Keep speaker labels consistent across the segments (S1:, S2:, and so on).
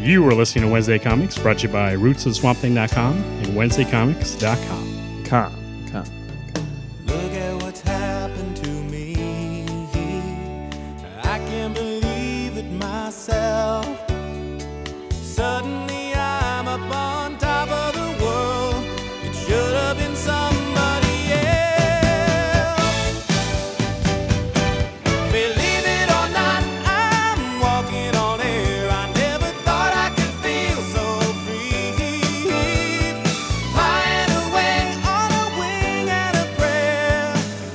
S1: You are listening to Wednesday Comics, brought to you by rootsoftheswampthing.com and wednesdaycomics.com. Com.
S2: Come.
S3: Look at what's happened to me. I can't believe it myself. Suddenly I'm up on top of the world. It should have been somebody else. Believe it or not, I'm walking on air. I never thought I could feel so free. High and away on a wing and a prayer.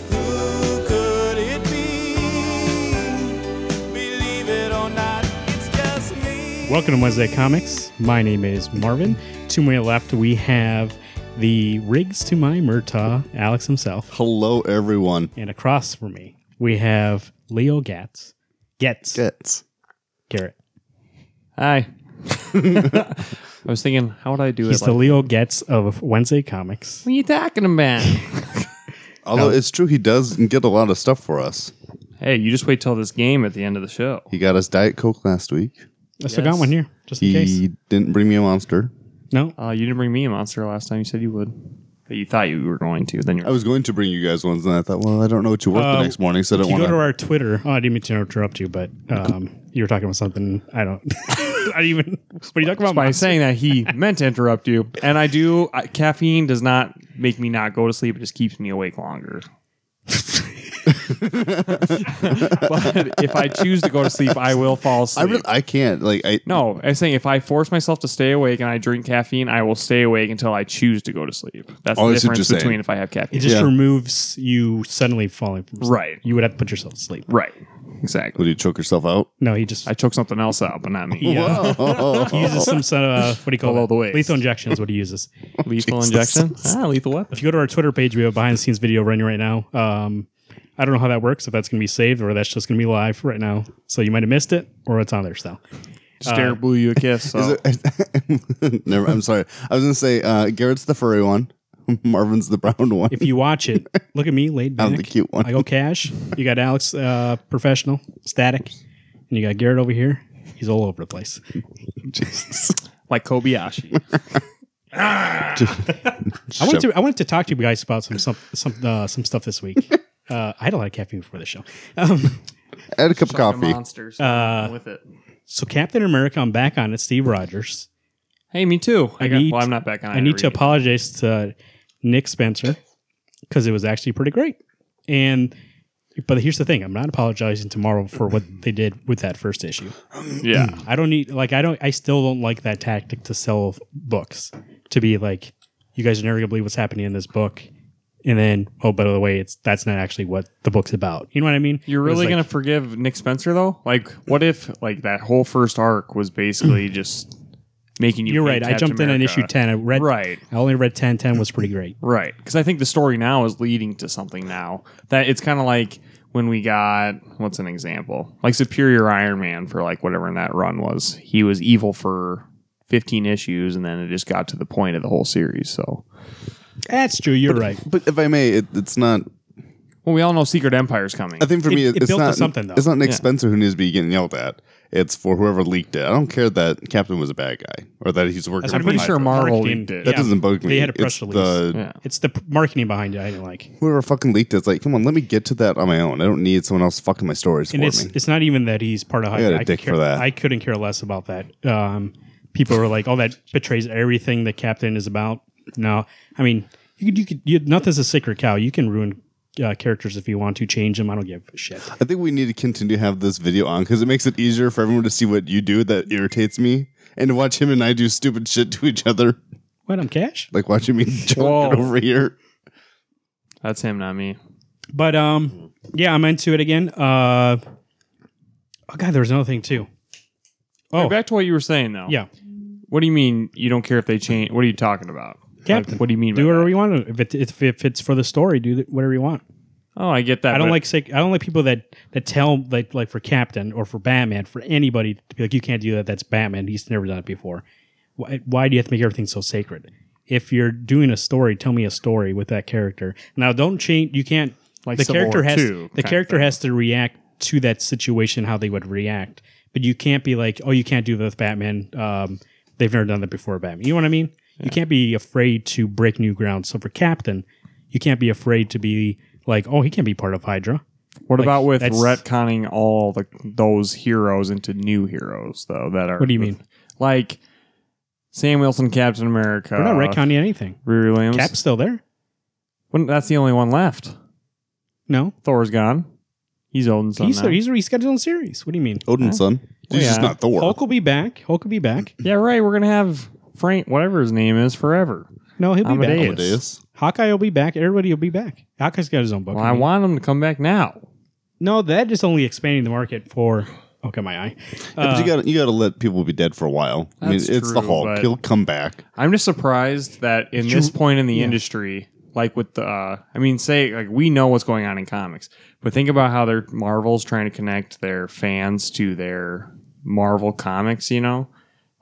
S3: Who could it be? Believe it or not, it's just me.
S1: Welcome to Wednesday Comics. My name is Marvin. to my left, we have the rigs to my Murtaugh, Alex himself.
S2: Hello, everyone.
S1: And across from me, we have Leo Gatz. Getz.
S2: Gets.
S1: Garrett.
S4: Hi. I was thinking, how would I do
S1: He's
S4: it?
S1: the Leo Getz of Wednesday Comics.
S4: what are you talking about?
S2: Although it's true, he does get a lot of stuff for us.
S4: hey, you just wait till this game at the end of the show.
S2: He got us Diet Coke last week.
S1: I still got
S4: Yes.
S1: one here, just in case.
S2: He didn't bring me a monster.
S1: No?
S4: Uh, you didn't bring me a monster last time. You said you would, but you thought you were going to. Then you're.
S2: I
S1: Oh,
S2: was going to bring you guys ones, and I thought, well, I don't know what you work
S1: Uh,
S2: the next morning, so I
S1: If
S2: don't
S1: you
S2: want
S1: go to
S2: to.
S1: our Twitter, oh, I didn't mean to interrupt you, but um, you were talking about something. I don't, I don't even. What are you talking about?
S4: by
S1: Mike?
S4: saying that he meant to interrupt you, and I do. I, caffeine does not make me not go to sleep; it just keeps me awake longer. but if I choose to go to sleep, I will fall
S2: I,
S4: asleep.
S2: really, I can't. Like, I
S4: no, I'm saying if I force myself to stay awake and I drink caffeine, I will stay awake until I choose to go to sleep. That's
S2: Oh,
S4: the
S2: that's what
S4: difference
S2: you're
S4: between
S2: saying.
S4: if I have
S1: It
S4: caffeine.
S1: just
S2: Yeah.
S1: removes you suddenly falling from sleep.
S4: Right.
S1: You would have to put yourself to sleep.
S4: Right. Exactly.
S2: Would you choke yourself out?
S1: No, he just
S4: I choke something else out, but not me.
S1: yeah. he
S2: Oh,
S1: uses some sort of uh, what do you call
S4: Below
S1: it?
S4: the waist.
S1: Lethal injection is what he uses.
S4: Lethal
S2: Jesus.
S4: injection. Ah, lethal weapon.
S1: If you go to our Twitter page, we have a behind the scenes video running right now. Um, I don't know how that works. If that's going to be saved or that's just going to be live right now. So you might have missed it, or it's on there still. Uh,
S4: Stare blew you a kiss. So.
S2: Never. I'm sorry. I was going to say uh, Garrett's the furry one, Marvin's the brown one.
S1: If you watch it, look at me laid back.
S2: I'm the cute one.
S1: I go cash. You got Alex, uh, professional, static, and you got Garrett over here. He's all over the place.
S4: like Kobayashi.
S1: I wanted to I wanted to talk to you guys about some some some uh, some stuff this week. Uh, I had a lot of caffeine before the show. Um,
S2: Add a cup of coffee.
S4: Monsters.
S1: Uh,
S4: with it.
S1: so Captain America, I'm back on it. Steve Rogers.
S4: Hey, me too. I,
S1: I
S4: got,
S1: need-
S4: well, I'm not back on.
S1: I need to
S4: read.
S1: apologize to Nick Spencer because it was actually pretty great. And but here's the thing: I'm not apologizing tomorrow for what they did with that first issue.
S4: Yeah.
S1: I don't need like I don't I still don't like that tactic to sell books to be like you guys are never gonna believe what's happening in this book and then oh by the way it's that's not actually what the book's about you know what I mean
S4: You're
S1: It was
S4: really
S1: like,
S4: gonna forgive Nick Spencer though? Like, what if like that whole first arc was basically just making you?
S1: you're
S4: hate
S1: right I
S4: Captain
S1: jumped in on
S4: America.
S1: issue ten I read
S4: Right.
S1: I only read 10 10 was pretty great
S4: Right. Because I think the story now is leading to something now. That it's kind of like when we got, what's an example? Like Superior Iron Man for like whatever in that run was. He was evil for 15 issues and then it just got to the point of the whole series. So,
S1: that's true you're right
S2: But if I may, it, it's not
S4: well, we all know Secret Empire's coming.
S2: I think for
S1: It-
S2: me,
S1: it
S2: it's
S1: built to
S2: not
S1: something, though.
S2: It's not Nick
S4: Yeah.
S2: Spencer who needs to be getting yelled at. It's for whoever leaked it. I don't care that Captain was a bad guy or that he's working.
S1: That's
S2: for
S1: what I'm pretty
S2: Pfizer.
S4: sure Marvel leaked it.
S2: that doesn't bug me.
S1: they had a press
S2: it's
S1: release
S2: The,
S4: yeah.
S1: it's the p- marketing behind it I didn't like
S2: Whoever fucking leaked it, it's like, come on, let me get to that on my own. I don't need someone else fucking my stories
S1: and
S2: for
S1: it's
S2: me.
S1: it's not even that he's part of Hydra.
S2: got a
S1: could
S2: dick
S1: care,
S2: for that.
S1: I couldn't care less about that. Um, people were like, "Oh, that betrays everything that Captain is about." No, I mean, you could, you could you, nothing's a sacred cow. You can ruin uh, characters if you want to change them. I don't give a shit.
S2: I think we need to continue to have this video on because it makes it easier for everyone to see what you do that irritates me and to watch him and I do stupid shit to each other,
S1: What? I'm cash.
S2: like watching me
S4: Whoa.
S2: joking over here.
S4: That's him, not me.
S1: But um, yeah, I'm into it again. Uh, oh god, there was another thing too. Oh
S4: Wait, back to what you were saying though.
S1: yeah,
S4: What do you mean you don't care if they change? What are you talking about?
S1: Captain,
S4: Like, what do you mean?
S1: do
S4: by
S1: whatever
S4: that?
S1: you want. If it if, if it's for the story, do th- whatever you want.
S4: Oh, I get that.
S1: I don't
S4: but-
S1: like say, I don't like people that that tell like like for Captain or for Batman for anybody to be like you can't do that. That's Batman. He's never done it before. Why, why do you have to make everything so sacred? If you're doing a story, tell me a story with that character. Now, don't change. You can't
S4: Like
S1: the
S4: Civil
S1: character
S4: War
S1: has
S4: II
S1: the
S4: kind of
S1: character
S4: thing.
S1: has to react to that situation how they would react. but you can't be like, oh, you can't do this, Batman. Um, they've never done that before, Batman. You know what I mean? You can't be afraid to break new ground. So for Captain, you can't be afraid to be like, oh, he can't be part of Hydra.
S4: What
S1: Like,
S4: about with
S1: that's-
S4: retconning all the those heroes into new heroes though? That are
S1: What do you mean?
S4: Like Sam Wilson, Captain America.
S1: We're not retconning anything.
S4: Riri Williams.
S1: Cap's still there.
S4: When- that's the only one left.
S1: No,
S4: Thor's gone. He's Odin's son
S1: he's
S4: now.
S1: he's rescheduling series. What do you mean?
S2: Odin's son. He's
S4: Yeah.
S2: just not Thor.
S1: Hulk will be back. Hulk will be back.
S4: yeah, right. We're gonna have Frank, whatever his name is, forever.
S1: No, he'll be
S4: Amadeus.
S1: back.
S2: Amadeus.
S1: Hawkeye will be back. Everybody will be back. Hawkeye's got his own book.
S4: Well, I want him to come back now.
S1: no, that is only expanding the market for. Okay, my eye.
S2: Yeah, but
S1: Uh,
S2: you got you got to let people be dead for a while. I mean,
S4: That's
S2: it's the
S4: true,
S2: Hulk.
S4: but-
S2: He'll come back.
S4: I'm just surprised that in this point in the industry, like with the, uh, I mean, say like we know what's going on in comics, but think about how their Marvel's trying to connect their fans to their Marvel comics. You know,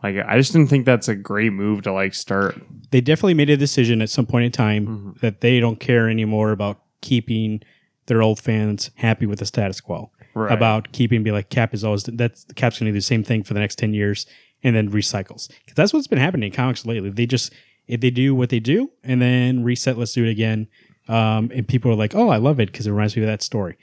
S4: like I just didn't think that's a great move to like start.
S1: they definitely made a decision at some point in time that they don't care anymore about keeping their old fans happy with the status quo.
S4: Right.
S1: About keeping, be like Cap is always that's Cap's going to do the same thing for the next ten years, and then recycles 'Cause that's what's been happening in comics lately. They just if they do what they do and then reset. Let's do it again. Um, and people are like, "Oh, I love it because it reminds me of that story."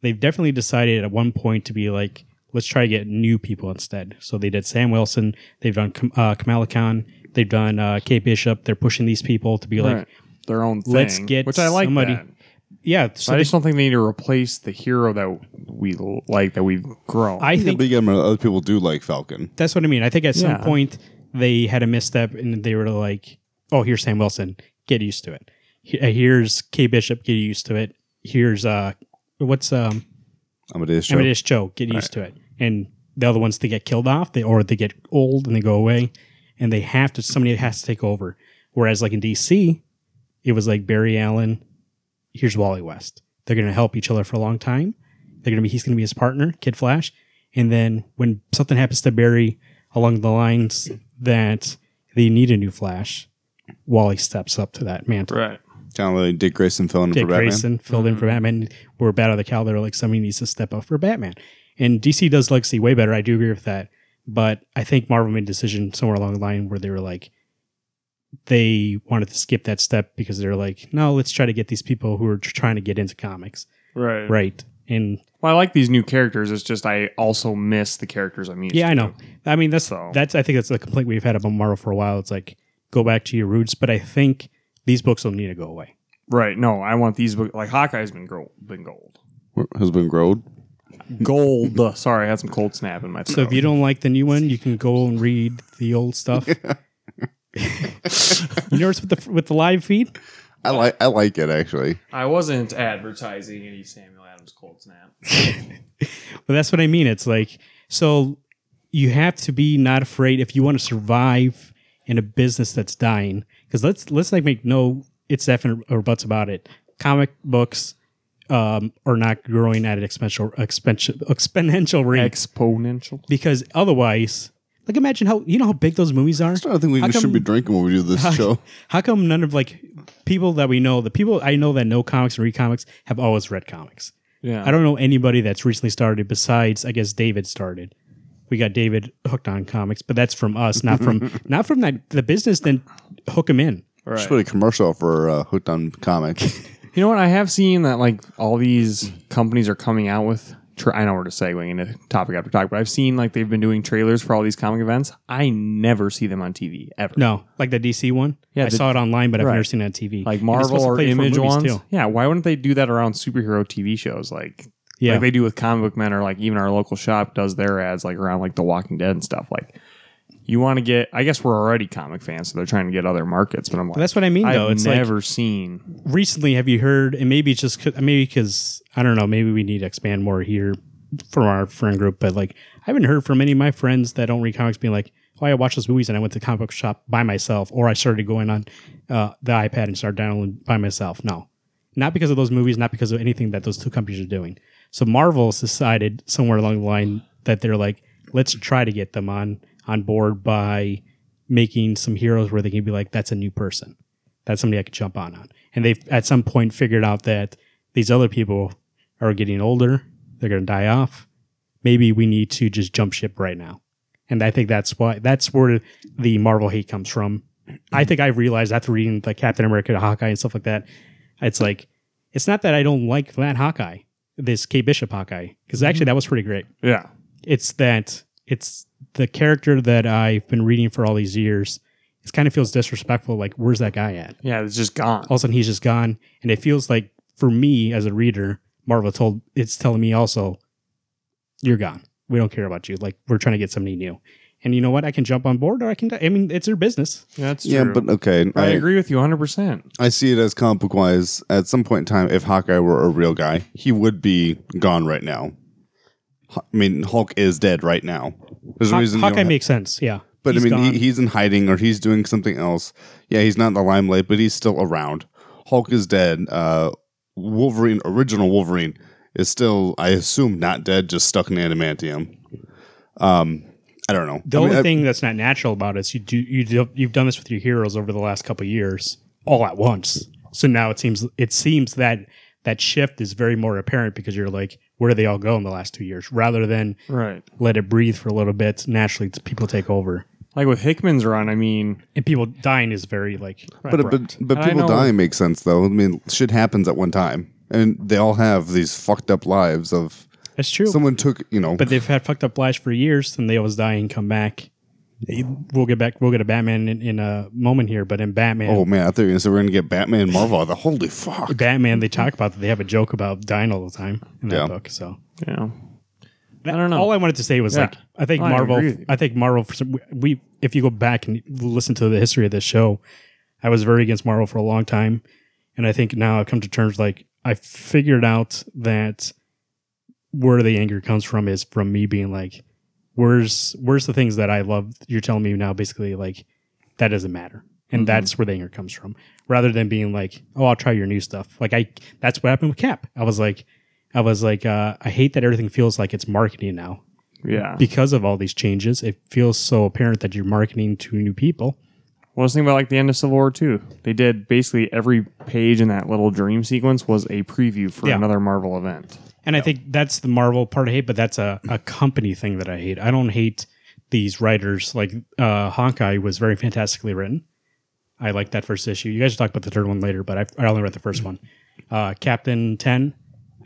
S1: They've definitely decided at one point to be like, "Let's try to get new people instead." So they did Sam Wilson. They've done Kam- uh, Kamala Khan. They've done uh, Kate Bishop. They're pushing these people to be like,
S4: Right. their own thing,
S1: let's get
S4: which I like.
S1: somebody-
S4: that.
S1: "Yeah."
S4: So
S1: So
S4: I
S1: they-
S4: just don't think they need to replace the hero that we l- like that we've grown.
S1: I
S2: Yeah,
S1: think
S2: but you got to remember, other people do like Falcon.
S1: That's what I mean. I think at some
S4: Yeah.
S1: point they had a misstep and they were like, "Oh, here's Sam Wilson. Get used to it. He- uh, Here's K Bishop. Get used to it. Here's uh, what's um,
S2: Amadeus. Cho.
S1: Amadeus Cho. Get used to it." And the other ones they get killed off, they or they get old and they go away, and they have to somebody has to take over. Whereas like in DC, it was like Barry Allen. Here's Wally West. They're gonna help each other for a long time. They're gonna be he's gonna be his partner, Kid Flash. And then when something happens to Barry along the lines that they need a new Flash, Wally steps up to that mantle.
S4: right.
S2: Kind of like Dick Grayson filling in
S1: Dick
S2: for Batman.
S1: Grayson filled in for Batman. We're bad out of the cow. They're like somebody needs to step up for Batman. And DC does legacy way better. I do agree with that. But I think Marvel made a decision somewhere along the line where they were like, they wanted to skip that step because they're like, no, let's try to get these people who are tr- trying to get into comics.
S4: Right.
S1: Right. And
S4: Well, I like these new characters. It's just I also miss the characters I'm used
S1: yeah,
S4: to.
S1: I know. I mean, that's,
S4: So-
S1: that's, I think that's the complaint we've had about Marvel for a while. It's like, go back to your roots. But I think these books will need to go away.
S4: Right. No, I want these. book- Like Hawkeye's been gold. Been gold.
S2: Has been growed.
S4: Gold. Uh, Sorry, I had some cold snap in my throat.
S1: So if you don't like the new one, you can go and read the old stuff. you notice with the with the live feed,
S2: I like I like it actually.
S4: I wasn't advertising any Samuel Adams cold snap.
S1: but that's what I mean. It's like so you have to be not afraid if you want to survive in a business that's dying. Because let's let's like make no it's F and or buts about it. Comic books um, are not growing at an exponential exponential exponential rate
S4: Exponential.
S1: because otherwise, like imagine how you know how big those movies are.
S2: I'm starting to think we
S1: How
S2: should
S1: come-
S2: be drinking when we do this show.
S1: How come none of like people that we know, the people I know that know comics and read comics, have always read comics?
S4: Yeah.
S1: I don't know anybody that's recently started besides, I guess, David started. We got David hooked on comics, but that's from us, not from not from that the business. Then hook him in.
S4: Right.
S2: Should put a commercial for uh, Hooked on Comic.
S4: You know what? I have seen that like all these companies are coming out with. Tra- I know we're just segueing into topic after topic, but I've seen like they've been doing trailers for all these comic events. I never see them on TV ever.
S1: No, like the DC one.
S4: Yeah,
S1: I
S4: the-
S1: saw it online, but I've
S4: right.
S1: never seen it on TV.
S4: Like
S1: And it's supposed
S4: Marvel
S1: to
S4: or
S1: play for
S4: Image
S1: movies,
S4: ones.
S1: too.
S4: Yeah. Why wouldn't they do that around superhero TV shows? Like
S1: Yeah,
S4: like they do with comic book men or like even our local shop does their ads like around like the walking dead and stuff like you want to get i guess we're already comic fans so they're trying to get other markets but i'm like
S1: that's what I mean. Though
S4: i've
S1: it's like
S4: never seen
S1: recently have you heard and maybe it's just 'cause- maybe because i don't know maybe we need to expand more here from our friend group but like i haven't heard from any of my friends that don't read comics being like oh i watched those movies and i went to the comic book shop by myself or i started going on uh, the ipad and started downloading by myself no not because of those movies not because of anything that those two companies are doing so marvel's decided somewhere along the line that they're like let's try to get them on on board by making some heroes where they can be like that's a new person that's somebody I could jump on on. And they've at some point figured out that these other people are getting older, they're going to die off, maybe we need to just jump ship right now. And I think that's why that's where the Marvel hate comes from. I think I realized after reading the Captain America, Hawkeye, and stuff like that, it's like it's not that I don't like that Hawkeye, this K Bishop Hawkeye, because actually that was pretty great
S4: Yeah.
S1: it's that it's the character that I've been reading for all these years. It kind of feels disrespectful. Like, where's that guy at?
S4: Yeah, it's just gone.
S1: All of a sudden, he's just gone, and it feels like for me as a reader, Marvel told it's telling me also, you're gone. We don't care about you. Like, we're trying to get somebody new. And you know what? I can jump on board, or I can. I mean, it's their business.
S4: That's
S2: yeah,
S4: true.
S2: but okay.
S4: I
S2: I,
S4: agree with you 100%.
S2: I see it as comic book wise. At some point in time, if Hawkeye were a real guy, he would be gone right now. H- I mean, Hulk is dead right now. There's a
S1: Haw-
S2: reason. you don't
S1: Hawkeye
S2: have-
S1: makes sense. Yeah,
S2: But
S1: He's
S2: I mean,
S1: gone.
S2: he, he's in hiding or he's doing something else. Yeah, he's not in the limelight, but he's still around. Hulk is dead. Uh, Wolverine, original Wolverine, is still, I assume, not dead, just stuck in adamantium. Um, I don't know.
S1: the
S2: I mean,
S1: only
S2: I-
S1: thing that's not natural about it is you do you do, you've done this with your heroes over the last couple of years all at once. So now it seems it seems that that shift is very more apparent because you're like, where do they all go in the last two years? Rather than
S4: Right.
S1: let it breathe for a little bit, naturally t- people take over.
S4: Like with Hickman's run, I mean,
S1: And people dying is very like
S2: but, but but
S4: And I
S2: people
S4: know-
S2: dying makes sense though. I mean, shit happens at one time, and they all have these fucked up lives. Of
S1: that's true.
S2: someone took, you know,
S1: but they've had fucked up lives for years, and they always die and come back. We'll get back. We'll get a Batman in, in a moment here, but in Batman,
S2: oh man, I thought you were gonna say we're gonna get Batman and Marvel. The holy fuck.
S1: Batman, they talk about that. They have a joke about dying all the time in that
S2: Yeah.
S1: book. So
S4: you know, I don't know.
S1: All I wanted to say was
S4: Yeah. Oh,
S1: like I think
S4: I
S1: Marvel.
S4: agree with you.
S1: I think Marvel. For some, we if you go back and listen to the history of this show, I was very against Marvel for a long time, and I think now I've come to terms like I figured out that where the anger comes from is from me being like, where's where's the things that I love? You're telling me now, basically like that doesn't matter. And
S4: Mhm.
S1: that's where the anger comes from, rather than being like, "Oh, I'll try your new stuff." Like I, that's what happened with Cap. I was like, I was like, uh, I hate that everything feels like it's marketing now
S4: yeah.
S1: because of all these changes. It feels so apparent that you're marketing to new people.
S4: Well, I was thinking about like the end of Civil War too. They did basically every page in that little dream sequence was a preview for
S1: Yeah.
S4: another Marvel event.
S1: And I think that's the Marvel part I hate, but that's a, a company thing that I hate. I don't hate these writers. Like uh, Honkai was very fantastically written. I like that first issue. You guys should talk about the third one later, but I, I only read the first one. Uh, Captain 10,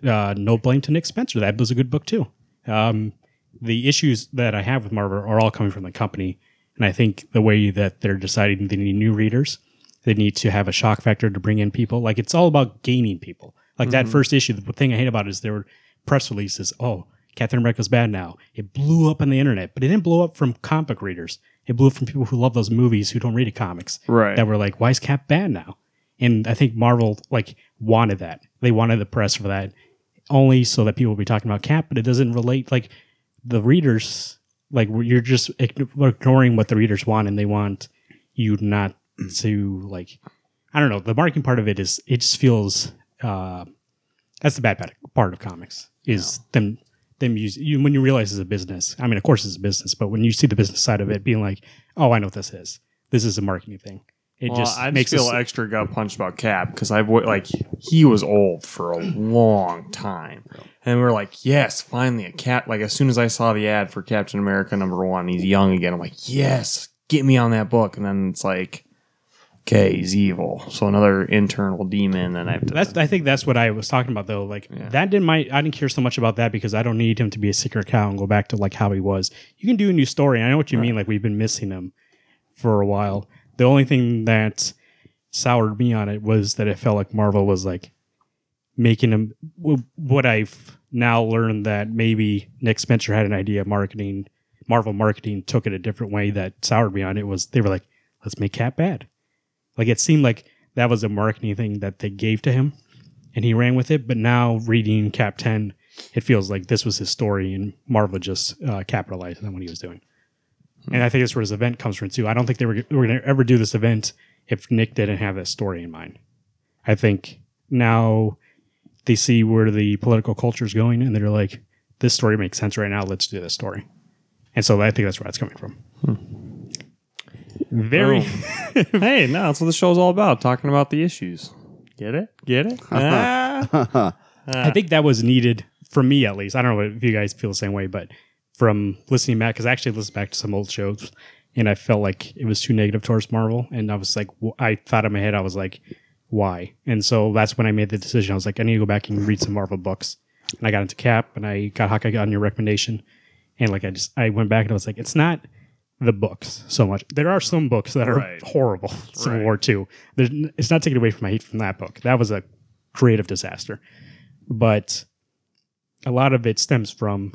S1: uh, No Blame to Nick Spencer. That was a good book too. Um, the issues that I have with Marvel are all coming from the company. And I think the way that they're deciding they need new readers, they need to have a shock factor to bring in people. Like it's all about gaining people. Like that first issue, the thing I hate about it is there were press releases. Oh, Captain America's bad now. It blew up on the internet, but it didn't blow up from comic book readers. It blew up from people who love those movies who don't read a comics
S4: Right.
S1: that were like, why is Cap bad now? And I think Marvel like wanted that. They wanted the press for that only so that people would be talking about Cap, but it doesn't relate. Like the readers, like you're just ign- ignoring what the readers want, and they want you not to like. I don't know. The marketing part of it is it just feels uh, that's the bad part- part of comics is them them use you when you realize it's a business. I mean, of course it's a business, but when you see the business side of it, being like, oh, I know what this is. This is a marketing thing. It
S4: Well,
S1: just
S4: I just
S1: makes
S4: feel
S1: us,
S4: extra gut punched about Cap because I've wa- like he was old for a long time, and we are like, yes, finally a Cap. Like as soon as I saw the ad for Captain America number one, he's young again. I'm like, yes, get me on that book. And then it's like, okay, he's evil. So another internal demon, and I have to.
S1: That's I think that's what I was talking about though. Like that didn't my I didn't care so much about that because I don't need him to be a secret cow and go back to like how he was. You can do a new story. and I know what you mean. Like we've been missing him for a while. The only thing that soured me on it was that it felt like Marvel was like making him. w- What I've now learned that maybe Nick Spencer had an idea of marketing. Marvel marketing took it a different way that soured me on it. Was they were like, let's make Cat bad. Like it seemed like that was a marketing thing that they gave to him, and he ran with it. But now reading Cap Ten, it feels like this was his story, and Marvel just uh, capitalized on what he was doing. And I think that's where this event comes from too. I don't think they were, were going to ever do this event if Nick didn't have that story in mind. I think now they see where the political culture is going, and they're like, "This story makes sense right now. Let's do this story." And so I think that's where that's coming from. Very.
S4: Oh. hey, no, that's what the show's all about. Talking about the issues. Get it? Get it? Ah.
S1: I think that was needed for me at least. I don't know if you guys feel the same way, but from listening back, because I actually listened back to some old shows, and I felt like it was too negative towards Marvel, and I was like, w- I thought in my head, I was like, why? And so that's when I made the decision. I was like, I need to go back and read some Marvel books, and I got into Cap, and I got Hawkeye on your recommendation, and like I just I went back and I was like, it's not the books so much. There are some books that are
S4: Right.
S1: horrible, Civil
S4: Right.
S1: War Two. There's, n- it's not taken away from my hate from that book. That was a creative disaster, but a lot of it stems from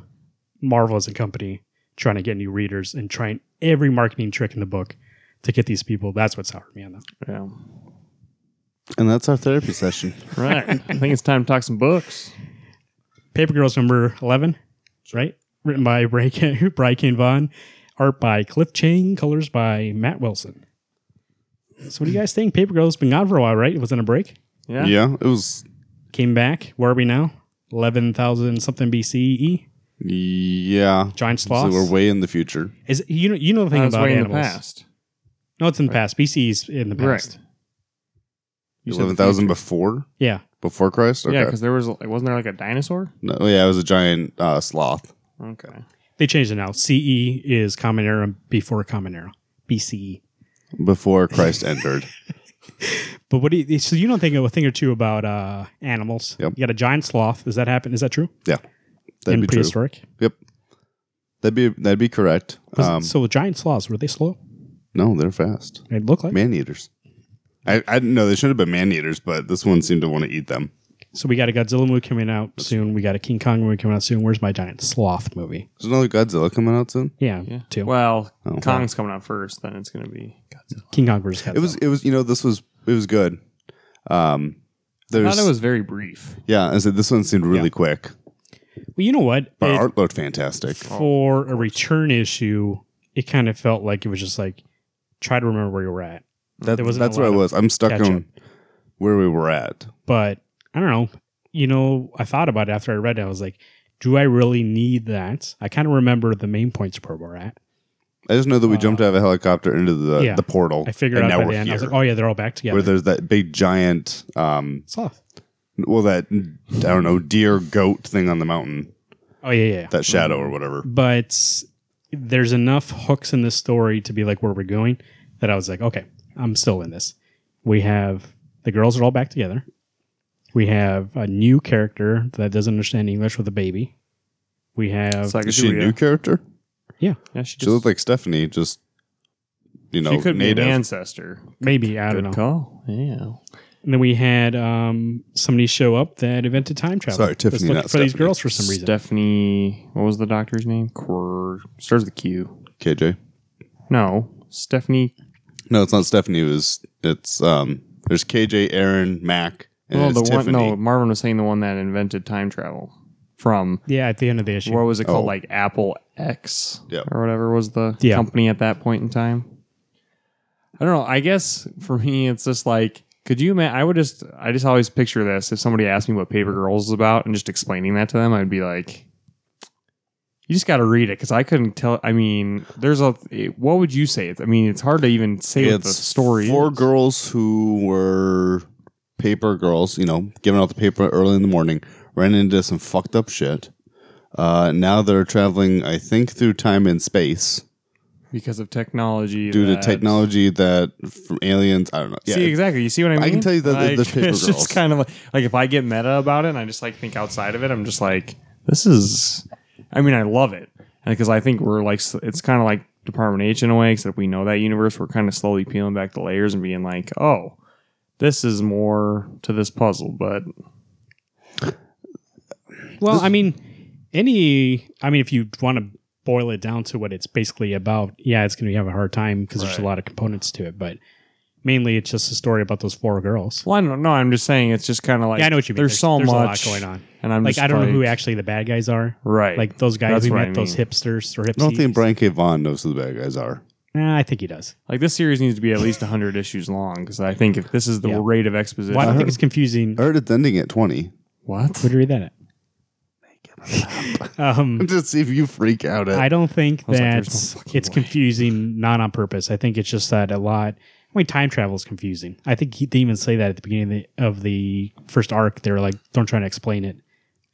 S1: Marvel as a company trying to get new readers and trying every marketing trick in the book to get these people. That's what soured me on them.
S4: Yeah.
S2: And that's our therapy session.
S4: Right. I think it's time to talk some books.
S1: Paper Girls number 11, right? Written by Bry Kane Vaughn, art by Cliff Chang, colors by Matt Wilson. So, what do you guys think? Paper Girls been gone for a while, right? It was on a break.
S4: Yeah.
S2: yeah, it was.
S1: Came back. Where are we now? 11,000 something E, BCE.
S2: Yeah.
S1: Giant
S2: So
S1: sloths.
S2: we're way in the future.
S1: Is it- you know you know the thing
S4: I was
S1: about
S4: way in the
S1: animals.
S4: past.
S1: No, it's in the past. BCE's in the past.
S4: Right. You said the
S2: Eleven thousand
S4: future.
S2: before
S1: Yeah.
S2: before Christ. Okay.
S4: Yeah, because there was like, wasn't there like a dinosaur?
S2: no, yeah, it was a giant uh, sloth.
S4: Okay.
S1: They changed it now. CE is common era and before common era. E. BCE.
S2: Before Christ entered.
S1: But what do you so you don't think of a thing or two about uh animals.
S2: Yep.
S1: You got a giant sloth. Does that happen? Is that true?
S2: Yeah, that'd
S1: In
S2: be true.
S1: prehistoric.
S2: Yep, that'd be that'd be correct.
S1: Was-
S2: Um,
S1: so giant sloths, were they slow?
S2: no, they're fast.
S1: They look like
S2: Man eaters. I, I didn't know they should have been man eaters, but this one seemed to want to eat them.
S1: so we got a Godzilla movie coming out soon. We got a King Kong movie coming out soon. Where's my giant sloth movie?
S2: There's another Godzilla coming out soon.
S1: Yeah,
S4: Yeah.
S1: two.
S4: Well,
S2: Oh.
S4: Kong's coming out first, then it's going to be Godzilla.
S1: King Kong versus
S2: It was it was you know this was it was good. Um,
S4: I
S2: there's
S4: thought it was very brief.
S2: yeah. I said this one seemed really quick,
S1: well, you know what?
S2: but
S1: It-
S2: art looked fantastic.
S1: for a return issue, it kind of felt like it was just like try to remember where you were at.
S2: That,
S1: there wasn't
S2: that's
S1: a
S2: where I
S1: lot of
S2: was. I'm stuck
S1: catch-up.
S2: on where we were at.
S1: But I don't know. You know, I thought about it after I read it. I was like, do I really need that? I kind of remember the main points of where we're at.
S2: I just know that we jumped out of a helicopter into the,
S1: Uh, yeah.
S2: the portal.
S1: I figured
S2: and
S1: out
S2: now
S1: by
S2: we're
S1: the end. I was
S2: here.
S1: like, oh yeah, they're all back
S2: Where
S1: together.
S2: there's that big giant, um,
S1: Sloth.
S2: well, that I don't know, deer goat thing on the mountain,
S1: Oh yeah, yeah. yeah.
S2: that shadow or whatever.
S1: but there's enough hooks in this story to be like where we're going that I was like, okay, I'm still in this. We have the girls are all back together. We have a new character that doesn't understand English with a baby. We have
S4: It's like
S2: Is she a new character?
S4: Yeah, she,
S2: She
S4: just-
S2: looked like Stephanie, just you know,
S4: she could
S2: native.
S4: be an ancestor.
S1: maybe I don't know.
S4: Good call. Yeah.
S1: And then we had um, somebody show up that invented time travel.
S2: Sorry, Tiffany,
S1: That's looking
S2: not
S1: for these
S2: Stephanie.
S1: girls for some reason.
S4: Stephanie, what was the doctor's name? Quir, starts with a Q.
S2: KJ.
S4: No, Stephanie.
S2: No, it's not Stephanie. It was it's um. There's KJ, Aaron, Mac, and
S4: Well,
S2: it's
S4: the one.
S2: Tiffany.
S4: No, Marvin was saying the one that invented time travel from
S1: yeah, at the end of the issue.
S4: what was it called,
S2: Oh.
S4: like Apple X
S2: Yeah.
S4: or whatever was the
S1: Yeah.
S4: company at that point in time. I don't know. I guess for me, it's just like, could you? Man, I would just, I just always picture this. If somebody asked me what Paper Girls is about and just explaining that to them, I'd be like, you just got to read it because I couldn't tell. I mean, there's a. it- what would you say? It's- I mean, it's hard to even say what the
S2: It's
S4: story.
S2: Four
S4: is.
S2: girls who were paper girls, you know, giving out the paper early in the morning, ran into some fucked up shit. Uh, now they're traveling, I think, through time and space
S4: because of technology.
S2: due to
S4: that-
S2: technology that from aliens. I don't know. Yeah,
S4: See exactly. You see what I mean?
S2: can tell you that the-
S4: like,
S2: the Paper
S4: it's
S2: Girls.
S4: just kind of like, like if I get meta about it and I just like think outside of it, I'm just like, this is. I mean, I love it because I think we're like s- it's kind of like Department H in a way, except we know that universe. We're kind of slowly peeling back the layers and being like, oh, this is more to this puzzle, but
S1: Well, I mean, any, I mean, if you want to boil it down to what it's basically about, yeah, it's going to have a hard time because there's a
S4: Right.
S1: lot of components to it. But mainly, it's just a story about those four girls.
S4: well, I don't know. I'm just saying it's just kind of like
S1: yeah, I know what you mean.
S4: There's, so
S1: there's
S4: much
S1: a lot going on.
S4: and I'm
S1: Like,
S4: just
S1: I don't know who actually the bad guys are.
S4: right.
S1: Like those guys
S4: That's
S1: we
S4: what
S1: met,
S4: I mean.
S1: those hipsters or hipsies.
S2: I don't think Brian K. Vaughan knows who the bad guys are.
S1: Nah, I think he does.
S4: like this series needs to be at least 100 issues long because I think if this is the
S1: Yeah.
S4: rate of exposition,
S1: Well, I don't think it's confusing.
S2: I heard it's ending at 20.
S4: what?
S1: Where'd you read that at? um,
S2: Just see if you freak out at
S1: I don't think
S4: was like,
S1: that
S4: "There's no fucking
S1: it's
S4: way."
S1: confusing, not on purpose. I think it's just that a lot. I mean, time travel is confusing. I think he, they even say that at the beginning of the, of the first arc. They're like, "Don't try to explain it."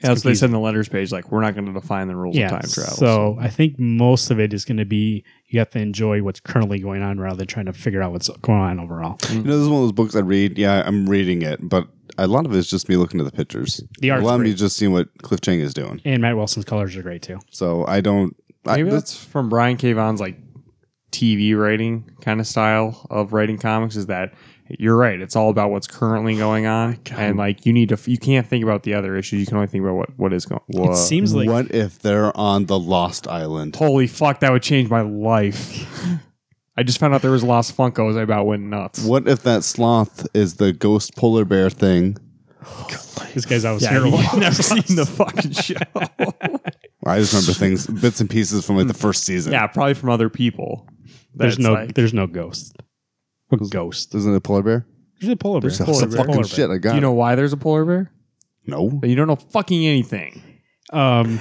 S4: Yeah, that's what they
S1: confusing.
S4: said in the letters page. Like, we're not going to define the rules
S1: yeah.
S4: of time travel.
S1: So I think most of it is going to be you have to enjoy what's currently going on rather than trying to figure out what's going on overall.
S2: You know, this is one of those books I read. Yeah, I'm reading it, but a lot of it's just me looking at the pictures.
S1: The
S2: a
S1: art's
S2: lot of me
S1: great.
S2: just seeing what Cliff Chang is doing.
S1: And Matt Wilson's colors are great too.
S2: So I don't. I,
S4: maybe
S2: that's,
S4: that's from Brian K. Vaughan's like TV writing kind of style of writing comics. Is that you're right? It's all about what's currently going on, and like you need to, you can't think about the other issues. You can only think about what what is going. Uh, What?
S1: It seems like
S2: what if they're on the Lost Island?
S4: Holy fuck! That would change my life. I just found out there was Lost Funkos. I about went nuts.
S2: What if that sloth is the ghost polar bear thing?
S1: this guy's always
S4: Yeah,
S1: terrible.
S4: you've never seen the fucking show.
S2: I just remember things, bits and pieces from like the first season.
S4: yeah, probably from other people.
S1: There's
S4: That's
S1: no
S4: like-
S1: there's no ghost. What ghost?
S2: Isn't it a polar bear?
S1: There's a polar bear.
S2: There's a fucking shit. I got
S4: Do you know why there's a polar bear?
S2: it. no.
S4: But you don't know fucking anything.
S1: Um,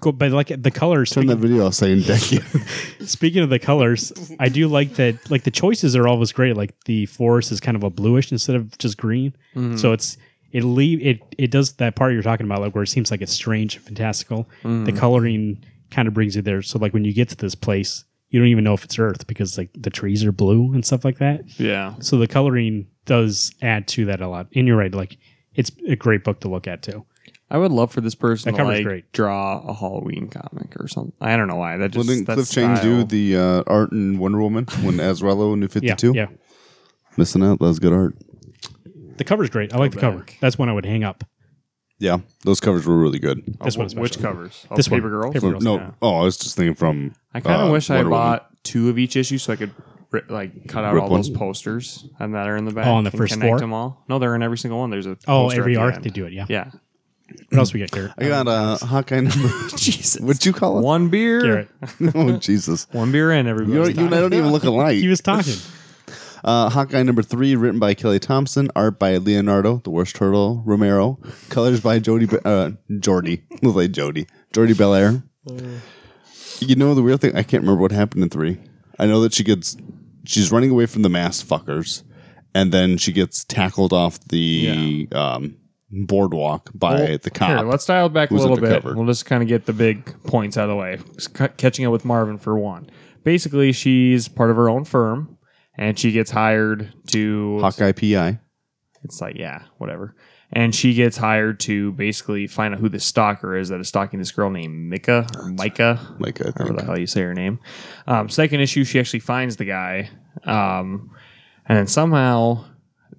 S1: go, but like the colors.
S2: Turn that
S1: Speaking,
S2: video off so I can deck you.
S1: speaking of the colors, I do like that. Like the choices are always great. Like the forest is kind of a bluish instead of just green.
S2: Mm-hmm.
S1: So
S2: Hmm.
S1: it's it leave it it does that part you're talking about, like where it seems like it's strange and fantastical.
S2: Mm-hmm.
S1: The
S2: Hmm.
S1: coloring kind of brings you there. So like when you get to this place, you don't even know if it's Earth because like the trees are blue and stuff like that.
S4: Yeah.
S1: So the coloring does add to that a lot. And you're right, like it's a great book to look at too.
S4: I would love for this person
S1: That
S4: to
S1: cover's
S4: like
S1: great.
S4: draw a Halloween comic or something. I don't know why. That just
S2: Wouldn't
S4: that
S2: Cliff Chang do
S4: style.
S2: the uh, art in Wonder Woman when Azraello in New
S1: Yeah,
S2: 52?
S1: yeah.
S2: Missing out. That was good art.
S1: The cover's great. I like the cover.
S4: back.
S1: That's one I would hang up.
S2: Yeah, those covers were really good.
S4: Oh,
S1: this
S4: wh-
S1: one
S4: which
S1: especially.
S4: covers? Oh,
S1: This one.
S4: Paper Girls.
S1: Paper- Girls,
S2: no,
S1: yeah.
S2: oh, I was just thinking from.
S4: I kind of
S2: uh,
S4: wish
S2: Wonder
S4: I
S2: Woman.
S4: bought two of each issue so I could ri like cut out
S2: Rip
S4: all
S2: one.
S4: those posters and that are in the back.
S1: Oh, on the
S4: and
S1: first
S4: connect
S1: four?
S4: them all. No, they're in every single one. There's a
S1: Oh,
S4: poster
S1: every
S4: at the
S1: arc
S4: end.
S1: they do it. Yeah.
S4: Yeah.
S1: What else we got Um, here?
S2: I got a
S4: um,
S2: uh, Hawkeye number.
S4: Jesus.
S2: What'd you call it?
S4: One beer.
S1: Garrett.
S2: oh Jesus!
S4: One beer in
S2: You,
S4: everybody.
S2: don't- you and I don't even look alike.
S1: He was talking.
S2: Uh, Hawkeye number three, written by Kelly Thompson, art by Leonardo, the worst turtle, Romero, colors by Jody, Be- uh, Jordy, looks like Jody, Jordy Belair. You know the weird thing? I can't remember what happened in three. I know that she gets, she's running away from the mass fuckers, and then she gets tackled off the um, boardwalk by the cop.
S4: Here, let's dial it back a
S2: Who's
S4: little
S2: at the
S4: bit.
S2: cover?
S4: We'll just kind of get the big points out of the way. Just cu- catching up with Marvin for one. Basically, she's part of her own firm, and she gets hired to.
S2: Hawkeye PI.
S4: It's like yeah, whatever. And she gets hired to basically find out who the stalker is that is stalking this girl named Mika or Micah.
S2: Like I
S4: Whatever
S2: think.
S4: the hell you say her name. Um, second issue, she actually finds the guy, um, and then somehow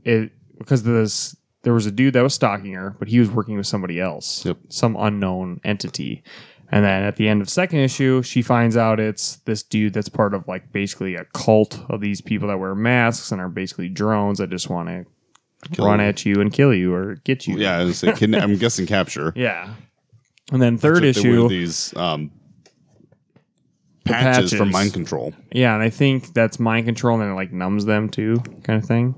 S4: it because this there was a dude that was stalking her, but he was working with somebody else,
S2: Yep.
S4: some unknown entity. And then at the end of second issue, she finds out it's this dude that's part of like basically a cult of these people that wear masks and are basically drones that just want to run at you and kill you or get you.
S2: Yeah, I was like, kidna- I'm guessing capture.
S4: yeah. And then third
S2: Except they wear
S4: issue,
S2: these um,
S4: The
S2: patches, for
S4: patches.
S2: mind control.
S4: Yeah, and I think that's mind control, and it like numbs them too, kind of thing.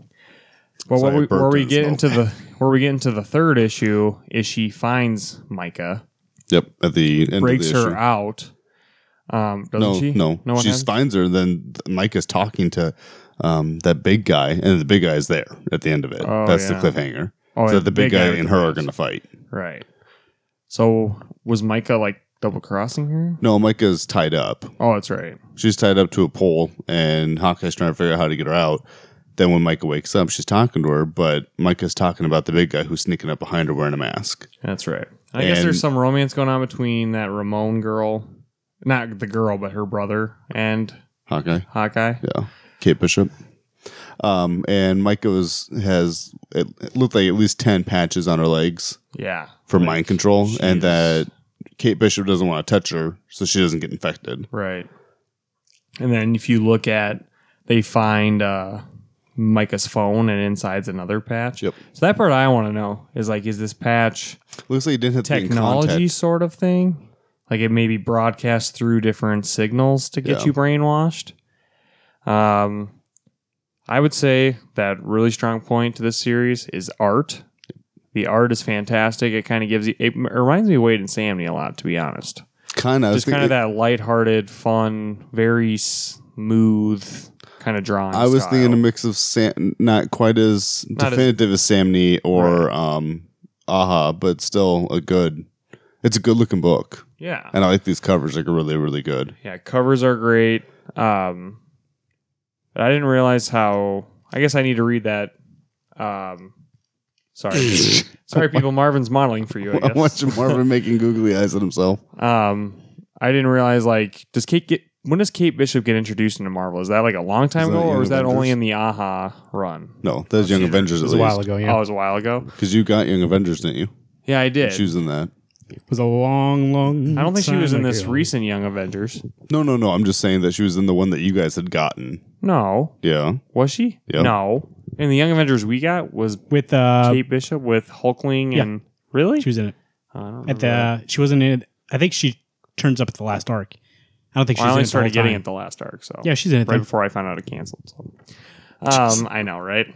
S4: But
S2: Sorry,
S4: where we,
S2: bird
S4: where we
S2: didn't
S4: get
S2: smell.
S4: into the where we get into the third issue is she finds Micah,
S2: Yep, at the end
S4: breaks
S2: of the
S4: her
S2: issue.
S4: out. Um, doesn't
S2: no,
S4: she?
S2: no,
S4: no. One
S2: she
S4: has?
S2: finds her. Then th- Mike is talking to um, that big guy, and the big guy is there at the end of it.
S4: Oh,
S2: That's
S4: yeah.
S2: the cliffhanger.
S4: Oh,
S2: so
S4: yeah,
S2: that the big, guy, and her are
S4: comes.
S2: going to fight.
S4: right. So was Micah like double crossing her?
S2: No, Micah's tied up.
S4: Oh, that's right.
S2: She's tied up to a pole, and Hawkeye's trying to figure out how to get her out. Then when Micah wakes up, she's talking to her, but Micah's talking about the big guy who's sneaking up behind her wearing a mask.
S4: That's right. I guess
S2: And-
S4: there's some romance going on between that Ramon girl, not the girl, but her brother and
S2: Hawkeye.
S4: Hawkeye.
S2: Yeah, Kate Bishop. Um, and Micah's has it, it looked like at least ten patches on her legs
S4: Yeah,
S2: for
S4: Like,
S2: mind control,
S4: she's-
S2: and that Kate Bishop doesn't want to touch her, so she doesn't get infected.
S4: Right. And then if you look at, they find uh, Micah's phone and inside's another patch.
S2: Yep.
S4: So that part I want to know is like, is this patch
S2: Looks like he didn't have to be in
S4: technology
S2: contact.
S4: sort of thing? Like it maybe broadcast through different signals to get
S2: Yeah.
S4: you brainwashed. Um, I would say that really strong point to this series is art. The art is fantastic. It kind of gives you. It reminds me of Wade and Samney a lot, to be honest
S2: Kind of,
S4: just kind of that lighthearted, fun, very smooth kind of drawing.
S2: I was
S4: style.
S2: thinking a mix of Sam, not quite as
S4: Not as-
S2: definitive as, Samney or um, aha, but still a good. It's a good looking book,
S4: Yeah.
S2: and I like these covers. Like, are really, really good.
S4: Yeah, covers are great. Um, but I didn't realize how. I guess I need to read that. Um, sorry, sorry, people. Marvin's modeling for you. I
S2: I'm
S4: guess.
S2: watching Marvin making googly eyes at himself.
S4: Um, I didn't realize like does Kate get when does Kate Bishop get introduced into Marvel? Is that like a long time
S2: Is that
S4: ago, or
S2: Young
S4: is that only
S2: Avengers?
S4: in the Aha run?
S2: No, that's Young Avengers
S1: It
S2: at
S1: was a while
S2: least.
S1: ago.
S4: Oh, it
S1: Yeah,
S4: was a while ago.
S2: Because you got Young Avengers, didn't you?
S4: Yeah, I did.
S2: Choosing that.
S1: it was a long, long.
S4: I don't think she was
S1: time
S4: in this
S1: ago.
S4: recent Young Avengers.
S2: No, no, no. I'm just saying that she was in the one that you guys had gotten.
S4: No,
S2: Yeah.
S4: was she?
S2: Yeah.
S4: No. In the Young Avengers we got was
S1: with uh,
S4: Kate Bishop with Hulkling
S1: yeah.
S4: and really
S1: she was in it
S4: I don't remember
S1: at the.
S4: that.
S1: She wasn't in. it. I think she turns up at the last arc. I don't think
S4: Well, I
S1: she's in
S4: only
S1: it the
S4: started
S1: whole
S4: getting
S1: time.
S4: it the last arc, so
S1: Yeah, she's in it.
S4: right
S1: Right
S4: before I found out it canceled. So. Um, I know, right?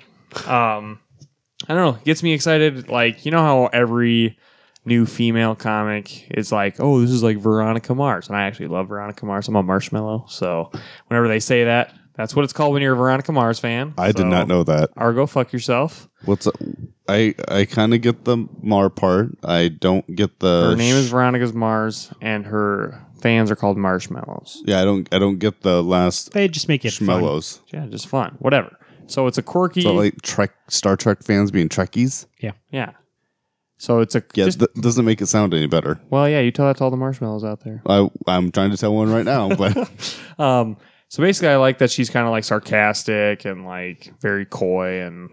S4: Um, I don't know. It gets me excited. Like you know how every new female comic is like, oh, this is like Veronica Mars, and I actually love Veronica Mars. I'm a marshmallow, so whenever they say that, that's what it's called when you're a Veronica Mars fan.
S2: I
S4: So,
S2: did not know that.
S4: Argo, fuck yourself.
S2: What's up? I I kind of get the Mar part. I don't get the.
S4: Her name
S2: Uh, sh-
S4: is Veronica's Mars, and her fans are called marshmallows.
S2: Yeah, I don't. I don't get the last
S1: they just make it fun.
S2: Schmellos.
S4: Yeah, just fun, whatever. So it's a quirky,
S2: So like Trek Star Trek fans being Trekkies.
S4: yeah. So it's a
S2: Yeah,
S4: just-
S2: that doesn't make it sound any better.
S4: Well, yeah, you tell that to all the marshmallows out there.
S2: I I'm trying to tell one right now, but
S4: Um, so basically, I like that she's kind of like sarcastic and like very coy, and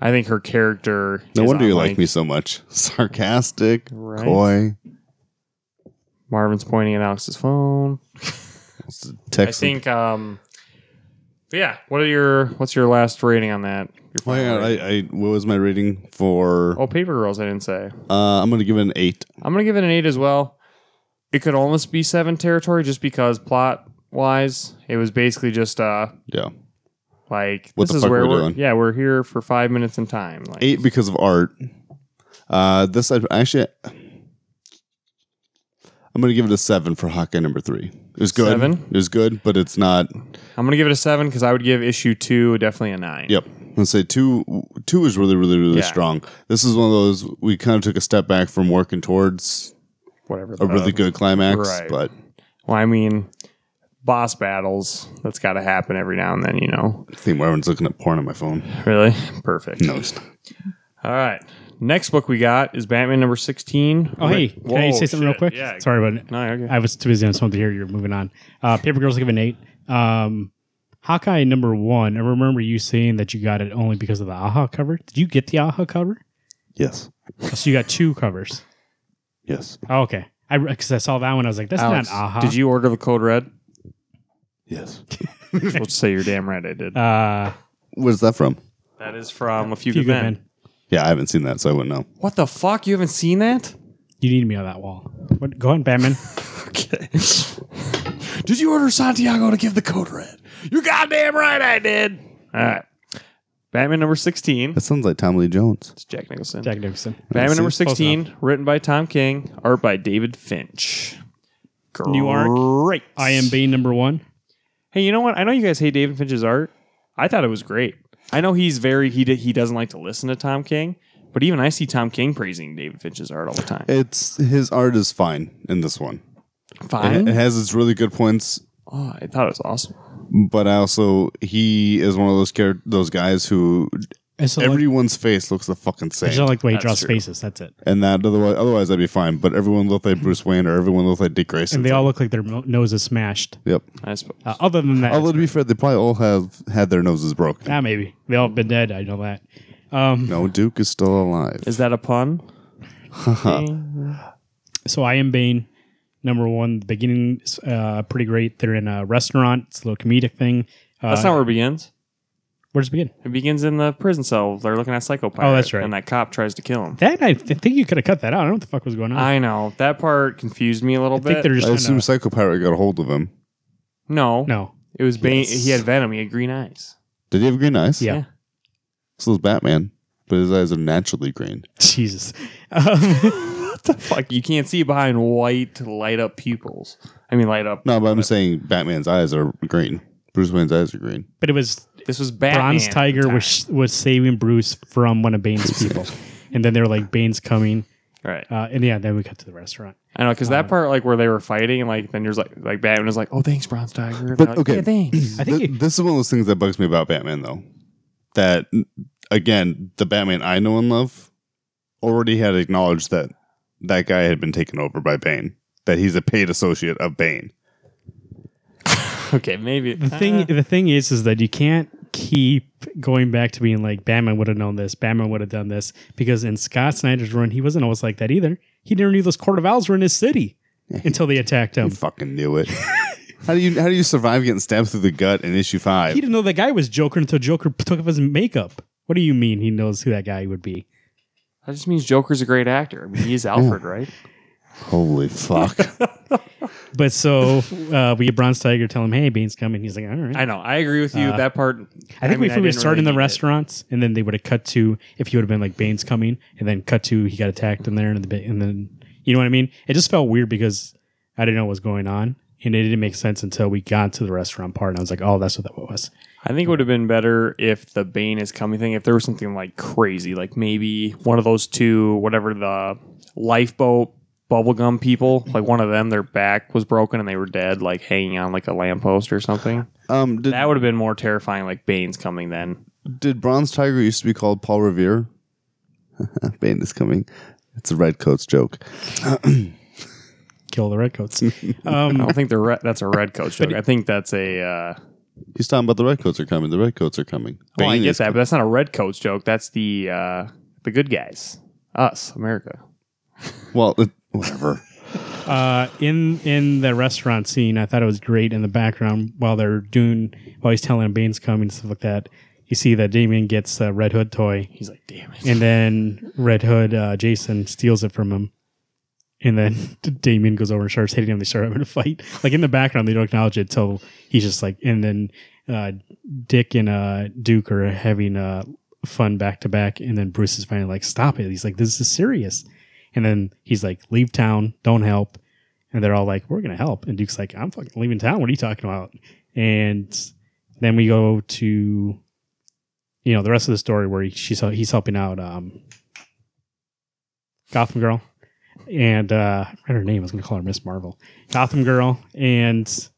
S4: I think her character.
S2: no
S4: is
S2: wonder
S4: on,
S2: you like me so much. Sarcastic,
S4: Right.
S2: coy.
S4: Marvin's pointing at Alex's phone. I
S2: Texas.
S4: think. Um, but yeah, what are your what's your last rating on that? Your
S2: Oh my
S4: final
S2: God, I,
S4: rating?
S2: I what was my rating for?
S4: oh, Paper Girls. I didn't say.
S2: Uh, I'm gonna give it an eight.
S4: I'm gonna give it an eight as well. It could almost be seven territory, just because plot wise, it was basically just uh
S2: Yeah,
S4: like
S2: What
S4: this
S2: the
S4: is
S2: fuck
S4: where
S2: we're
S4: we're
S2: doing.
S4: yeah we're here for five minutes in time. Like,
S2: eight because of art. Uh, this I actually. I'm gonna give it a seven for Hawkeye number three. It was good.
S4: Seven?
S2: It was good, but it's not.
S4: I'm gonna give it a seven because I would give issue two definitely a nine.
S2: Yep. Let's say two. Two is really, really, really
S4: Yeah.
S2: strong. This is one of those we kind of took a step back from working towards
S4: whatever.
S2: a
S4: the-
S2: really good climax,
S4: right.
S2: but
S4: Well, I mean, boss battles. That's got to happen every now and then, you know.
S2: I think everyone's looking at porn on my phone.
S4: Really perfect.
S2: No, it's not.
S4: All right. Next book we got is Batman number sixteen.
S1: Oh hey,
S4: Rick-
S1: can I
S4: Whoa,
S1: say something real
S4: shit.
S1: quick?
S4: Yeah.
S1: Sorry about it.
S4: No, you're good.
S1: I was too busy on something here. You're moving on. Uh, Paper Girls, give an eight. Um, Hawkeye number one. I remember you saying that you got it only because of the AHA cover. Did you get the AHA cover?
S2: Yes.
S1: Oh, so you got two covers.
S2: Yes.
S1: Oh, okay. I because I saw that one, I was like, that's
S4: Alex,
S1: not AHA.
S4: Did you order the code red?
S2: Yes.
S4: Let's say you're damn right I did.
S1: Uh,
S2: Where's that from?
S4: that is from a few,
S1: you good
S4: good men.
S1: man.
S2: Yeah, I haven't seen that, so I wouldn't know.
S4: What the fuck? You haven't seen that?
S1: You need me on that wall. What, go ahead, Batman.
S4: Okay. did you order Santiago to give the code red? You're goddamn right I did. All right. Batman number 16.
S2: That sounds like Tom Lee Jones.
S4: It's Jack Nicholson.
S1: Jack Nicholson.
S4: Batman number
S2: Close enough.
S4: 16, written by Tom King, art by David Finch. Great.
S1: New arc. I am Bane number one.
S4: Hey, you know what? I know you guys hate David Finch's art. I thought it was great. I know he's very he d- he doesn't like to listen to Tom King, but even I see Tom King praising David Finch's art all the time.
S2: It's his art is fine in this one. It,
S4: Fine.
S2: it has its really good points,
S4: Oh, I thought it was awesome.
S2: but I also he is one of those char- those guys who
S1: I just don't like,
S2: everyone's face looks the fucking
S1: I
S2: same.
S1: just don't like the way he
S4: That's
S1: draws
S4: true.
S1: faces. That's it.
S2: and that otherwise, otherwise I'd be fine. But everyone looked like Bruce Wayne or everyone looked like Dick Grayson.
S1: And they all look like their mo- nose is smashed.
S2: Yep.
S4: I suppose.
S1: Uh, other than that,
S2: Although to be fair, they probably all have had their noses broken.
S1: ah, maybe they all have been dead. I know that. Um,
S2: No, Duke is still alive.
S4: Is that a pun?
S1: So I am Bane. Number one, the beginning is uh, pretty great. They're in a restaurant. It's a little comedic thing. Uh,
S4: That's not where it begins.
S1: where does it begin?
S4: It begins in the prison cell. They're looking at Psycho Pirate.
S1: Oh, that's right.
S4: And that cop tries to kill him.
S1: That I th- think you could have cut that out. I don't know what the fuck was going on. I,
S4: I know that part confused me a little
S1: think
S4: bit.
S1: they're just
S2: I assume
S1: trying to,
S2: Psycho Pirate got a hold of him.
S4: no,
S1: no.
S4: It was Bane.
S2: Yes.
S4: He had venom. He had green eyes.
S2: Did he have green eyes?
S1: Yeah.
S4: Yeah.
S2: So is Batman, but his eyes are naturally green.
S1: Jesus. Um,
S4: What the fuck? You can't see behind white light up pupils. I mean, light up.
S2: No, but I'm saying Batman's eyes are green. Bruce Wayne's eyes are green.
S1: but it was
S4: This was Batman.
S1: Bronze
S4: at the
S1: Tiger
S4: time.
S1: was was saving Bruce from one of Bane's people. and then they were like, Bane's coming.
S4: Right.
S1: Uh, and yeah, then we cut to the restaurant.
S4: I know because that part, like where they were fighting, like then there's like like Batman was like, "Oh, thanks, Bronze Tiger." And
S2: But,
S4: they're like,
S2: okay.
S4: yeah, thanks.
S1: I think
S2: Th-
S1: you-
S2: this is one of those things that bugs me about Batman, though. That again, the Batman I know and love already had acknowledged that that guy had been taken over by Bane. That he's a paid associate of Bane.
S4: okay, maybe Uh,
S1: The thing, the thing is, is that you can't keep going back to being like Batman would have known this, Batman would have done this, because in Scott Snyder's run, he wasn't always like that either. He never knew those court of owls were in his city until they attacked
S2: I
S1: him.
S2: fucking knew it. how do you how do you survive getting stabbed through the gut in issue
S1: He
S2: five?
S1: didn't know that guy was Joker until Joker took off his makeup. What do you mean he knows who that guy would be?
S4: that just means Joker's a great actor. I mean, he's Alfred, right?
S2: Holy fuck!
S1: But so uh, we get Bronze Tiger tell him, "Hey, Bane's coming." He's like, "All right."
S4: I know. I agree with you.
S1: Uh,
S4: that part.
S1: I think
S4: mean,
S1: if we would
S4: didn't
S1: start
S4: really
S1: in the
S4: need it.
S1: restaurants, and then they would have cut to if he would have been like Bane's coming, and then cut to he got attacked in there, and, the, ba- and then you know what I mean. It just felt weird because I didn't know what was going on, and it didn't make sense until we got to the restaurant part, and I was like, "Oh, that's what that was."
S4: I think it would have been better if the Bane is coming thing, if there was something like crazy, like maybe one of those two, whatever the lifeboat bubblegum people, like one of them, their back was broken and they were dead, like hanging on like a lamppost or something.
S2: Um, did,
S4: That would have been more terrifying, like Bane's coming then.
S2: did Bronze Tiger used to be called Paul Revere? Bane is coming. It's a redcoats joke.
S1: Kill the redcoats.
S4: I
S1: Um,
S4: don't think the re- that's a red coat joke. I think that's a. Uh,
S2: He's talking about the redcoats are coming. The redcoats are coming.
S4: well, I
S2: Bane
S4: get
S2: is
S4: that, but that's not a red coats joke. That's the uh, the good guys, us, America.
S2: Well, it, whatever.
S1: uh, in in the restaurant scene, I thought it was great in the background while they're doing while he's telling him Bane's coming and stuff like that. You see that Damien gets a Red Hood toy,
S4: He's like, damn it.
S1: And then Red Hood, uh, Jason steals it from him. And then Damien goes over and starts hitting him. They start having a fight. Like in the background, they don't acknowledge it until he's just like, and then uh, Dick and uh, Duke are having uh, fun back to back. And then Bruce is finally like, stop it. He's like, this is serious. And then he's like, leave town, don't help. And they're all like, we're going to help. And Duke's like, I'm fucking leaving town. What are you talking about? And then we go to you know the rest of the story where he, she's he's helping out um, Gotham Girl and uh, I forgot her name. I was going to call her Miss Marvel, Gotham Girl, and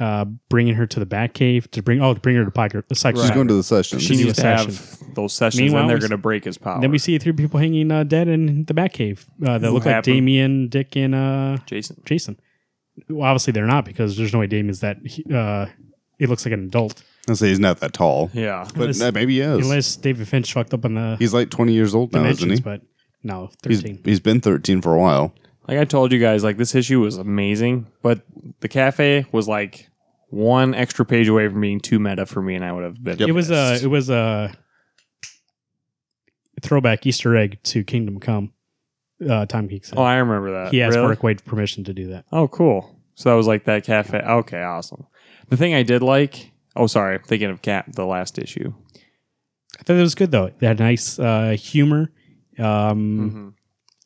S1: uh, bringing her to the Batcave to bring oh to bring her to Piker, the psych.
S2: She's going to the session.
S4: she
S1: She
S4: needs
S1: needs
S4: to
S1: a
S4: have those sessions,
S1: Meanwhile,
S4: and they're
S1: we s-
S4: going to break his power.
S1: Then we see three people hanging uh, dead in the Batcave uh, that
S4: Who
S1: look like
S4: happened-
S1: Damien, Dick, and uh,
S4: Jason.
S1: Jason. Well, obviously they're not because there's no way Damien's that. He, uh, he looks like an adult
S2: I say he's not that tall,
S4: Yeah,
S2: but
S1: Unless-
S2: uh, maybe he is.
S1: unless David Finch fucked up on the
S2: he's like twenty years old now, isn't
S1: dimensions,
S2: he?
S1: but no,
S2: He's,
S1: thirteen.
S2: he's been thirteen for a while.
S4: like I told you guys, like this issue was amazing, but the cafe was like one extra page away from being too meta for me, and I would have been.
S2: Yep.
S1: It was a
S4: pissed.
S1: it was a throwback Easter egg to Kingdom Come. Uh, Tom Geek said
S4: Oh, I remember that.
S1: he asked
S4: Really?
S1: Mark Waid permission to do that.
S4: Oh, cool. So that was like that cafe. Okay, awesome. The thing I did like. Oh, sorry. I'm thinking of Cap, the last issue.
S1: I thought it was good though. They had nice uh, humor, um,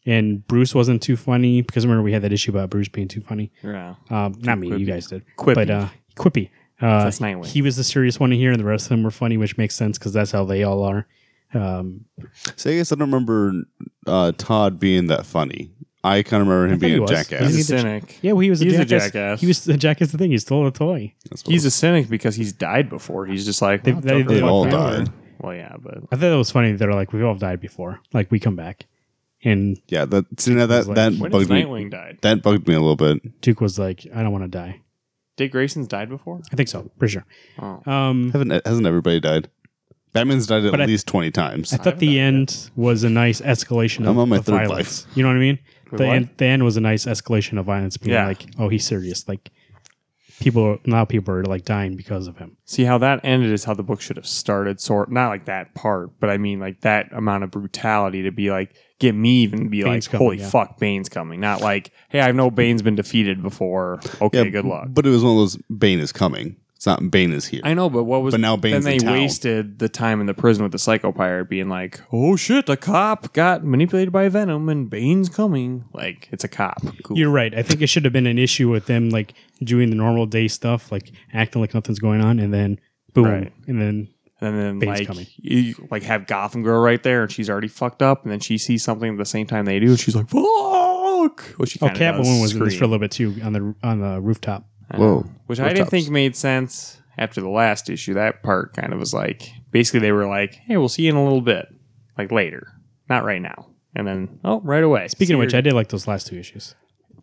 S4: Mm-hmm.
S1: and Bruce wasn't too funny because remember we had that issue about Bruce being too funny.
S4: Yeah.
S1: Um, not me,
S4: Quippy.
S1: you guys did.
S4: Quippy.
S1: But uh, Quippy. Uh,
S4: That's Nightwing.
S1: he was the serious one here, and the rest of them were funny, which makes sense because that's how they all are. Um,
S2: So I guess I don't remember uh, Todd being that funny. I kind of remember him
S1: thought he
S2: being a
S1: was.
S2: jackass.
S4: He's a
S1: He's a-
S4: cynic.
S1: yeah, well, he was
S4: He's a
S1: a jackass.
S4: jackass.
S1: He was the jackass. The thing he stole a toy.
S2: That's what-
S4: He's a cynic because he's died before. He's just like
S1: They-
S4: "Well,
S1: they-
S4: Joker
S1: they
S4: fucked
S2: all
S4: me
S2: died.
S4: over." Well, yeah, but
S1: I thought that was funny. They're like, we've all died before. Like we come back, and
S2: yeah. That see, now that
S1: He's like,
S2: that
S4: when has
S2: bugged me.
S4: Nightwing died?
S2: That bugged me a little bit.
S1: Duke was like, I don't want to die.
S4: Dick Grayson's died before.
S1: I think so, for sure.
S4: Oh.
S1: Um,
S2: Haven't hasn't everybody died? Batman's died at
S1: But I-
S2: least twenty times.
S1: I thought the end was a nice escalation
S2: I'm
S1: of,
S2: on my
S1: of
S2: third
S1: violence. You know what I mean? The
S4: what?
S1: end, the end was a nice escalation of violence. Being
S4: Yeah.
S1: like, oh, he's serious. Like people now, people are like dying because of him.
S4: See how that ended is how the book should have started. Sort not like that part, but I mean like that amount of brutality to be like get me even be
S1: Bane's
S4: like
S1: coming,
S4: holy
S1: yeah.
S4: fuck Bane's coming, not like hey I know Bane's been defeated before. Okay,
S2: Yeah,
S4: good luck.
S2: But it was one of those. Bane is coming. It's not Bane is here.
S4: I know, but what was
S2: But now
S4: then
S2: Bane's
S4: they
S2: in town.
S4: wasted the time in the prison with the psycho pirate being like oh shit a cop got manipulated by Venom and Bane's coming like it's a cop. Cool.
S1: You're right. I think it should have been an issue with them like doing the normal day stuff, like acting like nothing's going on, and then boom,
S4: Right.
S1: and then
S4: And then
S1: Bane's
S4: like
S1: coming.
S4: you like have Gotham girl right there, and she's already fucked up, and then she sees something at the same time they do, and she's like, "Fuck!" Which she
S1: Oh,
S4: kinda does
S1: Catwoman was in this
S4: scream.
S1: for a little bit too on the on the rooftop.
S4: I
S2: Whoa.
S4: know. Which I didn't
S2: Rooftops.
S4: think made sense after the last issue. That part kind of was like basically they were like, Hey, we'll see you in a little bit. Like later. Not right now. And then oh, right away.
S1: Speaking of
S4: See
S1: which,
S4: you-
S1: I did like those last two issues.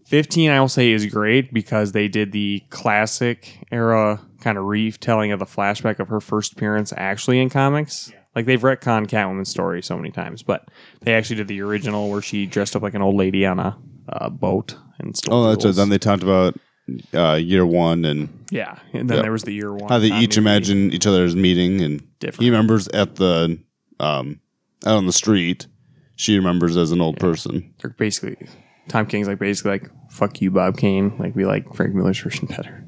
S4: fifteen I will say is great because they did the classic era kind of retelling of the flashback of her first appearance actually in comics. Like they've retconned Catwoman's story so many times, but they actually did the original where she dressed up like an old lady on a uh, boat and stole
S2: Oh, that's right.
S4: jewels.
S2: Then they talked about uh, year one and
S4: yeah. And then
S2: Yeah.
S4: there was the year one.
S2: how they
S4: continuity.
S2: each imagine each other's meeting, and
S4: Different.
S2: he remembers at the um, out on the street. She remembers as an old person.
S4: they're basically Tom King's like basically like fuck you, Bob Kane. Like we like Frank Miller's version better.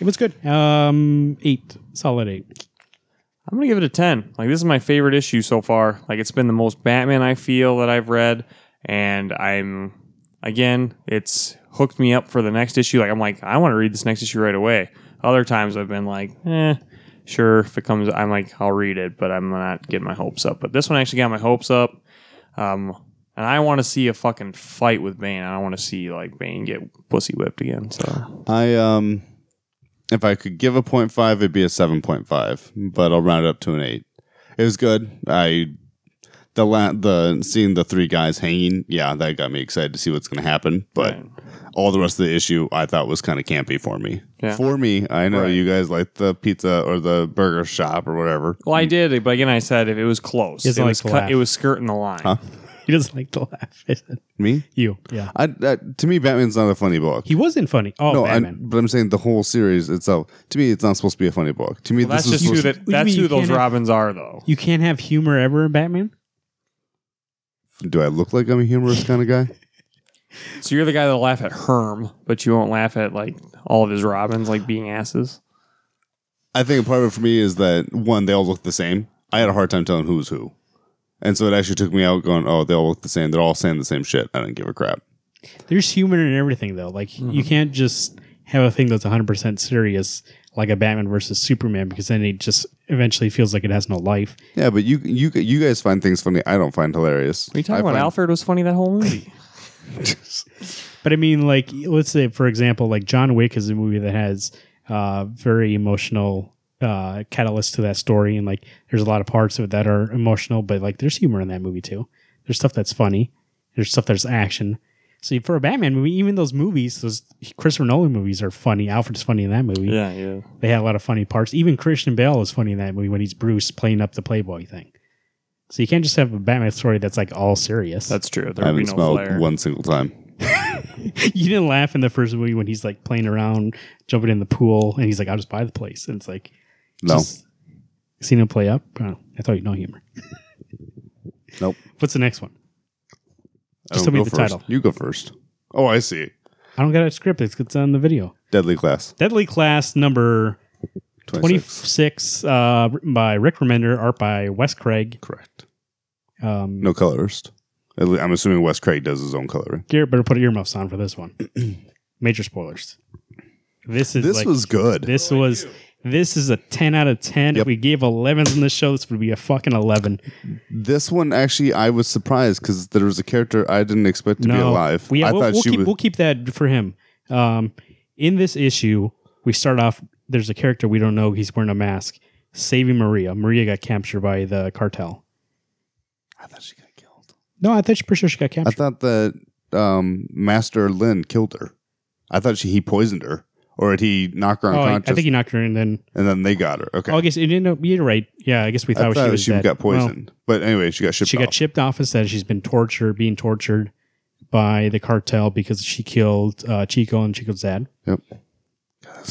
S1: It was good. Um, eight, solid eight.
S4: I'm gonna give it a ten. Like this is my favorite issue so far. Like it's been the most Batman I feel that I've read, and I'm again, it's hooked me up for the next issue. Like I'm like I want to read this next issue right away. Other times I've been like, eh, sure if it comes, I'm like I'll read it, but I'm not getting my hopes up. But this one actually got my hopes up. Um, and I want to see a fucking fight with Bane. I don't want to see like Bane get pussy whipped again. So
S2: I um, if I could give a point five, it'd be a seven point five, but I'll round it up to an eight. It was good. I the la- the seeing the three guys hanging, yeah, that got me excited to see what's going to happen. But
S4: Right.
S2: all the rest of the issue, I thought was kind of campy for me.
S4: Yeah.
S2: For me, I know
S4: Right.
S2: you guys like the pizza or the burger shop or whatever.
S4: Well, I did, but again, I said if it was close,
S1: It's
S4: it
S1: like
S4: was
S1: the
S4: cut,
S1: laugh.
S4: it was skirting the line.
S1: He doesn't like to laugh.
S2: Me,
S1: you, yeah.
S2: I that, to me, Batman's not a funny book.
S1: He wasn't funny. Oh,
S2: no, I,
S1: Batman.
S2: but I'm saying the whole series itself. To me, it's not supposed to be a funny book. To me,
S4: Well, that's
S2: this is
S4: just who
S2: supposed to-
S4: that,
S1: do you
S4: that's
S1: mean
S4: who
S1: you
S4: those
S1: can't have-
S4: Robins are, though.
S1: you can't have humor ever in Batman.
S2: Do I look like I'm a humorous kind of guy?
S4: So you're the guy that'll laugh at Herm, but you won't laugh at like all of his Robins like being asses.
S2: I think part of it for me is that one, they all look the same. I had a hard time telling who's who, and so it actually took me out going, "Oh, they all look the same. They're all saying the same shit. I don't give a crap."
S1: There's humor in everything though. Like you can't just have a thing that's 100 percent serious like a Batman versus Superman because then it just eventually feels like it has no life.
S2: Yeah, but you you you guys find things funny. I don't find hilarious.
S4: Are you talking
S2: I
S4: about
S2: find-
S4: Alfred was funny that whole movie?
S1: But I mean, like let's say for example, like John Wick is a movie that has uh, very emotional uh, catalyst to that story, and like there's a lot of parts of it that are emotional, but like there's humor in that movie too. There's stuff that's funny. There's stuff that's action. See, for a Batman movie, even those movies, those Christopher Nolan movies are funny. Alfred's funny in that movie.
S4: yeah, yeah.
S1: they had a lot of funny parts. Even Christian Bale is funny in that movie when he's Bruce playing up the Playboy thing. So you can't just have a Batman story that's like all serious.
S4: That's true.
S2: I
S4: There would be
S2: haven't
S4: no
S2: smelled
S4: flair.
S2: one single time.
S1: you didn't laugh in the first movie when he's like playing around, jumping in the pool, and he's like, "I'll just buy the place." And it's like,
S2: No,
S1: just- seen him play up. I, don't know. I thought you no humor.
S2: nope.
S1: What's the next one?
S2: I
S1: Just
S2: don't
S1: tell me
S2: Oh, go
S1: the
S2: first.
S1: title.
S2: You go first. Oh, I see.
S1: I don't got a script. It's, it's on the video.
S2: Deadly Class.
S1: Deadly Class number
S2: 26.
S1: 26, uh, written by Rick Remender, art by Wes Craig.
S2: Correct.
S1: Um,
S2: No colorist. At le- I'm assuming Wes Craig does his own coloring.
S1: Garrett better put earmuffs on for this one. Major spoilers. This is
S2: This
S1: like,
S2: was good.
S1: this was this is a ten out of ten. If
S2: Yep.
S1: we gave elevens in this show, this would be a fucking eleven.
S2: This one actually, I was surprised because there was a character I didn't expect to
S1: no,
S2: be alive.
S1: We,
S2: I
S1: yeah, we'll,
S2: thought
S1: we'll
S2: she
S1: keep
S2: was.
S1: we'll keep that for him. Um, in this issue, we start off. There's a character we don't know. He's wearing a mask, saving Maria. Maria got captured by the cartel.
S2: I thought she got killed.
S1: No, I thought she pretty sure she got
S2: I
S1: captured.
S2: thought that um, Master Lin killed her. I thought she he poisoned her, or did he knock her
S1: oh, I, I
S2: unconscious
S1: think he knocked her in. Then
S2: and then they got her? Okay,
S1: oh, I guess it didn't. know- You're right. Yeah, I guess we
S2: I
S1: thought, she was dead.
S2: got
S1: Well,
S2: poisoned, but anyway, she got shipped.
S1: she got
S2: off.
S1: chipped off and said she's been tortured, being tortured by the cartel because she killed uh, Chico and Chico's dad.
S2: Yep.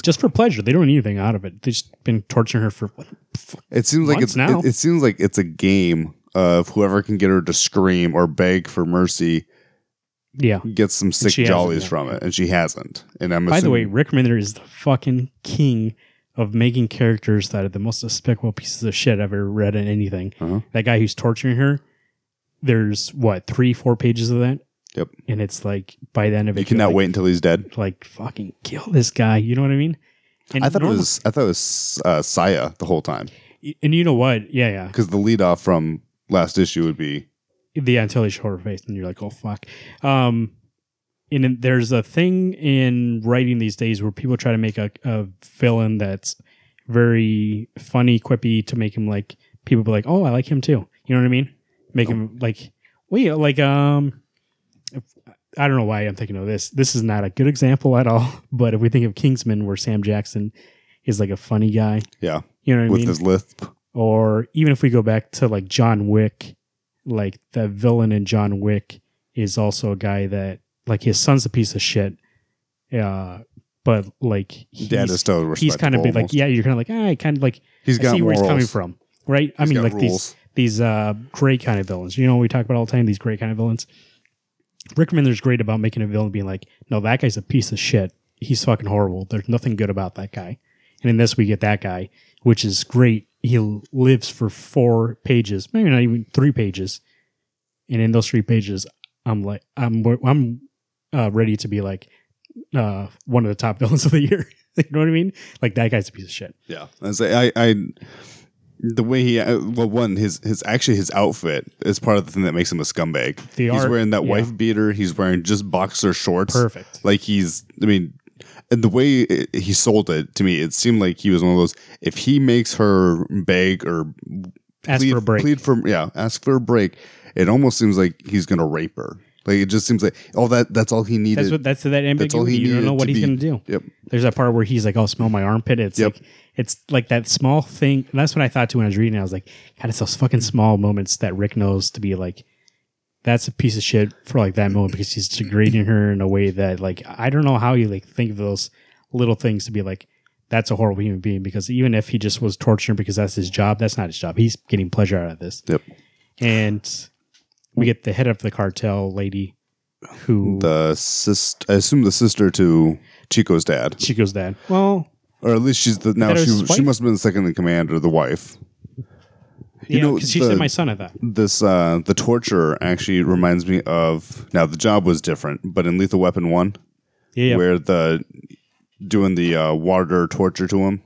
S1: Just for pleasure. They don't need anything out of it. They've just been torturing her for what?
S2: It seems like
S1: Once
S2: it's
S1: now.
S2: It, it seems like it's a game of whoever can get her to scream or beg for mercy
S1: Yeah.
S2: gets some sick
S1: she hasn't
S2: jollies
S1: yet.
S2: from it, and she hasn't. And I'm
S1: By the way,
S2: assuming-
S1: Rick Remender is the fucking king of making characters that are the most despicable pieces of shit I've ever read in anything.
S2: Uh-huh.
S1: That guy who's torturing her, there's what, three, four pages of that?
S2: Yep.
S1: And it's like by the end of it,
S2: you cannot
S1: like,
S2: wait until he's dead.
S1: Like fucking kill this guy. You know what I mean? And
S2: I thought it
S1: normal-
S2: was I thought it was uh, Saya the whole time.
S1: Y- And you know what? Yeah, yeah.
S2: because the lead off from last issue would be
S1: the until they show her face, and you're like, oh fuck. Um, and then there's a thing in writing these days where people try to make a, a villain that's very funny, quippy to make him like people be like, oh, I like him too. You know what I mean? Make him like, wait, like um, if- I don't know why I'm thinking of this. This is not a good example at all. But if we think of Kingsman, where Sam Jackson is like a funny guy,
S2: yeah
S1: you know what I
S2: with
S1: mean?
S2: his lisp.
S1: or even if we go back to like John Wick, like the villain in John Wick is also a guy that like his son's a piece of shit. Uh, but like he's,
S2: Dad is still respectable.
S1: he's kind of been like,
S2: almost.
S1: yeah, you're kind of like, "Ah, I kind of like,
S2: he's
S1: I
S2: got
S1: see where
S2: morals.
S1: he's coming from, right? I
S2: He's
S1: mean,
S2: got
S1: like
S2: rules.
S1: these these uh, great kind of villains. You know, we talk about all the time these great kind of villains. Rick Minder's great about making a villain being like, no, that guy's a piece of shit. He's fucking horrible. There's nothing good about that guy. And in this, we get that guy, which is great. He l- lives for four pages, maybe not even three pages. And in those three pages, I'm like, I'm I'm uh, ready to be like uh, one of the top villains of the year. you know what I mean? Like that guy's a piece of shit.
S2: Yeah, I say I, I the way he uh, well one his his actually his outfit is part of the thing that makes him a scumbag.
S1: The
S2: he's
S1: art-
S2: wearing that
S1: yeah.
S2: wife beater. He's wearing just boxer shorts.
S1: Perfect.
S2: Like he's I mean, and the way it, he sold it to me, it seemed like he was one of those. If he makes her beg or
S1: Ask
S2: plead,
S1: for a break.
S2: plead for yeah, ask for a break, it almost seems like he's gonna rape her. Like it just seems like oh that that's all he needed.
S1: That's what that's that ambiguity.
S2: That's all he
S1: you don't
S2: needed
S1: know what
S2: to
S1: he's
S2: be-
S1: gonna do.
S2: Yep.
S1: There's that part where he's like, "Oh, smell my armpit." It's
S2: Yep.
S1: like it's like that small thing. And that's what I thought too when I was reading. it. I was like, "God, it's those fucking small moments that Rick knows to be like." That's a piece of shit for like that moment because he's degrading her in a way that like I don't know how you like think of those little things to be like that's a horrible human being because even if he just was torturing because that's his job, that's not his job. He's getting pleasure out of this.
S2: Yep.
S1: And we get the head of the cartel lady who
S2: The sister, I assume the sister to Chico's dad.
S1: She goes dad. Well,
S2: or at least she's the now
S1: that
S2: she
S1: his
S2: she
S1: wife?
S2: must have been second in command or the wife.
S1: you
S2: know,
S1: because she
S2: the-
S1: said my son at that.
S2: This uh the torture actually reminds me of now the job was different, but in Lethal Weapon One,
S1: Yeah, yeah.
S2: where the doing the uh, water torture to him,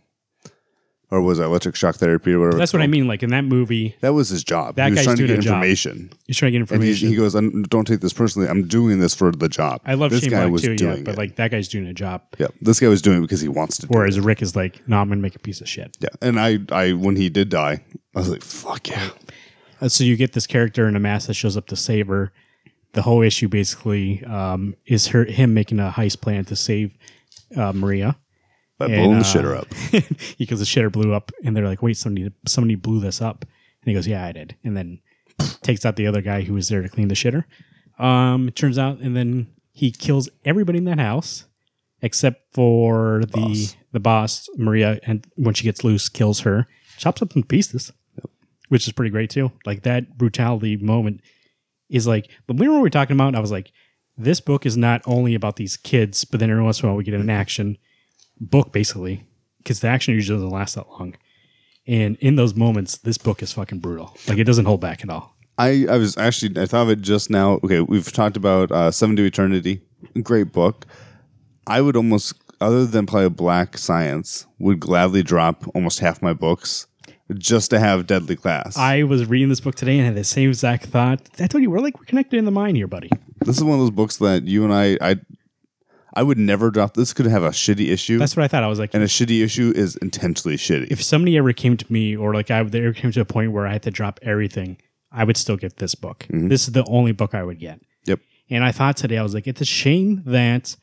S2: or was it electric shock therapy or whatever.
S1: that's what I mean. Like in that movie,
S2: That was his job.
S1: That
S2: he was
S1: guy's
S2: trying to
S1: doing
S2: get
S1: a job.
S2: information,
S1: he's trying to get
S2: and he,
S1: information.
S2: he goes, "I'm- "Don't take this personally. I'm doing this for the job."
S1: I love
S2: this
S1: Shane Black too, yeah, but
S2: it.
S1: like that guy's doing a job,
S2: yeah, this guy was doing it because he wants to. do it.
S1: whereas Rick is like, "No, I'm gonna make a piece of shit."
S2: yeah, and I, I when he did die, I was like, "Fuck yeah."
S1: Uh, so you get this character in a mask that shows up to save her. The whole issue basically um, is her him making a heist plan to save uh, Maria.
S2: By
S1: And,
S2: blowing the
S1: uh,
S2: shitter up.
S1: because the shitter blew up and they're like, wait, somebody somebody blew this up. And he goes, yeah, I did. And then takes out the other guy who was there to clean the shitter. Um, it turns out, and then he kills everybody in that house except for the the boss, Maria, and when she gets loose, kills her, chops up in pieces, which is pretty great too. Like that brutality moment is like, but we were we were talking about, and I was like, this book is not only about these kids, but then every once in a while we get an action book basically because the action usually doesn't last that long and in those moments this book is fucking brutal like it doesn't hold back at all
S2: I, I was actually I thought of it just now. Okay, we've talked about uh, Seven to Eternity, great book. I would almost, other than probably Black Science, would gladly drop almost half my books just to have Deadly Class.
S1: i was reading this book today and had the same exact thought i told you we're like we're connected in the mind here buddy
S2: this is one of those books that you and I, I, I would never drop. This could have a shitty issue,
S1: that's what i thought i was like
S2: and a shitty issue is intentionally shitty.
S1: if somebody ever came to me or like i there came to a point where i had to drop everything i would still get this book this is the only book i would get
S2: Mm-hmm. yep.
S1: And I thought today, I was like, it's a shame that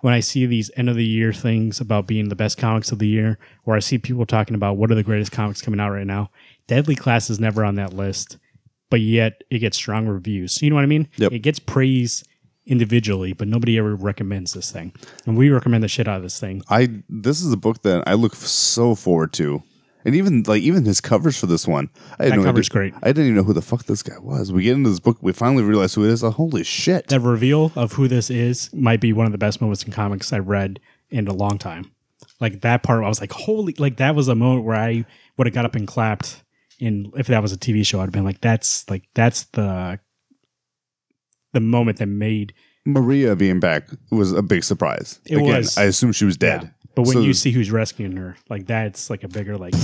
S1: when I see these end of the year things about being the best comics of the year, or I see people talking about what are the greatest comics coming out right now, Deadly Class is never on that list, but yet it gets strong reviews. You know what I mean?
S2: Yep.
S1: It gets praise individually, but nobody ever recommends this thing. And we recommend the shit out of this thing.
S2: I this is a book that I look f- so forward to, and even like even his covers for this one, I had
S1: That
S2: no
S1: cover's
S2: idea-
S1: great.
S2: I didn't even know who the fuck this guy was. We get into this book, we finally realize who it is. Oh, holy shit!
S1: That reveal of who this is might be one of the best moments in comics I've read in a long time. Like that part, I was like, holy, like that was a moment where I would have got up and clapped. And if that was a TV show, I'd have been like, that's like, that's the the moment that made
S2: Maria being back was a big surprise.
S1: It was.
S2: I assume she was dead.
S1: Yeah. But when
S2: So-
S1: you see who's rescuing her, like that's like a bigger like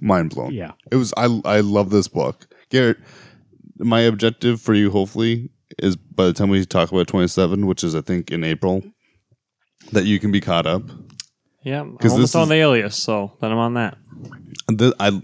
S2: Mind blown.
S1: yeah.
S2: It was I I love this book. Garrett, my objective for you hopefully is by the time we talk about 27, which is I think in April, that you can be caught up.
S4: Yeah, I'm
S2: 'Cause
S4: almost
S2: this
S4: on
S2: is-
S4: the alias, so then I'm on that.
S2: The, I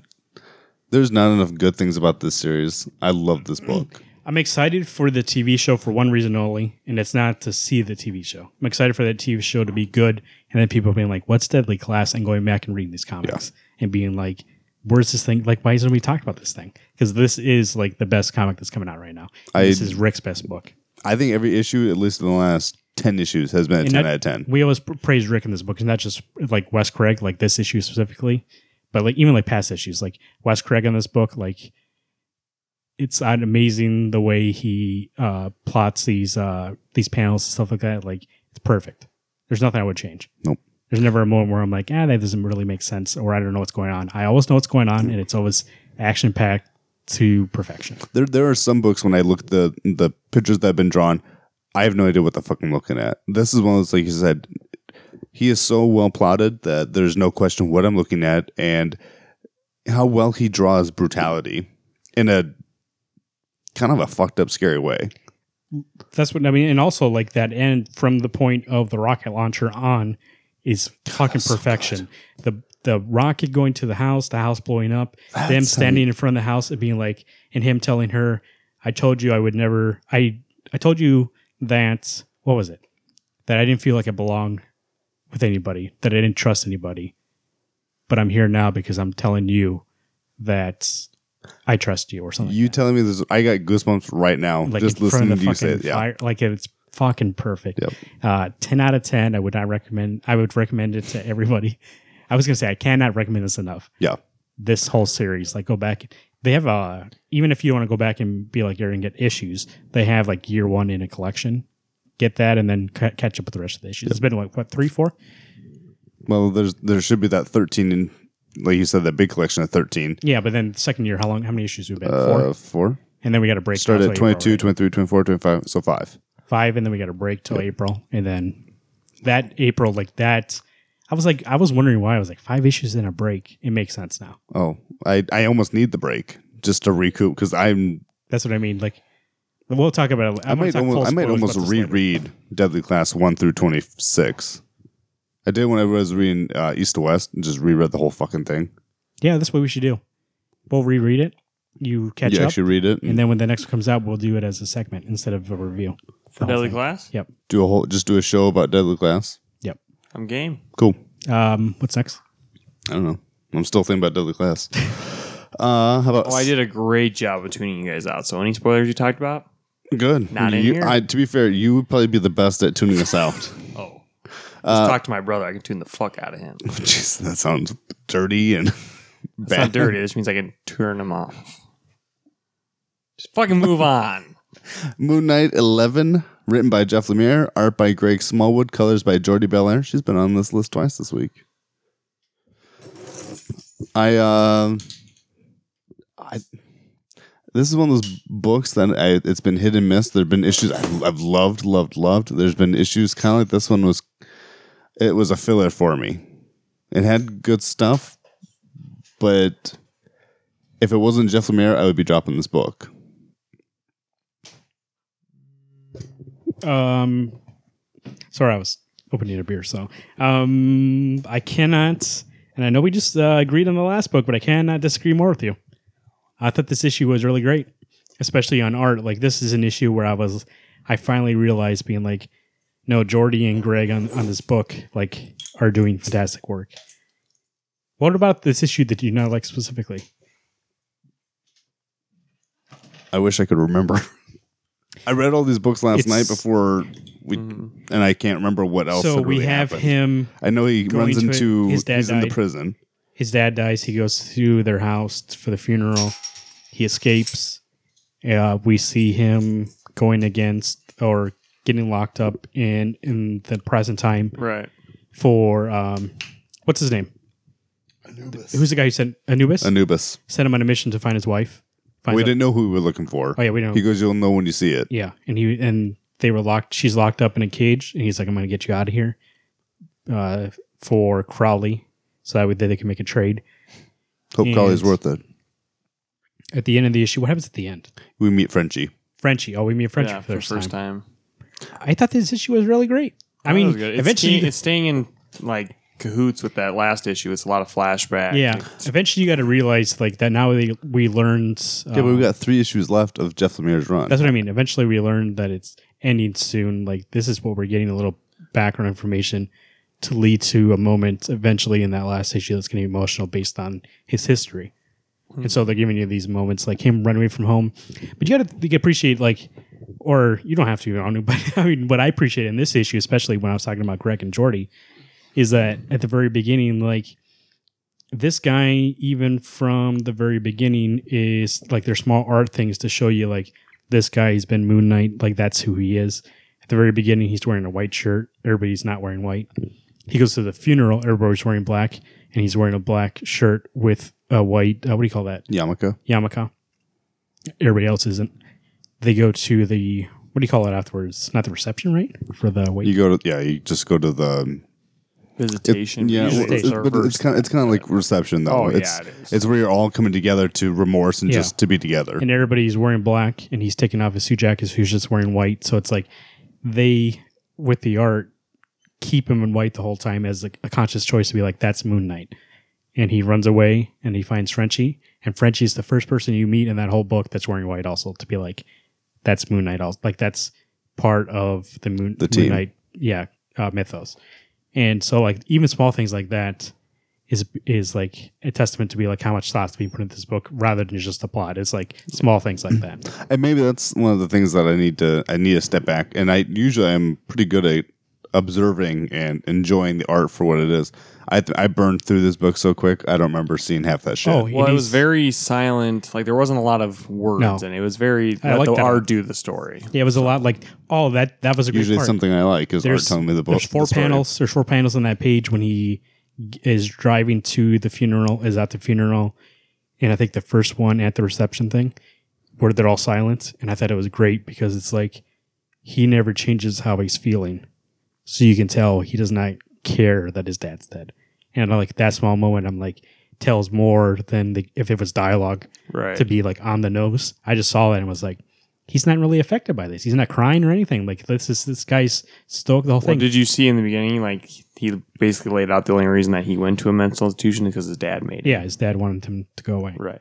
S2: there's not enough good things about this series. I love this book.
S1: I'm excited for the TV show for one reason only, and it's not to see the TV show. I'm excited for that TV show to be good, and then people being like, "What's Deadly Class?" and going back and reading these comics and being like, "Where's this thing? Like, why isn't we talked about this thing?" Because this is like the best comic that's coming out right now.
S2: I-
S1: this is Rick's best book.
S2: I think every issue, at least in the last 10 issues, has been a
S1: And
S2: 10
S1: that-
S2: out of 10.
S1: We always pr- praise Rick in this book, and not just like Wes Craig, like this issue specifically, but like even like past issues, like Wes Craig on this book, like it's uh, amazing the way he uh, plots these uh, these panels and stuff like that. Like it's perfect. There's nothing I would change.
S2: Nope.
S1: There's never a moment where I'm like, ah, that doesn't really make sense, or I don't know what's going on. I always know what's going on, and it's always action packed to perfection.
S2: There, there are some books when I look at the the pictures that have been drawn, I have no idea what the fuck I'm looking at. This is one of those, like you said, he is so well plotted that there's no question what I'm looking at and how well he draws brutality in a kind of a fucked up, scary way.
S1: That's what I mean, and also like that end from the point of the rocket launcher on is fucking perfection. the the rocket going to the house, the house blowing up, them standing in front of the house and being like, and him telling her, "I told you I would never. I I told you that what was it? That I didn't feel like I belonged with anybody. That I didn't trust anybody. But I'm here now because I'm telling you that I trust you, or something.
S2: You
S1: like that
S2: telling me this? I got goosebumps right now
S1: Oh, like
S2: just
S1: in front
S2: listening
S1: of
S2: to
S1: the
S2: you
S1: fucking
S2: say it. Yeah,
S1: fire, like it's fucking perfect.
S2: Yep.
S1: Uh, ten out of ten. I would not recommend. I would recommend it to everybody. I was gonna say I cannot recommend this enough.
S2: yeah.
S1: This whole series, like go back. They have uh even if you want to go back and be like you're and get issues, they have like year one in a collection. Get that and then ca- catch up with the rest of the issues. It's been like what three, four?
S2: Well, there's there should be that 13 in, like you said, that big collection of 13.
S1: Yeah, but then second year, how long? How many issues we've been?
S2: Uh,
S1: four,
S2: four.
S1: and then we got a break. till-
S2: Started at
S1: till April,
S2: 22,
S1: right?
S2: 23, 24, 25, so five.
S1: five, and then we got a break till April, and then that April, like that, I was like, I was wondering why I was like five issues in a break. It makes sense now.
S2: Oh, I, I almost need the break just to recoup because I'm
S1: That's what I mean. Like, we'll talk about it.
S2: I, might almost I might almost
S1: reread.
S2: reread Deadly Class one through twenty six. I did when I was reading uh, East to West and just reread the whole fucking thing.
S1: Yeah, that's what we should do. We'll reread it. You catch
S2: you
S1: up,
S2: actually read it and,
S1: and then when the next one comes out, we'll do it as a segment instead of a review.
S4: For
S1: The whole
S4: Deadly
S1: thing.
S4: Class?
S1: Yep.
S2: do a whole just do a show about Deadly Class.
S4: I'm game.
S2: Cool.
S1: Um, what's next?
S2: I don't know. I'm still thinking about Deadly Class. Uh, how about
S4: Oh, I did a great job of tuning you guys out. So any spoilers you talked about?
S2: good?
S4: Not in
S2: You-
S4: here.
S2: I, to be fair, you would probably be the best at tuning us out.
S4: Oh. Just
S2: Uh,
S4: talk to my brother. I can tune the fuck out of him.
S2: Jeez, that sounds dirty and
S4: It's not
S2: bad.
S4: dirty. It just means I can turn him off. Just fucking move on.
S2: Moon Knight 11, written by Jeff Lemire, art by Greg Smallwood, colors by Jordi Belair. She's been on this list twice this week. I, uh, I, this is one of those books that I, it's been hit and miss. There have been issues I've, I've loved, loved, loved. There's been issues kind of like this one was, it was a filler for me. It had good stuff, but if it wasn't Jeff Lemire, I would be dropping this book.
S1: Um, sorry, I was opening a beer, so um, I cannot. And I know we just uh, agreed on the last book, but I cannot disagree more with you. I thought this issue was really great, especially on art. Like this is an issue where I was, I finally realized being like, no, Jordy and Greg on on this book like are doing fantastic work. What about this issue that you not like specifically?
S2: I wish I could remember. I read all these books last
S1: It's- Mm-hmm.
S2: night before we, and I can't remember what else.
S1: so
S2: had
S1: we
S2: really
S1: have
S2: happened.
S1: him
S2: I know he
S1: going
S2: runs
S1: to it.
S2: into
S1: His dad
S2: he's in the
S1: died.
S2: prison.
S1: his dad dies. He goes to their house for the funeral. He escapes. Uh, we see him going against or getting locked up in in the present time
S4: Right.
S1: for um, what's his name? Anubis. Who's the guy who sent Anubis?
S2: Anubis.
S1: sent him on a mission to find his wife. Finds
S2: we
S1: out-
S2: didn't know who we were looking for.
S1: Oh yeah, we don't.
S2: He goes, "You'll know when you see it."
S1: Yeah, and he and they were locked. She's locked up in a cage, and he's like, "I'm going to get you out of here." Uh, for Crowley, so that way they they can make a trade
S2: Hope
S1: And-
S2: Crowley's worth it.
S1: at the end of the issue. What happens at the end?
S2: We meet Frenchie.
S1: Frenchie. Oh, we meet Frenchie
S4: yeah,
S1: for the first, time.
S4: time. Oh,
S1: I thought this issue was really great. I mean,
S4: That was good. it's
S1: eventually,
S4: staying,
S1: you-
S4: it's staying in like cahoots with that last issue. It's a lot of flashback.
S1: yeah, eventually you got to realize like that. Now they, we learned. Uh,
S2: yeah, but we got three issues left of Jeff Lemire's run.
S1: That's what I mean. Eventually, we learned that it's ending soon. Like this is what we're getting a little background information to lead to a moment eventually in that last issue that's going to be emotional based on his history. And so they're giving you these moments like him running away from home, but you got to appreciate like, or you don't have to, I don't know, but I mean, what I appreciate in this issue, especially when I was talking about Greg and Jordy, is that at the very beginning, like this guy, even from the very beginning, is like their small art things to show you like this guy he's been Moon Knight, like that's who he is. At the very beginning, he's wearing a white shirt. Everybody's not wearing white. He goes to the funeral. Everybody's wearing black, and he's wearing a black shirt with a white. Uh, what do you call that?
S2: Yamaka.
S1: Yamaka. Everybody else isn't. They go to the what do you call it afterwards? Not the reception, right? For the white.
S2: You go to yeah. You just go to the
S4: Visitation.
S2: yeah.
S4: usually
S2: well,
S1: it's
S2: it-
S4: is our
S2: but it's
S4: first-
S2: kind of, it's kind of like reception though.
S4: Oh, yeah,
S2: it's,
S4: it is.
S2: It's where you're all coming together to remorse and
S1: Yeah.
S2: just to be together.
S1: and everybody's wearing black and he's taking off his suit jacket who's just wearing white so it's like they with the art keep him in white the whole time as a, a conscious choice to be like that's moon knight and he runs away and he finds frenchie and frenchie's the first person you meet in that whole book that's wearing white also to be like that's moon knight also like that's part of the moon,
S2: The
S1: moon
S2: team.
S1: knight yeah uh, mythos and so like even small things like that is is like a testament to be like how much thought's being put into this book rather than just the plot. It's like small things like that.
S2: and maybe that's one of the things that I need to I need to step back. And I usually I'm pretty good at observing and enjoying the art for what it is. I th- I burned through this book so quick. I don't remember seeing half that shit.
S1: Oh, he
S4: Well, it
S1: needs-
S4: was very silent. Like there wasn't a lot of words,
S1: No.
S4: and it was very
S1: I
S4: let
S1: like
S4: the
S1: that.
S4: art do the story.
S1: yeah, it was a lot like oh that that was a great
S2: usually
S1: part.
S2: something I like is art telling me the book.
S1: There's four
S2: the story.
S1: panels. There's four panels on that page when he g- is driving to the funeral. Is at the funeral, and I think the first one at the reception thing, where they're all silent. And I thought it was great because it's like he never changes how he's feeling, so you can tell he does not care that his dad's dead. And I like that small moment. I'm like tells more than the, if it was dialogue
S4: Right.
S1: to be like on the nose. I just saw that and was like, he's not really affected by this. He's not crying or anything. Like this is this guy's stoked the whole
S4: Well,
S1: thing.
S4: did you see in the beginning? Like he basically laid out the only reason that he went to a mental institution is because his dad made it.
S1: yeah, his dad wanted him to go away.
S4: Right.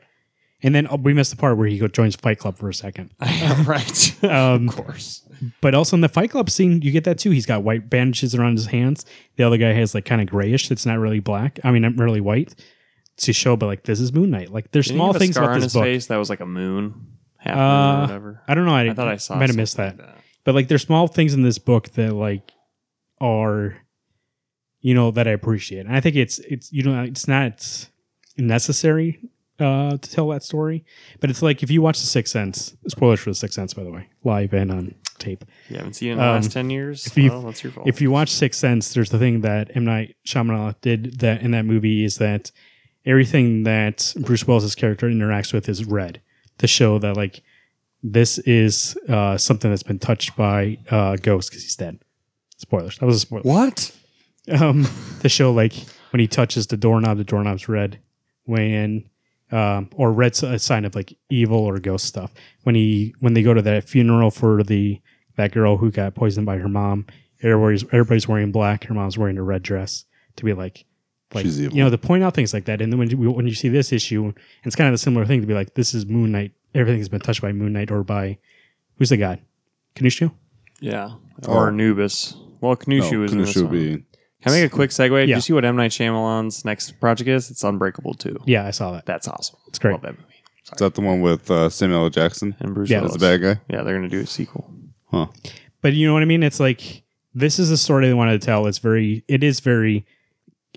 S1: And then oh, we missed the part where he go joins Fight Club for a second.
S4: right.
S1: Um,
S4: of course.
S1: but also in the Fight Club scene, you get that too. He's got white bandages around his hands. The other guy has like kind of grayish. It's not really black. I mean, not really white to show, but like this is Moon Knight. Like there's
S4: Didn't he
S1: small
S4: have a
S1: things
S4: scar
S1: about
S4: on
S1: this
S4: his
S1: book.
S4: face that was like a moon, half moon
S1: Uh,
S4: or whatever.
S1: I don't know. I,
S4: I thought I saw.
S1: Might have missed that.
S4: something like
S1: but like there's small things in this book that like are you know that i appreciate and i think it's it's you know it's not necessary uh to tell that story but it's like if you watch the sixth sense spoilers for the sixth sense by the way live and on tape
S4: You haven't seen it in the
S1: Um,
S4: last ten years.
S1: if you-
S4: well, that's your fault.
S1: if you watch Sixth Sense, there's the thing that M Night Shyamalan did that in that movie is that everything that Bruce Willis's character interacts with is red to show that like this is uh, something that's been touched by uh, ghost because he's dead. Spoilers. That was a spoiler.
S4: what?
S1: Um, to show like when he touches the doorknob, the doorknob's red. When um, or red's a sign of like evil or ghost stuff. When he when they go to that funeral for the that girl who got poisoned by her mom, everybody's everybody's wearing black. Her mom's wearing a red dress to be like, like
S2: She's evil.
S1: you know, to point out things like that. And then when you, when you see this issue, it's kind of a similar thing to be like, this is Moon Knight. Everything's been touched by Moon Knight or by who's the god, Kanishio.
S4: Yeah. Or Anubis. Well, Knushu
S2: Oh. No,
S4: is in this
S2: Kanushu
S4: one.
S2: be-
S4: Can I make a quick segue? Do
S1: Yeah.
S4: you see what M Night Shyamalan's next project is? It's Unbreakable Two.
S1: Yeah, I saw that.
S4: That's awesome. It's
S1: great.
S4: Love that movie.
S2: Is that the one with uh, Samuel L. Jackson?
S4: And Bruce
S1: Yeah.
S4: Willis.
S2: That's the bad guy.
S4: Yeah, they're gonna do a sequel.
S2: Huh.
S1: but you know what I mean? It's like this is the story they wanted to tell. It's very it is very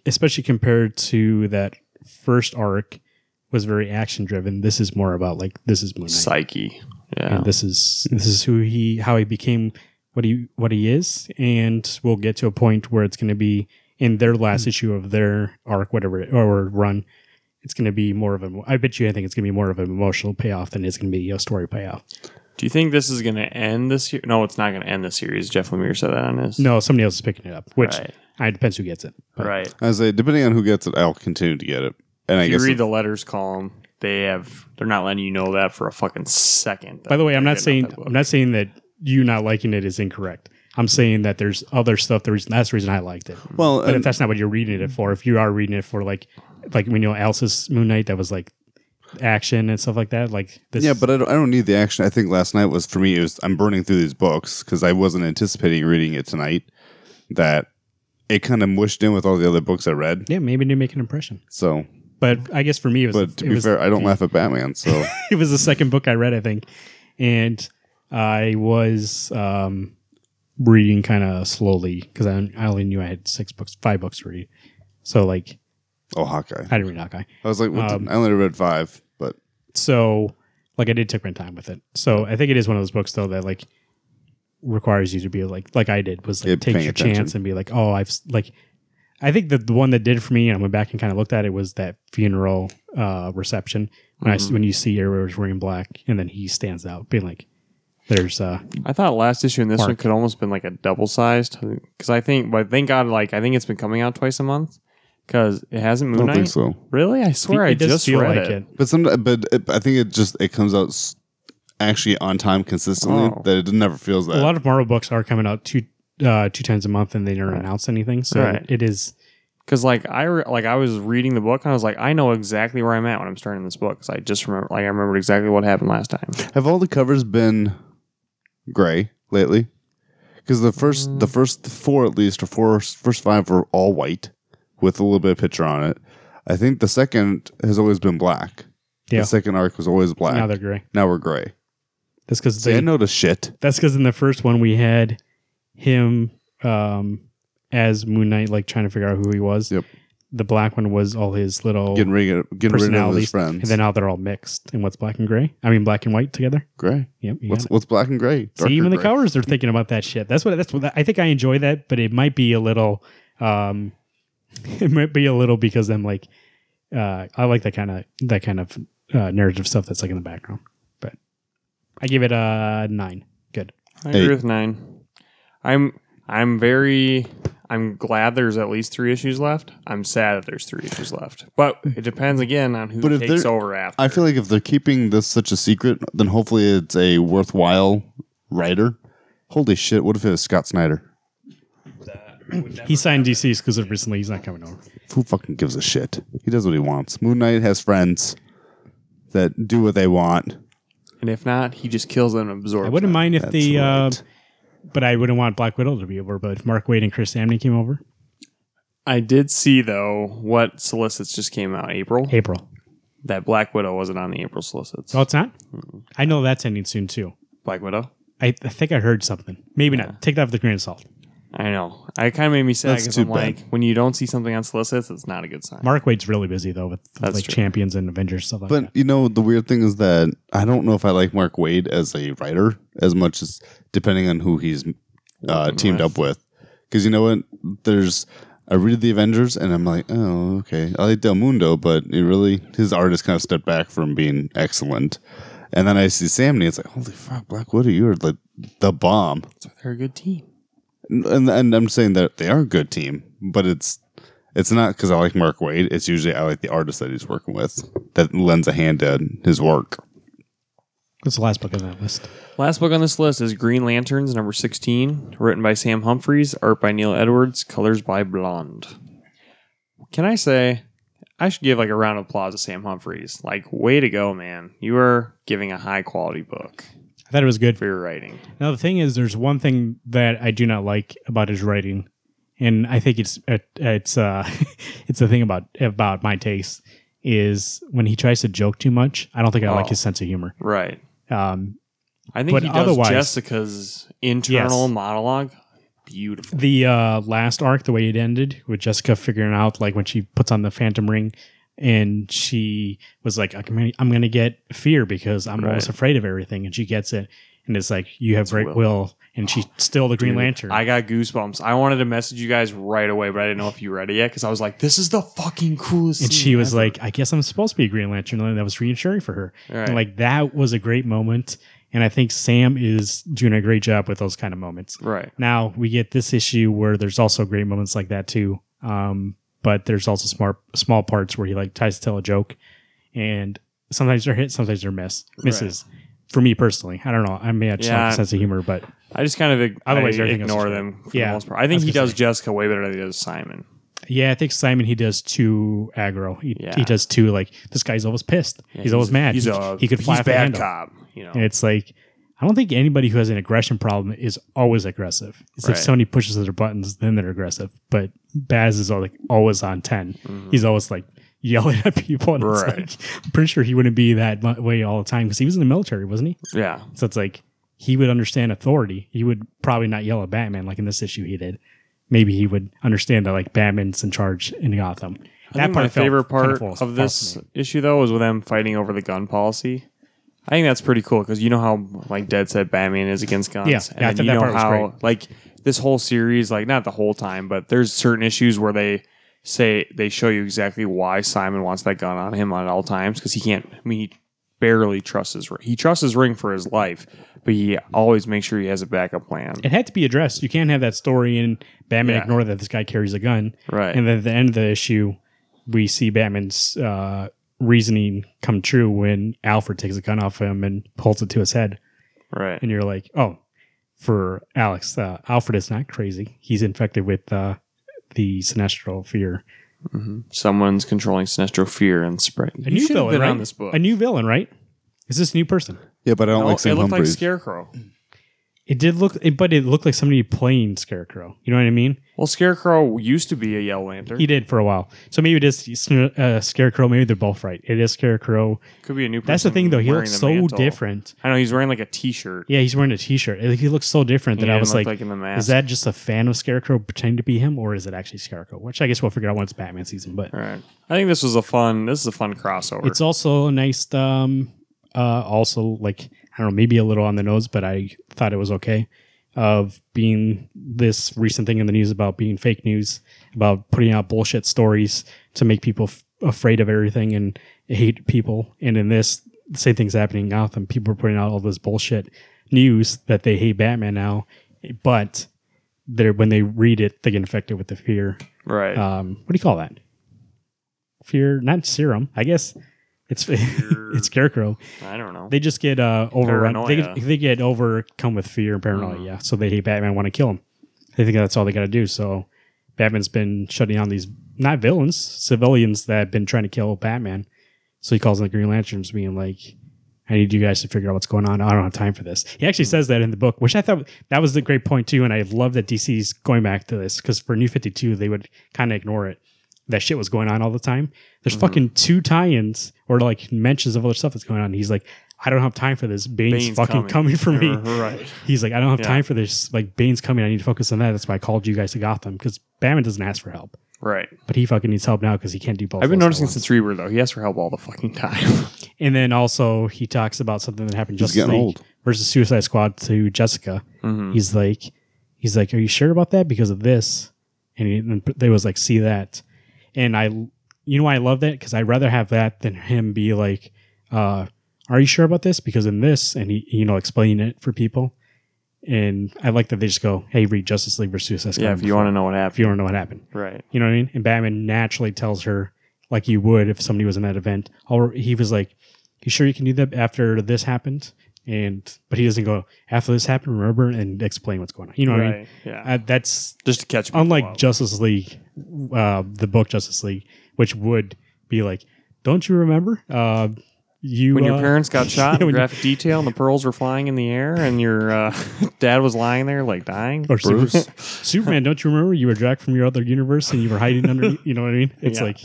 S1: especially compared to that first arc was very action driven. This is more about like this is Moon Knight.
S4: Psyche. Yeah.
S1: And this is this is who he how he became what he what he is and we'll get to a point where it's going to be in their last issue of their arc whatever it- or run it's going to be more of a i bet you i think it's going to be more of an emotional payoff than it's going to be a story payoff
S4: Do you think this is going to end this year? No, it's not going to end the series. Jeff Lemire said that on his.
S1: No, somebody else is picking it up, which
S4: Right.
S1: I depends who gets it. But
S4: Right.
S2: I say, depending on who gets it, I'll continue to get it. And I
S4: if
S2: guess
S4: you
S2: if-
S4: read the letters column, they have they're not letting you know that for a fucking second.
S1: By the way, I'm
S4: They're
S1: not
S4: getting
S1: saying
S4: off that book.
S1: I'm not saying that you not liking it is incorrect. I'm saying that there's other stuff. The reason that's the reason I liked it.
S2: well,
S1: But
S2: and-
S1: if that's not what you're reading it for, if you are reading it for like like we know Alice's Moon Knight that was like action and stuff like that, like this.
S2: yeah, but uh, I don't, I don't need the action. I think last night was for me. It was I'm burning through these books because I wasn't anticipating reading it tonight. That it kind of mushed in with all the other books I read.
S1: yeah, maybe it didn't make an impression.
S2: So,
S1: But I guess for me, it was.
S2: but to
S1: it
S2: be
S1: was
S2: fair, I don't
S1: the-
S2: laugh at Batman. So
S1: it was the second book I read, I think, and I was um, reading kind of slowly because I, I only knew I had six books, five books to read. So like,
S2: oh, Hawkeye.
S1: I didn't read Hawkeye.
S2: I was like, what the-
S1: Um,
S2: I only read five, but
S1: So like, I did take my time with it. So I think it is one of those books though that like requires you to be like like I did was
S2: Yeah,
S1: like take
S2: paying
S1: your
S2: attention.
S1: chance and be like, oh, I've s- like. I think that the one that did it for me, and I went back and kind of looked at it, was that funeral uh, reception when I s
S4: Mhm.
S1: when you see everyone's wearing black, and then he stands out, being like, "There's uh,
S4: I thought last issue and this
S1: Mark.
S4: one could almost been like a double sized because I think, but thank God, like I think it's been coming out twice a month because it hasn't
S2: I
S4: Moon
S2: don't
S4: Knight.
S2: think so.
S4: Really, I swear
S1: It
S4: I
S1: does
S4: just
S1: feel
S4: read
S1: like
S4: it.
S2: But some, but it, I think it just it comes out s- actually on time consistently.
S4: Oh.
S2: That it never feels that.
S1: A lot of Marvel books are coming out two uh, two times a month, and they don't announce anything. So
S4: Right.
S1: it is
S4: Because like I re- like I was reading the book and I was like, I know exactly where I'm at when I'm starting this book because I just remember like I remembered exactly what happened last time.
S2: Have all the covers been gray lately? Because the first
S1: Mm.
S2: the first four at least or four first five were all white with a little bit of picture on it. I think the second has always been black.
S1: Yeah.
S2: The second arc was always black.
S1: now they're gray.
S2: Now we're gray.
S1: That's because
S2: See, I noticed shit.
S1: that's because in the first one we had him um, as Moon Knight, like trying to figure out who he was.
S2: Yep.
S1: The black one was all his little
S2: Getting rid of, getting rid of his
S1: personalities,
S2: friends.
S1: and then now they're all mixed. And what's black and gray? I mean, black and white together.
S2: gray.
S1: Yep. you got
S2: What's,
S1: it.
S2: what's black and gray? Darker
S1: See, even the
S2: gray.
S1: covers are thinking about that shit. That's what. That's what. I think I enjoy that, but it might be a little. Um, it might be a little because I'm like, uh, I like that kind of that kind of uh, narrative stuff that's like in the background. But I give it a nine. Good.
S4: I
S2: Eight.
S4: agree with nine. I'm I'm very I'm glad there's at least three issues left. I'm sad that there's three issues left, but it depends again on who
S2: But if
S4: takes
S2: they're-
S4: over after.
S2: I feel like if they're keeping this such a secret, then hopefully it's a worthwhile writer. Holy shit! What if it was Scott Snyder?
S1: He signed DC exclusive recently. He's not coming over.
S2: Who fucking gives a shit? He does what he wants. Moon Knight has friends that do what they want.
S4: and if not, he just kills them and absorbs.
S1: I wouldn't
S4: them.
S1: mind if
S2: That's
S1: the, uh,
S2: right.
S1: but I wouldn't want Black Widow to be over. But if Mark Wade and Chris Samney came over,
S4: I did see though what solicits just came out April
S1: April.
S4: that Black Widow wasn't on the April solicits.
S1: Oh, it's not. I know that's ending soon too.
S4: Black Widow.
S1: I, I think I heard something. Maybe not. Take that with a grain of salt.
S4: I know. I kind of made me sad
S2: That's
S4: because
S2: too
S4: I'm like, when you don't see something on solicits, it's not a good sign.
S1: Mark Wade's really busy though with, with,
S4: That's
S1: like
S4: true.
S1: champions and Avengers stuff like
S2: but
S1: that.
S2: you know the weird thing is that I don't know if I like Mark Wade as a writer as much as depending on who he's uh,
S4: Working
S2: teamed
S4: with.
S2: up with. Because you know what? There's I read the Avengers and I'm like, oh okay, I like Del Mundo, but it really his art has kind of stepped back from being excellent. And then I see Samney, it's like, holy fuck, Black Widow, you are like the bomb.
S4: They're a good team.
S2: and and I'm saying that they are a good team, but it's it's not because I like Mark Wade. It's usually I like the artist that he's working with that lends a hand to his work.
S1: What's the last book on that list?
S4: Last book on this list is Green Lanterns, number 16, written by Sam Humphries, art by Neil Edwards, colors by Blonde. Can I say, I should give like a round of applause to Sam Humphries. Like, way to go, man. You are giving a high quality book
S1: I thought it was good.
S4: for your writing.
S1: Now the thing is, there's one thing that I do not like about his writing, and I think it's it, it's uh it's the thing about about my taste is when he tries to joke too much. I don't think I like
S4: Oh.
S1: his sense of humor.
S4: Right.
S1: Um,
S4: I think
S1: But
S4: he does
S1: otherwise-
S4: Jessica's internal
S1: Yes.
S4: monologue beautiful.
S1: the uh, last arc, the way it ended with Jessica figuring out, like when she puts on the Phantom Ring, and she was like, "I'm gonna, I'm gonna get fear because I'm almost
S4: Right.
S1: afraid of everything," and she gets it, and it's like, "You have great
S4: Will.
S1: will,", and she's still the Green Lantern.
S4: I got goosebumps. I wanted to message you guys right away, but I didn't know if you read it yet because I was like, this is the fucking coolest.
S1: and
S4: scene
S1: she was
S4: ever.
S1: like, "I guess I'm supposed to be a Green Lantern," and that was reassuring for her.
S4: Right.
S1: And like that was a great moment. And I think Sam is doing a great job with those kind of moments.
S4: Right.
S1: Now we get this issue where there's also great moments like that too. Um, but there's also smart small parts where he like tries to tell a joke, and sometimes they're hit, sometimes they're miss misses. For me personally, I don't know. I may have just
S4: Yeah.
S1: like a sense of humor, but
S4: I just kind of ig-
S1: Otherwise,
S4: I
S1: everything else
S4: ignore
S1: is
S4: them
S1: right.
S4: for
S1: Yeah.
S4: the most part. I
S1: I
S4: think
S1: was
S4: he
S1: gonna
S4: does
S1: say.
S4: Jessica way better than he does Simon.
S1: yeah, I think Simon he does too aggro. He,
S4: Yeah.
S1: he does too like this guy's always pissed. he's, always mad.
S4: He's
S1: he,
S4: a
S1: he could fly
S4: he's
S1: off the
S4: bad
S1: handle.
S4: cop. You know.
S1: And it's like, I don't think anybody who has an aggression problem is always aggressive. It's
S4: Right.
S1: if somebody pushes their buttons, then they're aggressive. But Baz is all like always on 10 He's always like yelling at people, and
S4: Mm-hmm. Right.
S1: it's like I'm pretty sure he wouldn't be that mu- way all the time because he was in the military, wasn't he?
S4: yeah.
S1: So it's like he would understand authority. He would probably not yell at Batman like in this issue he did. Maybe he would understand that like Batman's in charge in Gotham.
S4: I think my
S1: felt
S4: favorite
S1: kinda
S4: part
S1: false-
S4: of
S1: false
S4: this
S1: to me.
S4: issue though was with them fighting over the gun policy. I think that's pretty cool because you know how like Dead Set Batman is against guns.
S1: Yeah,
S4: and
S1: yeah, I
S4: then
S1: thought
S4: you
S1: that
S4: know
S1: part was
S4: how
S1: great.
S4: like this whole series, like not the whole time, but there's certain issues where they say they show you exactly why Simon wants that gun on him at all times because he can't. I mean, he barely trusts his ring. He trusts his ring for his life, but he always makes sure he has a backup plan.
S1: it had to be addressed. You can't have that story and Batman
S4: Yeah.
S1: ignore that this guy carries a gun.
S4: Right.
S1: And then at the end of the issue, we see Batman's uh, reasoning come true when Alfred takes a gun off him and pulls it to his head.
S4: right.
S1: And you're like, oh, for Alex, uh, Alfred is not crazy. He's infected with uh, the Sinestro fear.
S4: Mm-hmm. Someone's controlling Sinestro fear and spread.
S1: A new villain, right?
S4: on this book.
S1: A new villain, right? Is this a new person?
S2: Yeah, but I don't
S4: No,
S2: like
S4: it
S2: Sam
S4: looked like
S2: Humphries.
S4: Scarecrow.
S1: It did look, it, but it looked like somebody playing Scarecrow. You know what I mean?
S4: Well, Scarecrow used to be a Yellow Lantern.
S1: He did for a while. So maybe it is Sn- uh, Scarecrow. Maybe they're both right. It is Scarecrow.
S4: Could be a new. Person
S1: That's the thing, though. He
S4: wearing
S1: looks
S4: the
S1: so
S4: mantle.
S1: different.
S4: I know he's wearing like a T-shirt.
S1: Yeah, he's wearing a T-shirt. Like, He looks so different that
S4: Yeah,
S1: I
S4: it
S1: was
S4: looked
S1: like,
S4: like in the mask.
S1: is that just a fan of Scarecrow pretending to be him, or is it actually Scarecrow? Which I guess we'll figure out once Batman season. But
S4: All right. I think this was a fun. This is a fun crossover.
S1: it's also a nice. Um, uh, also like I don't know, maybe a little on the nose, but I thought it was okay. Of being this recent thing in the news about being fake news, about putting out bullshit stories to make people f- afraid of everything and hate people. And in this, the same thing's happening in Gotham. People are putting out all this bullshit news that they hate Batman now, but they're when they read it, they get infected with the fear
S4: right.
S1: um, what do you call that? Fear, not serum. I guess it's it's scarecrow.
S4: I don't know.
S1: They just get uh, overrun. They,
S4: Paranoia. Mm-hmm.
S1: they get overcome with fear and paranoia. Yeah, so they hate Batman, want to kill him. They think that's all they got to do. So Batman's been shutting down these not villains, civilians that have been trying to kill Batman. So he calls in the Green Lanterns, being like, "I need you guys to figure out what's going on. I don't have time for this." He actually says that in the book, which I thought that was the great point too. And I love that DC's going back to this because for New Fifty Two, they would kind of ignore it. That shit was going on all the time.
S4: Mm-hmm.
S1: There's fucking two tie-ins or like mentions of other stuff that's going on. He's like, "I don't have time for this. Bane's,
S4: Bane's
S1: fucking coming, for me."
S4: Right.
S1: He's like, I don't have
S4: Yeah.
S1: time for this. Like, Bane's coming. I need to focus on that. That's why I called you guys to Gotham because Batman doesn't ask for help,
S4: Right.
S1: but he fucking needs help now because he can't do both.
S4: I've been
S1: those at
S4: noticing
S1: once.
S4: since Rebirth though. He asks for help all the fucking time.
S1: And then also he talks about something that happened Justice
S2: getting
S1: League
S2: old.
S1: versus Suicide Squad to Jessica.
S4: Mm-hmm. Hmm.
S1: He's like, he's like, are you sure about that because of this? And, he, and they was like, see that. And I, you know, why I love that because I'd rather have that than him be like, uh, are you sure about this? Because in this, and he, you know, explain it for people. And I like that they just go, hey, read Justice League versus Suicide Squad.
S4: yeah. If you want to know what
S1: if you
S4: happened.
S1: want to know what happened.
S4: Right.
S1: You know what I mean? And Batman naturally tells her, like you would if somebody was in that event. Or he was like, "You sure you can do that after this happened?" And but he doesn't go after this happened. Remember and explain what's going on. You know what I mean?
S4: Right. Yeah.
S1: Uh, that's
S4: Just to catch. people
S1: unlike
S4: up.
S1: Justice League, uh, the book Justice League, which would be like, "Don't you remember?" Uh, you
S4: when your
S1: uh,
S4: parents got shot
S1: yeah,
S4: in
S1: when you-
S4: graphic detail and the pearls were flying in the air and your uh, dad was lying there like dying.
S1: or Super-
S2: Bruce.
S1: Superman, don't you remember you were dragged from your other universe and you were hiding under? You know what I mean? It's
S4: Yeah.
S1: like,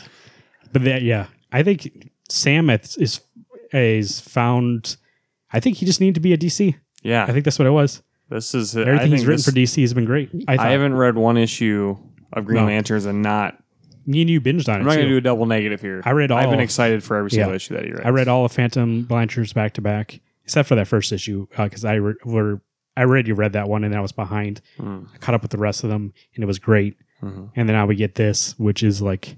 S1: but that yeah, I think Sam is- is is found. I think he just needed to be a DC.
S4: Yeah.
S1: I think that's what it was.
S4: this is I
S1: Everything
S4: think
S1: he's written
S4: this-
S1: for DC has been great. I, thought.
S4: I haven't read one issue of Green
S1: No.
S4: Lanterns and not.
S1: Me and you binged on
S4: I'm
S1: it.
S4: not going to
S1: too.
S4: do a double negative here.
S1: I read
S4: I've been
S1: all-
S4: excited for every single
S1: Yeah.
S4: issue that he read.
S1: I read all of Phantom Blanchard's back to back, except for that first issue because I re- were I already read that one and I was behind.
S4: Hmm.
S1: I caught up with the rest of them and it
S4: Mm-hmm.
S1: was great. And then now we get this, which is like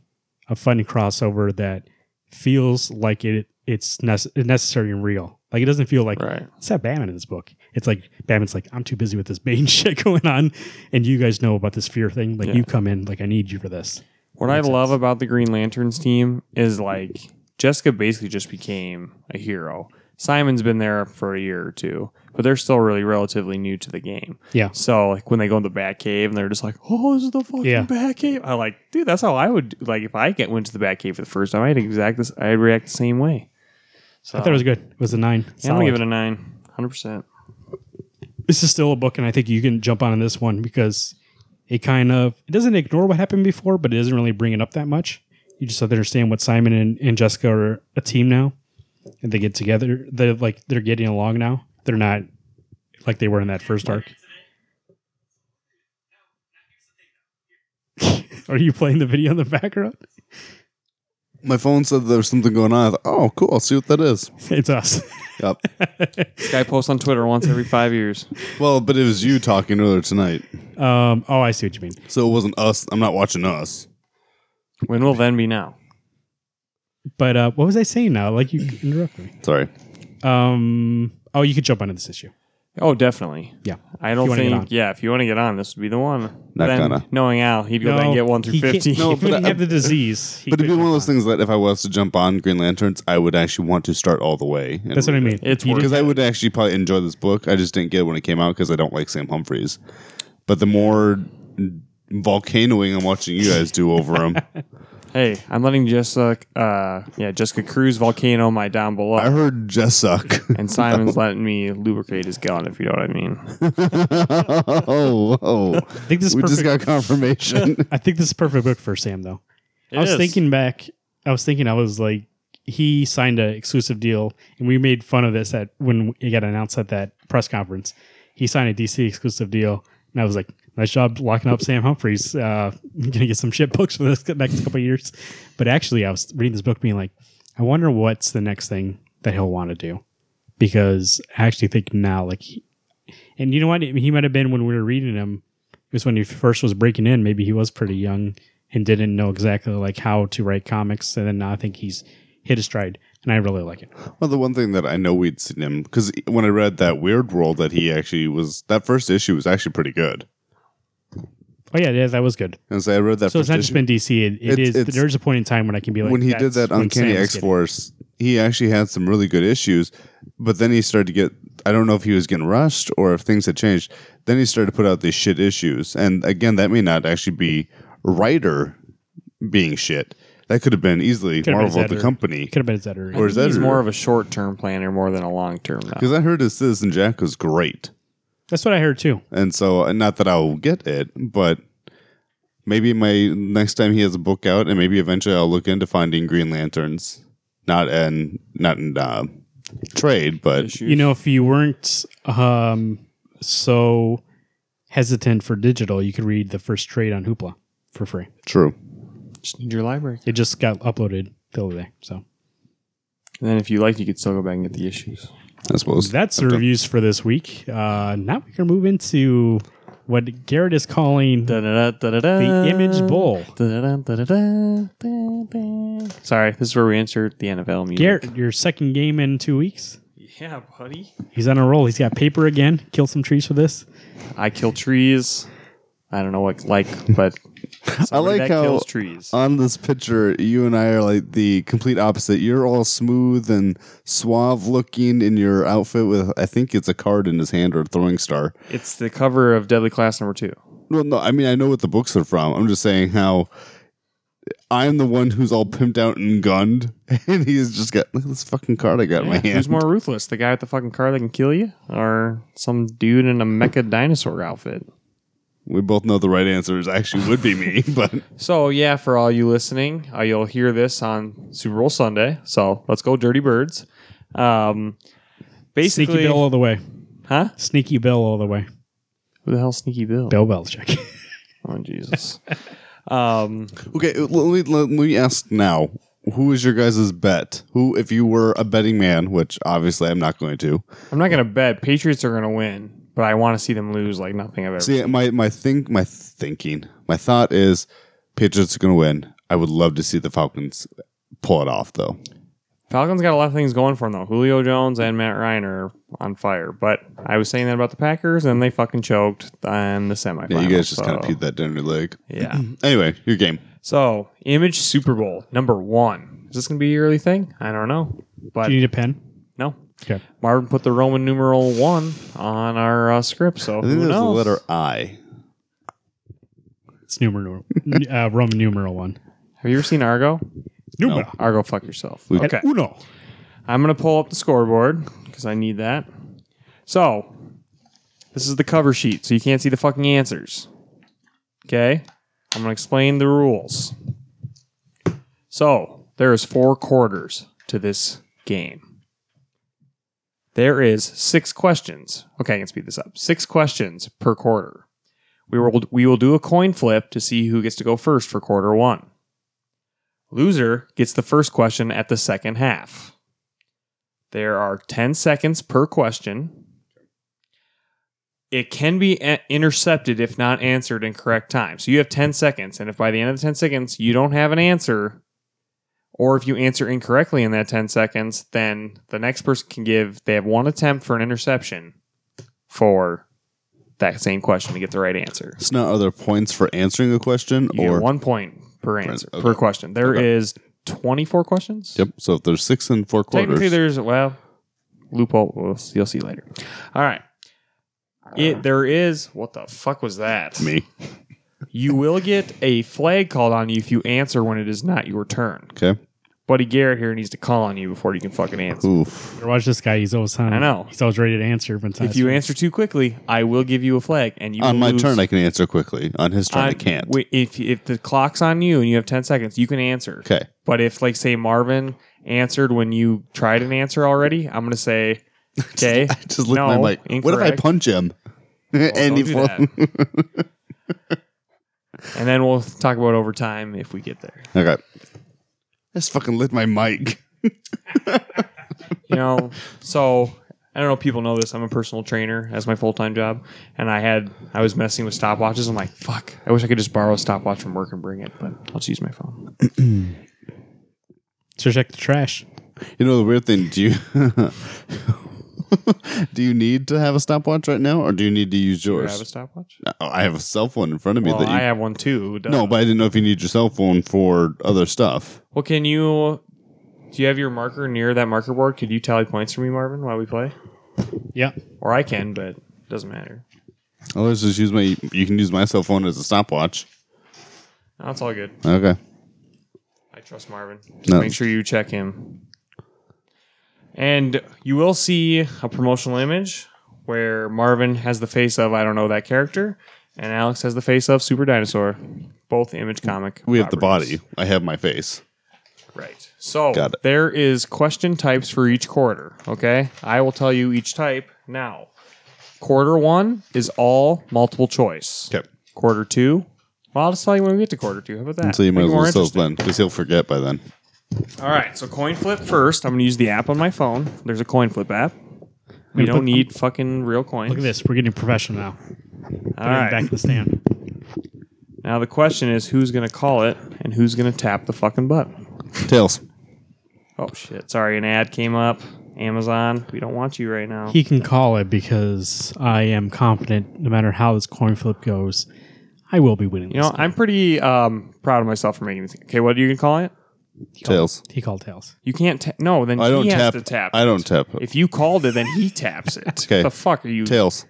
S1: a fun crossover that feels like it it's nece- necessary and real. Like it doesn't feel like
S4: Right.
S1: it's not Batman in this book. It's like Batman's like I'm too busy with this Bane shit going on, and you guys know about this fear thing. Like
S4: Yeah.
S1: you come in, like I need you for this.
S4: What I love about the Green Lanterns team is like Jessica basically just became a hero. Simon's been there for a year or two, but they're still really relatively new to the game.
S1: Yeah.
S4: So like when they go in the Batcave and they're just like, "Oh, this is the fucking
S1: Yeah.
S4: Batcave," I like, dude, that's how I would like if I get went to the Batcave for the first time. I'd exact this. I'd react the same way. So
S1: I thought it was good. It was a nine.
S4: I'm gonna
S1: Solid.
S4: give it a nine, hundred percent.
S1: this is still a book, and I think you can jump on in this one because it kind of it doesn't ignore what happened before, but it doesn't really bring it up that much. You just have to understand what Simon and, and Jessica are a team now, and they get together. They're like they're getting along now. They're not like they were in that first arc. are you playing the video in the background?
S2: My phone said there was something going on. I thought, oh, cool. I'll see what that is.
S1: It's us.
S2: Yep.
S4: This guy posts on Twitter once every five years.
S2: well, but it was you talking earlier tonight,
S1: um, oh, I see what you mean.
S2: so it wasn't us. I'm not watching us.
S4: When will then be now?
S1: But uh, what was I saying now? Like you interrupted me.
S2: Sorry.
S1: Um, oh, you could jump onto this issue.
S4: Oh, definitely.
S1: Yeah.
S4: I don't
S1: you wanna get
S4: think.
S1: on.
S4: Yeah, if you want to get on, this would be the one.
S2: Not
S4: then,
S2: gonna.
S4: Knowing Al, he'd go back and get one through
S1: he can't-
S4: fifty.
S1: if he
S2: but
S1: didn't
S2: I-
S1: have the disease. he
S2: but it'd be
S1: couldn't
S2: one of those
S1: jump
S2: things that if I was to jump on Green Lanterns, I would actually want to start all the way.
S1: on. That's what I mean.
S4: It's
S1: You
S4: worth
S2: Because
S1: didn't-
S2: I would actually probably enjoy this book. I just didn't get it when it came out because I don't like Sam Humphreys. But the more volcanoing I'm watching you guys do over him,
S4: Hey, I'm letting Jessica. Uh, yeah, Jessica Cruz volcano my down below,
S2: I heard Jessuck.
S4: and Simon's letting me lubricate his gun. If you know what I mean.
S2: oh, oh.
S1: I think this is
S2: we just
S1: perfect.
S2: got confirmation.
S1: I think this is a perfect book for Sam though.
S4: It
S1: I was
S4: is.
S1: thinking back. I was thinking I was like he signed an exclusive deal, and we made fun of this at when it got announced at that press conference. He signed a DC exclusive deal, and I was like, "Nice job locking up Sam Humphries. Uh, you're gonna get some shit books for this next couple of years." But actually, I was reading this book, being like, "I wonder what's the next thing that he'll want to do," because I actually think now, like, he- and you know what, he might have been when we were reading him. It was when he first was breaking in. Maybe he was pretty young and didn't know exactly like how to write comics. And then now I think he's hit his stride, and I really like it.
S2: Well, the one thing that I know we'd seen him because when I read that Weird World, that he actually was that first issue was actually pretty good.
S1: Oh yeah, yeah, that was good.
S2: And so I read that.
S1: So it's
S2: first
S1: not just
S2: issue.
S1: been DC. It, it
S2: It's-
S1: is.
S2: it's-
S1: there's a point in time when I can be like
S2: when he did
S1: that's
S2: that
S1: when
S2: Uncanny
S1: Sam was
S2: X Force. He actually had some really good issues, but then he started to get. I don't know if he was getting rushed or if things had changed. Then he started to put out these shit issues, and again, that may not actually be writer being shit. That could have been easily
S1: Could have been his
S2: Marvel, the
S1: editor.
S2: company,
S1: Could have been his editor.
S2: or is that
S4: He's more of a short-term planner more than a long-term. now.
S2: because I heard his Citizen Jack was great.
S1: That's what I heard too.
S2: And so, and not that I'll get it, but maybe my next time he has a book out, and maybe eventually I'll look into finding Green Lanterns, not in not in uh, trade, but
S4: Issues.
S1: You know, if you weren't um, so hesitant for digital, you could read the first trade on Hoopla for free.
S2: true.
S4: just need your library.
S1: It just got uploaded the other day. So
S4: And then if you like, you could still go back and get the issues.
S2: I suppose
S1: that's the reviews for this week. Uh, now we can move into what Garrett is calling
S4: The Uh,
S1: the Image Bowl.
S4: Sorry, this is where we insert the NFL music.
S1: Garrett, your second game in two weeks.
S4: Yeah, buddy.
S1: He's on a roll. He's got paper again. Kill some trees for this.
S4: I kill trees. I don't know what like, but
S2: I
S4: somebody
S2: like
S4: that
S2: how uh,
S4: kills trees.
S2: on this picture you and I are like the complete opposite. You're all smooth and suave looking in your outfit with I think it's a card in his hand or a throwing star.
S4: it's the cover of Deadly Class number two.
S2: Well, no, I mean I know what the books are from. I'm just saying how I'm the one who's all pimped out and gunned, and he's just got look at this fucking card I got in my hand.
S4: Who's more ruthless, the guy with the fucking car that can kill you, or some dude in a mecha dinosaur outfit?
S2: we both know the right answer is actually would be me, but
S4: So yeah, for all you listening, uh, you'll hear this on Super Bowl Sunday. So let's go, Dirty Birds. Um, basically,
S1: Sneaky Bill all the way.
S4: huh?
S1: Sneaky Bill all the way.
S4: Who the hell, Sneaky Bill?
S1: Bill Belichick.
S4: Oh Jesus. um,
S2: Okay, let me, let me ask now. Who is your guys' bet? Who, if you were a betting man, which obviously I'm not going to.
S4: I'm not gonna bet Patriots are gonna win, but I want to see them lose like nothing I've ever.
S2: See, my my think, my thinking, my thought is, Patriots are going to win. I would love to see the Falcons pull it off though.
S4: Falcons got a lot of things going for them though. Julio Jones and Matt Ryan are on fire. But I was saying that about the Packers, and they fucking choked on the semifinals.
S2: Yeah, you guys just
S4: so-
S2: kind of peed that down your leg.
S4: Yeah.
S2: Anyway, your game.
S4: so Image Super Bowl number one. Is this gonna be a yearly thing? I don't know, but
S1: Do you need a pen?
S4: no.
S1: Okay.
S4: Marvin put the Roman numeral one on our uh, script, so
S2: I think
S4: who
S2: there's the
S4: knows?
S2: letter I.
S1: It's numeral, uh, Roman numeral one.
S4: Have you ever seen Argo?
S1: Numero.
S4: Argo, fuck yourself.
S2: We-
S4: okay.
S1: Uno.
S4: I'm going to pull up the scoreboard because I need that. So, this is the cover sheet, so you can't see the fucking answers. Okay? I'm going to explain the rules. So, there is four quarters to this game. There is six questions. Okay, I can speed this up. Six questions per quarter. We will we will do a coin flip to see who gets to go first for quarter 1. Loser gets the first question at the second half. There are 10 seconds per question. It can be a- intercepted if not answered in correct time. So you have 10 seconds, and if by the end of the 10 seconds you don't have an answer, or if you answer incorrectly in that 10 seconds, then the next person can give, they have one attempt for an interception for that same question to get the right answer.
S2: It's not other points for answering a question
S4: You
S2: or
S4: get one point per answer,
S2: okay.
S4: per question. There
S2: Okay.
S4: is 24 questions?
S2: Yep. So if there's six and four
S4: Technically,
S2: quarters,
S4: there's well loophole. We'll, see- you'll see later. All right. It there is what the fuck was that?
S2: Uh. me.
S4: You will get a flag called on you if you answer when it is not your turn.
S2: Okay.
S4: Buddy Garrett here needs to call on you before you can fucking answer.
S2: Oof.
S1: Watch this guy. He's always on.
S4: I know.
S1: He's always ready to answer. If it's
S4: If you answer too quickly, I will give you a flag, and you
S2: On
S4: will
S2: my
S4: lose.
S2: turn, I can answer quickly. On his turn, I,
S4: On-
S2: can't.
S4: wi- If if the clock's on you and you have ten seconds, you can answer.
S2: Okay.
S4: But if, like, say Marvin answered when you tried an answer already, I'm gonna say, okay,
S2: Just look
S4: no,
S2: at my mic. What if I
S4: incorrect.
S2: punch him? and
S4: don't
S2: he
S4: do
S2: fall-
S4: and then we'll talk about overtime if we get there.
S2: okay. I just fucking lit my mic.
S4: You know, so I don't know if people know this. I'm a personal trainer. That's my full time job, and I had I was messing with stopwatches. I'm like, fuck. I wish I could just borrow a stopwatch from work and bring it, but I'll just use my phone.
S1: so check the trash.
S2: You know the weird thing. Do you do you need to have a stopwatch right now, or do you need to use
S4: Do you have a
S2: yours?
S4: stopwatch?
S2: No, I have a cell phone in front of me
S4: Well,
S2: that you.
S4: I have one too. duh.
S2: no, but I didn't know if you need your cell phone for other stuff.
S4: well, can you? Do you have your marker near that marker board? Could you tally points for me, Marvin, while we play?
S1: Yeah.
S4: Or I can, but it doesn't matter.
S2: Otherwise, Oh, just use my. You can use my cell phone as a stopwatch.
S4: No, it's all good.
S2: Okay.
S4: I trust Marvin. Just
S2: No.
S4: make sure you check him. And you will see a promotional image where Marvin has the face of I don't know that character, and Alex has the face of Super Dinosaur. Both image comic.
S2: We have the
S4: properties.
S2: body. I have my face.
S4: Right. So
S2: Got it.
S4: there is question types for each quarter. Okay. I will tell you each type now. Quarter one is all multiple choice.
S2: Okay.
S4: Quarter two. Well, I'll just tell you when we get to quarter two. How about that?
S2: So you might
S4: Make
S2: as
S4: it more
S2: well sell
S4: interesting.
S2: then, because he'll forget by then.
S4: All right, so coin flip first. I'm going to use the app on my phone. There's a coin flip app. We don't need fucking real coins.
S1: Look at this. We're getting professional now.
S4: All
S1: Put it
S4: right.
S1: Back to the stand.
S4: Now the question is who's going to call it and who's going to tap the fucking button.
S2: Tails.
S4: Oh shit. Sorry, an ad came up. Amazon, we don't want you right now.
S1: He can call it because I am confident. No matter how this coin flip goes, I will be winning.
S4: You know, I'm pretty um, proud of myself for making this. Okay, what are you going to call it?
S2: Tails.
S1: he called tails.
S4: You can't ta- No, then
S2: I
S4: he
S2: don't
S4: has
S2: tap.
S4: to tap.
S2: I
S4: it.
S2: don't tap.
S4: If you called it, then he taps it.
S2: Okay.
S4: The fuck are you?
S2: Tails.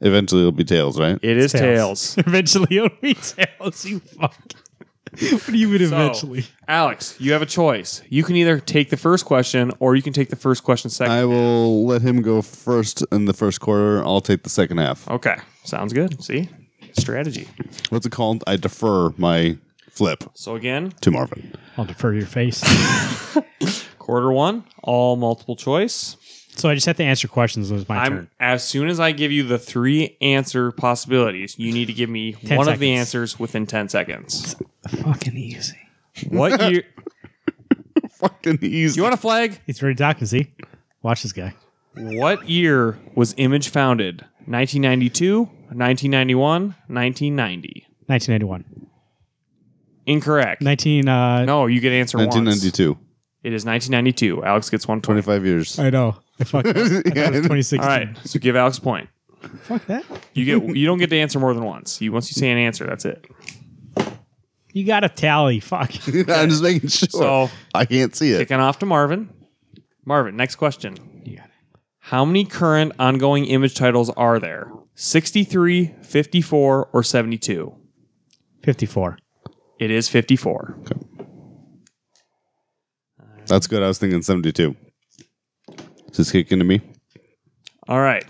S2: Eventually, it'll be tails, right?
S4: It is
S1: Tails.
S4: tails.
S1: eventually, it'll be tails. You fuck. what do you mean
S4: So-
S1: eventually?
S4: Alex, you have a choice. You can either take the first question or you can take the first question second.
S2: I will let him go first in the first quarter. I'll take the second half.
S4: okay. Sounds good. See? Strategy.
S2: What's it called? I defer my flip
S4: So again,
S2: to Marvin.
S1: I'll defer to your face.
S4: quarter one, all multiple choice.
S1: so I just have to answer questions. It was my turn.
S4: I'm as soon as I give you the three answer possibilities, you need to give me one of the
S1: seconds.
S4: answers within ten seconds.
S1: Fucking easy.
S4: What year
S2: Fucking easy.
S4: you want a flag?
S1: He's very talking. See, watch this guy.
S4: What year was Image founded? 1992, 1991, 1990.
S1: 1991.
S4: Incorrect.
S1: Nineteen. Uh,
S4: no, you get answer once.
S2: 1992.
S4: It is 1992. Alex gets one point.
S2: 25 years.
S1: I know. I fucked. up. I thought it was
S2: Yeah.
S1: Twenty sixteen.
S4: All right, so give Alex a point.
S1: Fuck that.
S4: You get you don't get to answer more than once. You once you say an answer, that's it.
S1: You got a tally. Fuck.
S2: I'm just making sure.
S4: So
S2: I can't see it.
S4: kicking off to Marvin. Marvin, next question.
S1: You got it.
S4: How many current ongoing image titles are there? 63, 54, or 72?
S1: Fifty-four.
S4: It is 54.
S2: That's good. I was thinking 72. Is this kicking to me?
S4: All right.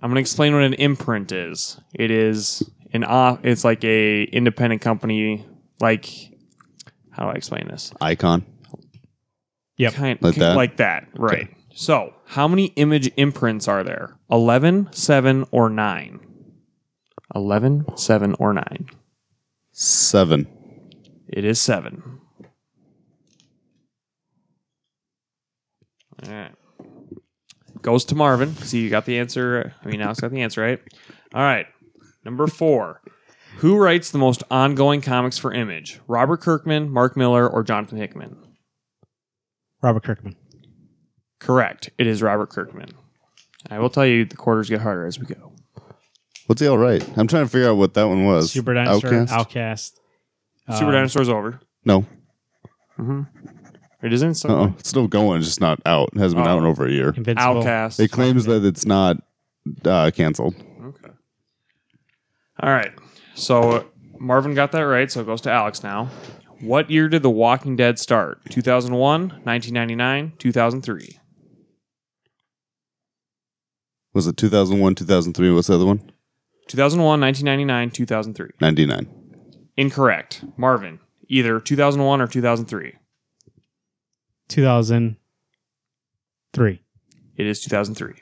S4: I'm going to explain what an imprint is. It is an off it's like a independent company like how do I explain this?
S2: Icon.
S1: Yep.
S4: Kind
S2: Like that?
S4: like that, right. So, how many image imprints are there? 11, 7 or 9? 11, 7 or 9.
S2: Seven.
S4: It is 7. All right. Goes to Marvin. See, you got the answer. I mean, Alex got the answer, right? All right. Number four. Who writes the most ongoing comics for Image? Robert Kirkman, Mark Miller, or Jonathan Hickman?
S1: Robert Kirkman.
S4: Correct. It is Robert Kirkman. I will tell you the quarters get harder as we go.
S2: What's he all right? I'm trying to figure out what that one was.
S1: Super Dinosaur. Outcast.
S2: Outcast?
S4: Super
S1: um,
S4: Dinosaur's over.
S2: no.
S4: It isn't. So
S2: Uh-oh. It's still going. It's just not out. It hasn't been
S4: Oh.
S2: out in over a year.
S1: um, Invincible.
S4: Outcast.
S2: It claims that it's not uh, canceled.
S4: Okay. All right. So Marvin got that right, so it goes to Alex now. What year did The Walking Dead start? 2001, 1999, 2003.
S2: Was it 2001, 2003? What's the other one?
S4: 2001, 1999, 2003.
S2: 99.
S4: Incorrect. Marvin, either 2001 or 2003.
S1: Two thousand three.
S4: It is 2003.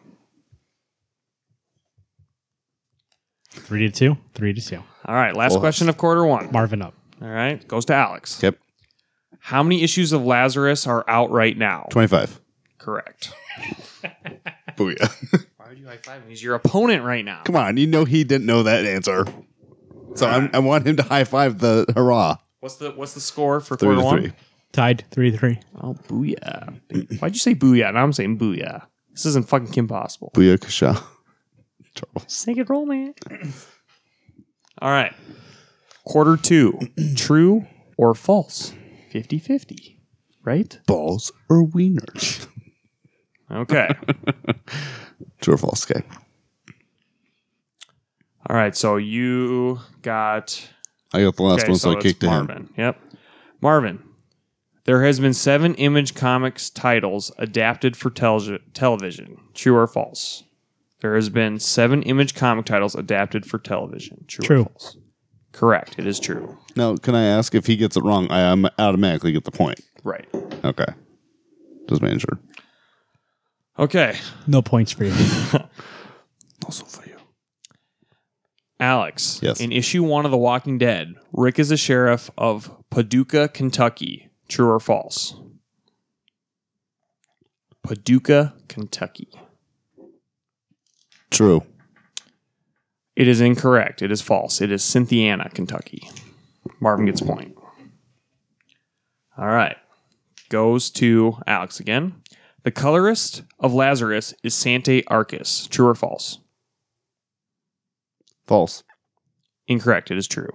S1: Three to two. Three to two.
S4: All right, last
S2: Full
S4: question of quarter one.
S1: Marvin up.
S4: All right, goes to Alex.
S2: Yep.
S4: How many issues of Lazarus are out right now?
S2: 25.
S4: Correct.
S2: Booyah.
S4: Why would you high five him? He's your opponent right now.
S2: Come on. You know he didn't know that answer. So I'm, I want him to high five the hurrah.
S4: What's the what's the score for
S2: Three
S4: quarter
S2: to
S4: one?
S2: three.
S1: Tied three to three.
S4: Oh, booyah. Why'd you say booyah? Now I'm saying booyah. This isn't fucking Kim Possible.
S2: Booyah Kasha. Charles.
S4: Take it roll, man. All right. Quarter two. True or false? 50 50. Right?
S2: Balls or wieners?
S4: Okay.
S2: True or false? Okay.
S4: All right. So you got.
S2: I got the last
S4: Okay,
S2: one, so,
S4: so
S2: I
S4: it's
S2: kicked to him.
S4: Marvin. Yep. Marvin. There has been seven Image Comics titles adapted for telge- television. True or false? There has been seven Image comic titles adapted for television. True. Or
S1: True.
S4: false? Correct. It is true.
S2: Now, can I ask if he gets it wrong? I um, automatically get the point.
S4: Right.
S2: Okay. Just making sure.
S4: Okay.
S1: No points for you.
S2: Also for you.
S4: Alex.
S2: Yes.
S4: In issue one of The Walking Dead, Rick is a sheriff of Paducah, Kentucky. True or false? Paducah, Kentucky.
S2: True.
S4: It is incorrect. It is false. It is Cynthiana, Kentucky. Marvin gets a point. All right. Goes to Alex again. The colorist of Lazarus is Sante Arcus. True or false?
S2: False.
S4: Incorrect. It is true.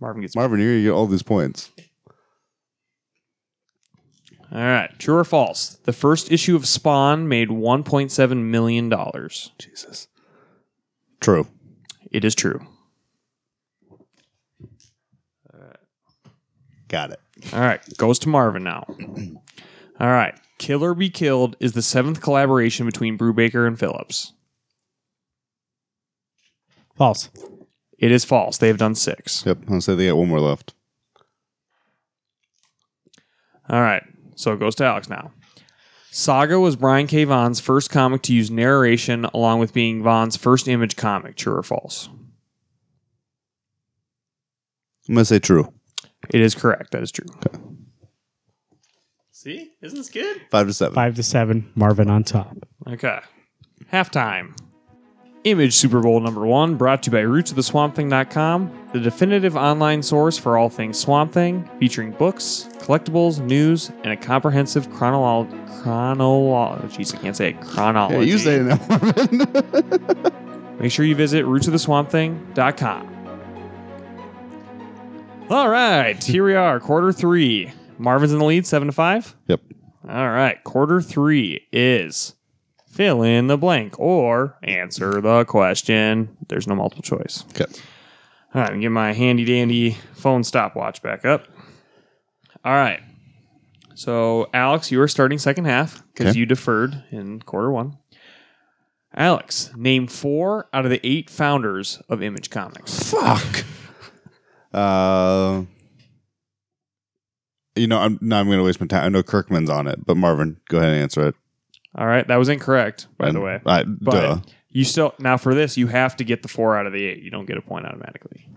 S4: Marvin gets
S2: Marvin, you're going to get all these points.
S4: All right. True or false? The first issue of Spawn made $1.7 million.
S2: Jesus. True.
S4: It is true.
S2: Got it.
S4: All right, goes to Marvin now. All right, Kill or Be Killed is the seventh collaboration between Brubaker and Phillips.
S1: False.
S4: It is false. They have done six.
S2: Yep. I'll say they got one more left.
S4: All right, so it goes to Alex now. Saga was Brian K. Vaughn's first comic to use narration, along with being Vaughn's first image comic. True or false?
S2: I'm going to say true.
S4: It is correct. That is true. See, isn't this good?
S2: Five to seven.
S1: Five to seven. Marvin on top.
S4: Okay. Halftime. Image Super Bowl number one, brought to you by rootsoftheswampthing.com, the definitive online source for all things Swamp Thing, featuring books, collectibles, news, and a comprehensive chronology. Chronolo- Jeez, I can't say it. Chronology.
S2: Yeah, use that in that one.
S4: Make sure you visit rootsoftheswampthing.com. All right, here we are, quarter three. Marvin's in the lead, seven to five.
S2: Yep.
S4: All right, quarter three is fill in the blank or answer the question. There's no multiple choice.
S2: Okay.
S4: All right, get my handy dandy phone stopwatch back up. All right. So, Alex, you are starting second half because
S2: Okay.
S4: you deferred in quarter one. Alex, name four out of the eight founders of Image Comics.
S2: Fuck. Uh, you know, I'm not going to waste my time. I know Kirkman's on it, but Marvin, go ahead and answer it.
S4: All right, that was incorrect, by the
S2: And
S4: way.
S2: I,
S4: But
S2: duh.
S4: you still now for this, you have to get the four out of the eight. You don't get a point automatically.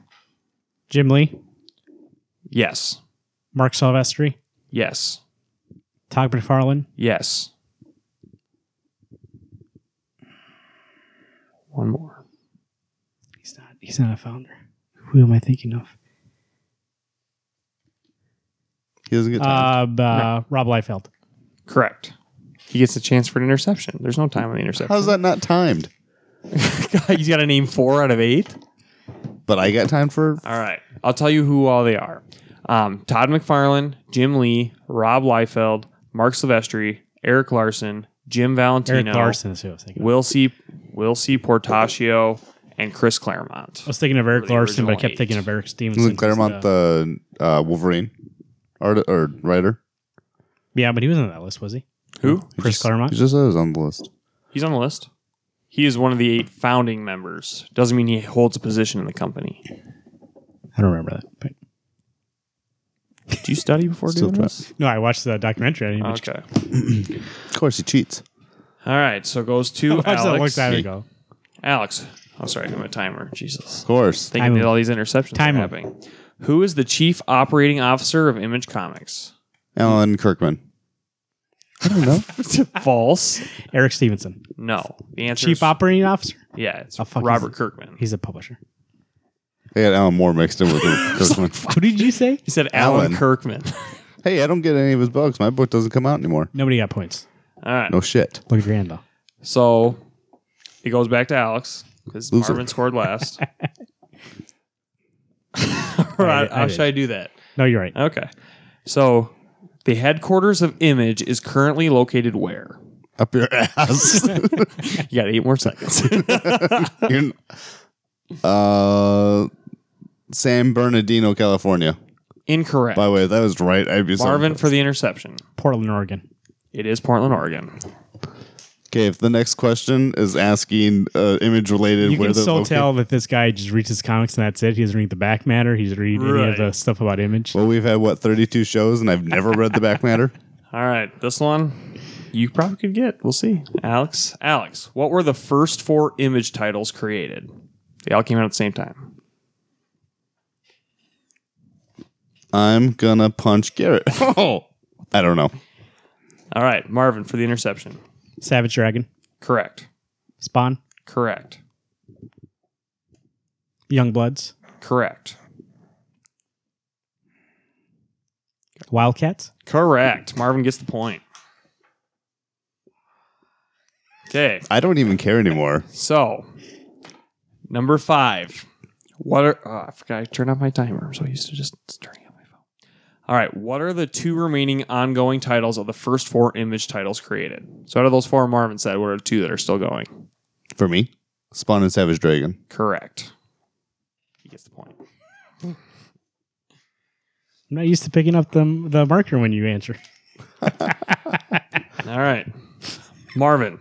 S1: Jim Lee,
S4: Yes,
S1: Mark Silvestri,
S4: yes,
S1: Todd McFarlane,
S4: yes. One more.
S1: He's not. He's not a founder. Who am I thinking of?
S2: He doesn't get
S1: Uh,
S2: time.
S1: uh, Rob Liefeld.
S4: Correct. He gets a chance for an interception. There's no time on the interception.
S2: How's that not timed?
S4: He's got to name four out of eight.
S2: But I got time for.
S4: All right. I'll tell you who all they are. Um, Todd McFarlane, Jim Lee, Rob Liefeld, Mark Silvestri, Eric Larson, Jim Valentino,
S1: Eric Larson is who I was thinking. of.
S4: Will C. Will C. Portacio, and Chris Claremont.
S1: I was thinking of Eric
S4: the
S1: Larson, but I
S4: original
S1: kept thinking
S4: eight.
S1: of Eric Stevenson.
S2: Isn't
S1: 'cause,
S2: Claremont
S1: uh,
S2: the uh, Wolverine art or writer?
S1: yeah, but he wasn't on that list, was he?
S4: Who?
S1: Chris Claremont.
S2: He just says on the list.
S4: He's on the list. He is one of the eight founding members. Doesn't mean he holds a position in the company.
S1: I don't remember that. But
S4: Did you study before
S2: Still
S4: doing
S2: try-
S4: this?
S1: no, I watched the documentary. I didn't even
S4: Okay.
S2: Of course, he cheats.
S4: All right. So it goes
S1: I
S4: to
S1: watched that a long
S4: Alex.
S1: time ago.
S4: Alex. I'm sorry. I'm a timer. Jesus.
S2: Of course.
S4: Thinking
S1: Timer.
S4: that all these interceptions
S1: Timer.
S4: are happening. Who is the chief operating officer of Image Comics?
S2: Alan Kirkman. I don't know.
S4: False.
S1: Eric Stevenson,
S4: No. The answer
S1: chief
S4: is
S1: operating officer.
S4: yeah. It's
S1: Oh, fuck,
S4: Robert
S1: he's-
S4: Kirkman.
S1: He's a publisher.
S2: I got Alan Moore mixed in with Kirkman.
S1: Who did you say?
S4: He said Alan,
S2: Alan.
S4: Kirkman.
S2: hey, I don't get any of his books. My book doesn't come out anymore.
S1: Nobody got points.
S4: all right.
S2: No shit.
S1: Look at your hand though.
S4: So it goes back to Alex because
S2: Loser.
S4: Marvin scored last. All
S1: I
S4: right,
S1: did- I
S4: how
S1: did.
S4: should I do that?
S1: No, you're right.
S4: Okay. So the headquarters of Image is currently located where?
S2: Up your ass.
S4: You got eight more seconds.
S2: You're n- uh, San Bernardino, California.
S4: Incorrect.
S2: By the way, that was right. I'd be so-
S4: Marvin for the interception.
S1: Portland, Oregon.
S4: It is Portland, Oregon.
S2: Okay, if the next question is asking uh, image related,
S1: You
S2: where
S1: can
S2: the
S1: so
S2: loca-
S1: tell that this guy just reads his comics and that's it. He doesn't read the back matter. He doesn't read any of
S4: Right.
S1: the stuff about image.
S2: Well, we've had what thirty-two shows, and I've never read the back matter.
S4: All right, this one you probably could get. We'll see. Alex, Alex, what were the first four Image titles created? They all came out at the same time.
S2: I'm gonna punch Garrett. Oh, I don't know.
S4: All right, Marvin for the interception.
S1: Savage Dragon,
S4: Correct.
S1: Spawn,
S4: Correct.
S1: Young Bloods,
S4: Correct.
S1: Wildcats.
S4: Correct. Marvin gets the point. Okay,
S2: I don't even care anymore.
S4: so number five. What are oh, I forgot I turned off my timer. I'm so used to just turning off my phone. All right, what are the two remaining ongoing titles of the first four image titles created? So out of those four, Marvin said, what are the two that are still going?
S2: For me, Spawn and Savage Dragon.
S4: Correct. He gets the point.
S1: I'm not used to picking up the the marker when you answer.
S4: All right. Marvin.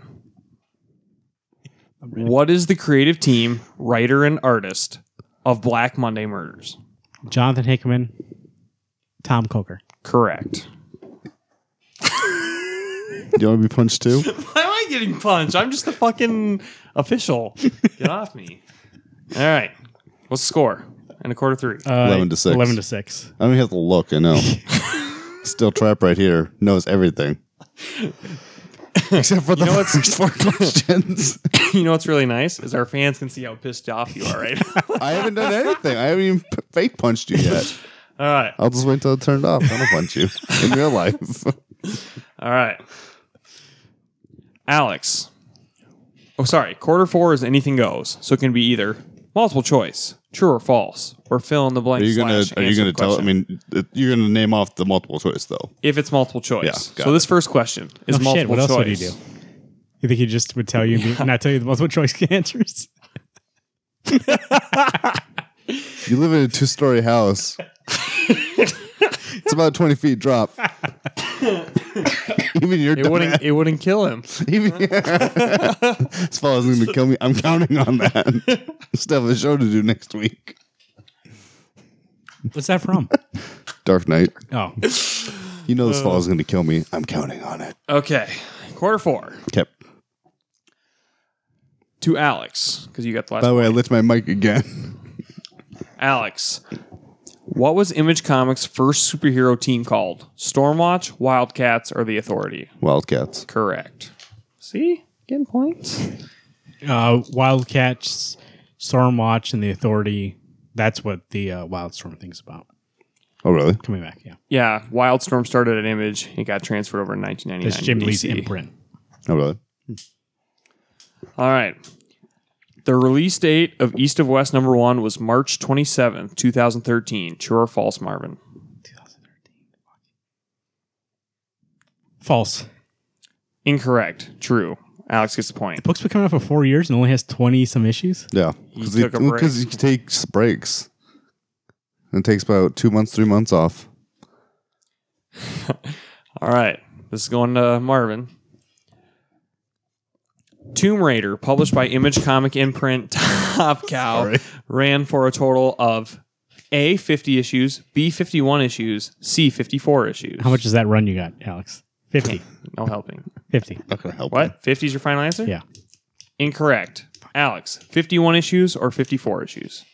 S4: What is the creative team, writer, and artist of Black Monday Murders?
S1: Jonathan Hickman, Tom Coker.
S4: Correct.
S2: You want to be punched too?
S4: Why am I getting punched? I'm just the fucking official. Get off me. All right. What's the score? In a quarter three.
S1: Uh,
S2: 11 to six.
S1: Eleven to six.
S2: I don't even have to look. I know. Still trap right here knows everything. Except for the
S4: know what's-
S2: first four questions.
S4: you know what's really nice is our fans can see how pissed off you are right now.
S2: I haven't done anything. I haven't even p- fake punched you yet.
S4: All right.
S2: I'll just wait till it turned off. I don't punch you in real life.
S4: All right. Alex. Oh, sorry. Quarter four is anything goes. So it can be either multiple choice, true or false, or fill in the blank.
S2: Are you gonna
S4: slash
S2: Are you
S4: answer
S2: gonna
S4: the
S2: tell? I
S4: question.
S2: mean, it- you're gonna name off the multiple choice though.
S4: if it's multiple choice.
S2: Yeah, got
S4: so this first question is
S1: Oh,
S4: multiple
S1: shit, what else
S4: choice.
S1: would he do? You think he just would tell you, and be- not tell you the multiple choice answers?
S2: You live in a two story house. it's about a twenty feet drop. even your
S4: It
S2: dumb
S4: wouldn't. It wouldn't kill him.
S2: Even, this fellow's going to kill me. I'm counting on that. Still have a show to do next week.
S1: What's that from?
S2: Dark Knight.
S1: Oh,
S2: You know this
S4: Uh.
S2: fellow's going to kill me. I'm counting on it.
S4: Okay. Quarter four
S2: Kept.
S4: to Alex because you got the last.
S2: By the way, I lit my mic again.
S4: Alex, what was Image Comics' first superhero team called? Stormwatch, Wildcats, or the Authority?
S2: Wildcats.
S4: Correct. See, getting points.
S1: uh, Wildcats, Stormwatch, and the Authority. That's what the uh, Wildstorm thing's about.
S2: Oh, really?
S1: Coming back, yeah.
S4: Yeah, Wildstorm started at Image. It got transferred over in 1999.
S1: That's Jim
S4: to
S1: Lee's
S4: DC.
S1: imprint.
S2: Oh, really?
S4: All right. The release date of East of West number one was March 27th, 2013. True or false, Marvin?
S1: False.
S4: Incorrect. True. Alex gets the point.
S1: Book's been coming out for four years and only has 20 some issues.
S2: Yeah.
S4: He
S2: Because
S4: took a break.
S2: he, takes breaks. It takes about two months, three months off.
S4: All right. This is going to Marvin. Tomb Raider, published by Image Comic Imprint Top Cow, ran for a total of A, 50 issues, B, 51 issues, C, 54 issues.
S1: How much does that run you got, Alex? 50.
S4: No helping.
S1: 50.
S2: Not going to help.
S4: What? 50 is your final answer?
S1: Yeah.
S4: Incorrect. Alex, 51 issues or 54 issues?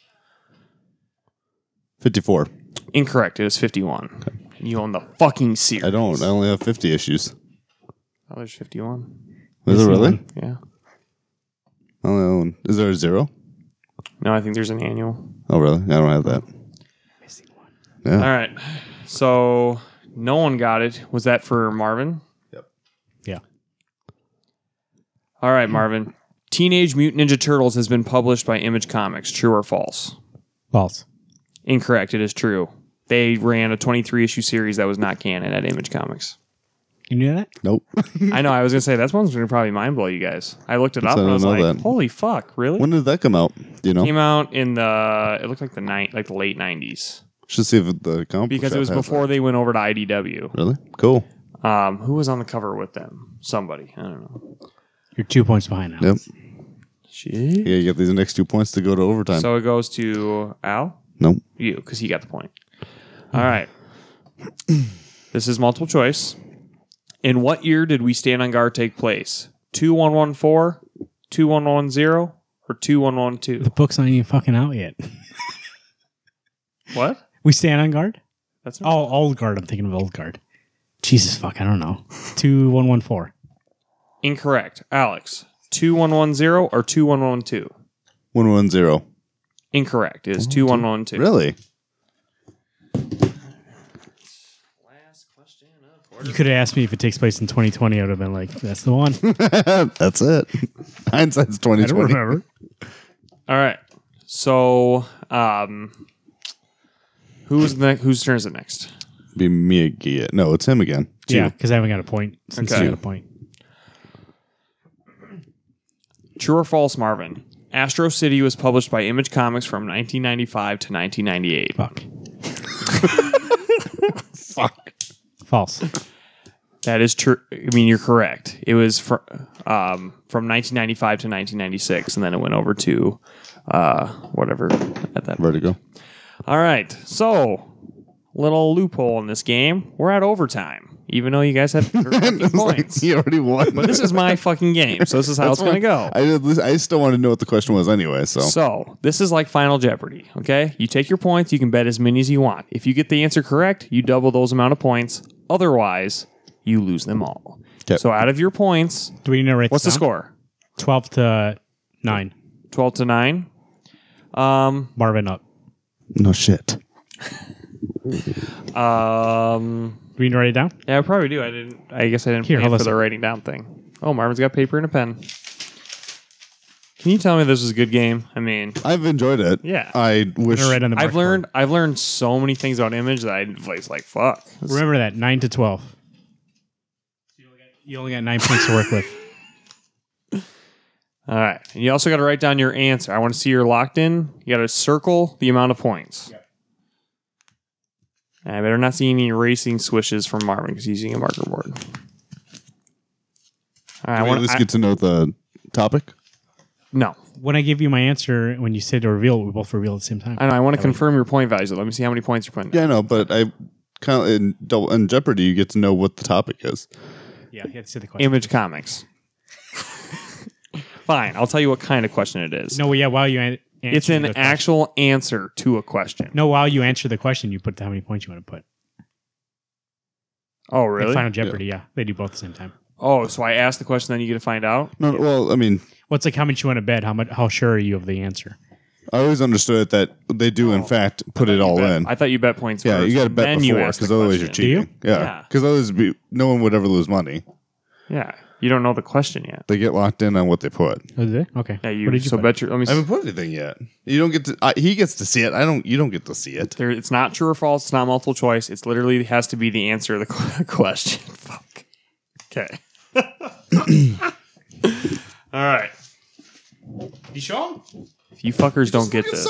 S2: 54.
S4: Incorrect. It was 51. You own the fucking series.
S2: I don't. I only have 50 issues.
S4: Oh, there's 51.
S2: Is it really?
S1: one.
S4: Yeah.
S2: I only own. Is there a zero?
S4: No, I think there's an annual.
S2: Oh, really? I don't have that.
S4: All right. So no one got it. Was that for Marvin?
S1: Yeah.
S4: All right, Marvin. Teenage Mutant Ninja Turtles has been published by Image Comics. True or false?
S1: False.
S4: Incorrect. It is true. They ran a 23 issue series that was not canon at Image Comics.
S1: You knew that?
S2: Nope.
S4: I know. I was gonna say that's one's gonna probably mind blow you guys. I looked it up
S2: I
S4: and I was
S2: don't
S4: like,
S2: know that.
S4: "Holy fuck, really?"
S2: when did that come out? Do you know?
S4: came out in the it looked like the night like the late nineties
S2: Should see if the comic
S4: because
S2: shop
S4: it was
S2: has
S4: before they went over to IDW.
S2: Really? Cool.
S4: Um, who was on the cover with them? Somebody I don't know.
S1: You're two points behind now.
S2: Yep.
S4: She.
S2: Yeah, you get these next two points to go to overtime.
S4: So it goes to Al,
S2: nope.
S4: you, because he got the point. All right. this is multiple choice. In what year did We Stand on Guard take place? 2114, 2110, or 2112?
S1: The book's not even fucking out yet.
S4: What?
S1: We stand on guard?
S4: That's
S1: Oh, old guard. I'm thinking of old guard. Jesus fuck, I don't know. 2114.
S4: Incorrect. Alex, 2110 or 2112?
S2: One one zero.
S4: Incorrect. It is 2112.
S2: Really?
S1: You could have asked me if it takes place in 2020. I would have been like, that's the one.
S2: That's it. Hindsight's twenty twenty.
S1: remember.
S4: All right. So, um, who's the, whose turn is it next?
S2: Be me again. No, it's him again.
S1: Yeah, because I haven't got a point since
S4: Okay.
S1: you got a point.
S4: True or false, Marvin? Astro City was published by Image Comics from 1995 to 1998.
S1: Fuck. fuck. False.
S4: That is true. I mean, you're correct. It was fr- um, from 1995 to 1996, and then it went over to uh, whatever at that.
S2: Vertigo.
S4: All right. So, little loophole in this game. We're at overtime, even though you guys have
S2: It's like,
S4: points.
S2: he already won.
S4: But this is my fucking game, so this is how it's going to go.
S2: I, did lis- I still want to know what the question was anyway. So,
S4: So this is like Final Jeopardy. Okay, you take your points. You can bet as many as you want. If you get the answer correct, you double those amount of points. Otherwise, you lose them all.
S2: Okay.
S4: So out of your points,
S1: Do we need to write
S4: what's the
S1: this down?
S4: score?
S1: 12 to Nine.
S4: 12 to 9. Um,
S1: Marvin up.
S2: No shit.
S4: um,
S1: Do we need to write it down?
S4: yeah, I probably do. I didn't, I guess I didn't
S1: Here,
S4: plan
S1: hold on
S4: for
S1: a
S4: the
S1: second.
S4: writing down thing. Oh, Marvin's got paper and a pen. Can you tell me this was a good game? I mean,
S2: I've enjoyed it.
S4: Yeah.
S2: I wish.
S1: I'm gonna write on the
S4: I've
S1: marker.
S4: learned, I've learned so many things about image that I was like, fuck. This-
S1: Remember that nine to twelve. You only got nine points to work with.
S4: All right. And you also got to write down your answer. I want to see you're locked in. You got to circle the amount of points. And I better not see any erasing swishes from Marvin because he's using a marker board. All right. I
S2: I want
S4: want
S2: to get to know the topic.
S4: no.
S1: When I give you my answer, when you said to reveal, we both reveal at the same time.
S4: I know. I want to confirm your point value. So let me see how many points you're putting. down.
S2: Yeah, I know, but I kind of in, double, in Jeopardy, you get to know what the topic is.
S1: Yeah, you have to say the question.
S4: Image comics. Fine. I'll tell you what kind of question it is.
S1: No, well, yeah, while you an- answer
S4: it's an
S1: the question.
S4: actual answer to a question.
S1: No, while you answer the question, you put how many points you want to put.
S4: Oh,
S1: Like
S4: really?
S1: Final Jeopardy, yeah. They do both at the same time.
S4: Oh, so I asked the question, then you get to find out.
S2: No, no, well, I mean,
S1: What's like how much you want to bet? How much? How sure are you of the answer?
S2: I always understood that they do, in fact, put it all
S4: Bet-
S2: in.
S4: Oh. I thought you bet points.
S2: yeah,
S4: first,
S2: you got to bet
S4: then you
S2: before
S4: ask the
S2: because otherwise you're
S4: question.
S1: you?
S2: cheating. Yeah,
S4: Yeah.
S2: because otherwise be, no one would ever lose money.
S4: Yeah, you don't know the question yet.
S2: They get locked in on what they put.
S1: Oh, did they? Okay.
S4: Yeah, you.
S1: What did you
S4: so
S1: put?
S4: bet your. Let me.
S2: I
S4: See,
S2: haven't put anything yet. You don't get to. I, he gets to see it. I don't. You don't get to see it.
S4: there, it's not true or false. It's not multiple choice. It's literally has to be the answer to the qu- question. Fuck. Okay. All right.
S1: You show him?
S4: You fuckers don't get this.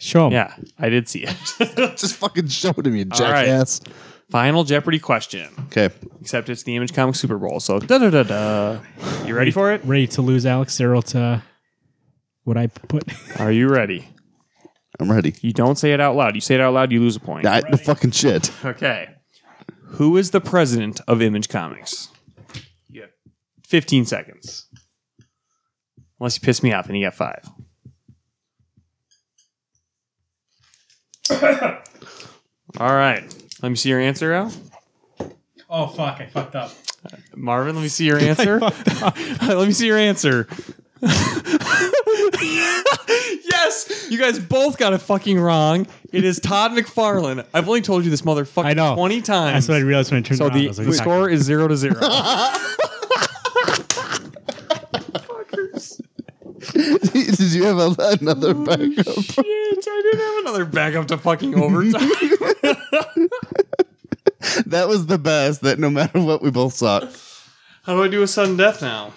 S1: Show him.
S4: Yeah, I did see it.
S2: Just fucking show it to me,
S4: right.
S2: jackass.
S4: Final Jeopardy question.
S2: Okay.
S4: Except it's the Image Comics Super Bowl. So da da da da. You ready for it?
S1: Ready to lose, Alex Cyril to what I put?
S4: Are you ready?
S2: I'm ready.
S4: You don't say it out loud. You say it out loud, you lose a point.
S2: I, the fucking shit.
S4: Okay. Who is the president of Image Comics? You have 15 seconds. Unless you piss me off, then you got five. All right. Let me see your answer, Al.
S1: oh fuck! I fucked up.
S4: Marvin, let me see your answer. let me see your answer. yes, you guys both got it fucking wrong. It is Todd McFarlane. I've only told you this motherfucker
S1: I know.
S4: 20 times.
S1: That's what I realized when I turned
S4: So
S1: around. I
S4: the,
S1: was like,
S4: the
S1: fuck.
S4: score is zero to zero.
S2: Did you have a, another backup?
S4: Shit, I didn't have another backup to fucking overtime.
S2: That was the best. That no matter what, we both suck.
S4: how do I do a sudden death now?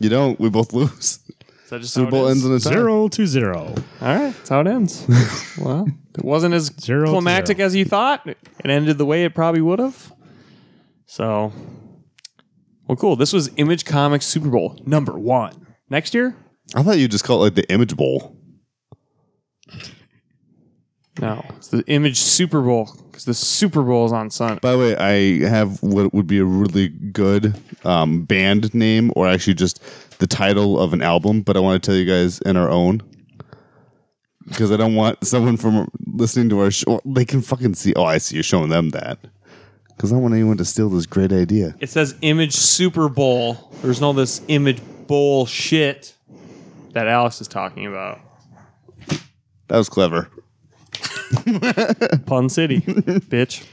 S2: You don't. We both lose.
S4: Is that just
S2: Super
S4: how
S2: Bowl
S4: it
S2: ends
S4: ends?
S2: in a tie.
S1: zero to zero.
S4: All right, that's how it ends. well, it wasn't as
S1: Zero to
S4: climactic
S1: zero.
S4: as you thought. It ended the way it probably would have. So, well, cool. This was Image Comics Super Bowl number one. Next year?
S2: I thought you just called it like the Image Bowl.
S4: No, it's the Image Super Bowl because the Super Bowl is on Sunday.
S2: By the way, I have what would be a really good um, band name, or actually just the title of an album. But I want to tell you guys in our own because I don't want someone from listening to our show. They can fucking see. Oh, I see you're showing them that because I don't want anyone to steal this great idea.
S4: It says Image Super Bowl. There's no this Image Bowl shit that Alex is talking about.
S2: That was clever.
S4: Pun City, bitch.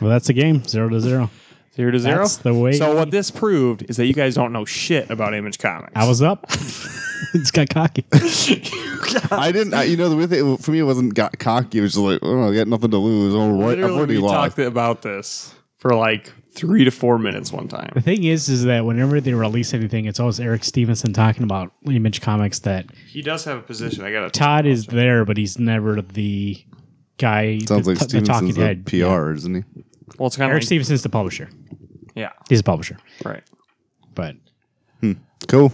S1: Well, that's the game. Zero to zero.
S4: Zero to zero.
S1: That's the way-
S4: So what this proved is that you guys don't know shit about Image Comics.
S1: I was up. it's got cocky.
S2: I didn't. I, you know the weird thing for me, it wasn't got cocky. It was just like, oh, I got nothing to lose. Oh, right, I've
S4: Literally,
S2: already
S4: we
S2: lost.
S4: talked about this for like three to four minutes one time.
S1: The thing is, is that whenever they release anything, it's always Eric Stevenson talking about Image Comics that
S4: He does have a position. I got to.
S1: Todd is there, but he's never the guy.
S2: Sounds
S1: the,
S2: like
S1: the
S2: Stevenson's
S1: talking
S2: the
S1: head.
S2: PR, isn't he?
S4: Well, it's kind
S1: Eric
S4: of like,
S1: Stevenson's the publisher.
S4: yeah,
S1: He's a publisher,
S4: right.
S1: but
S2: Cool.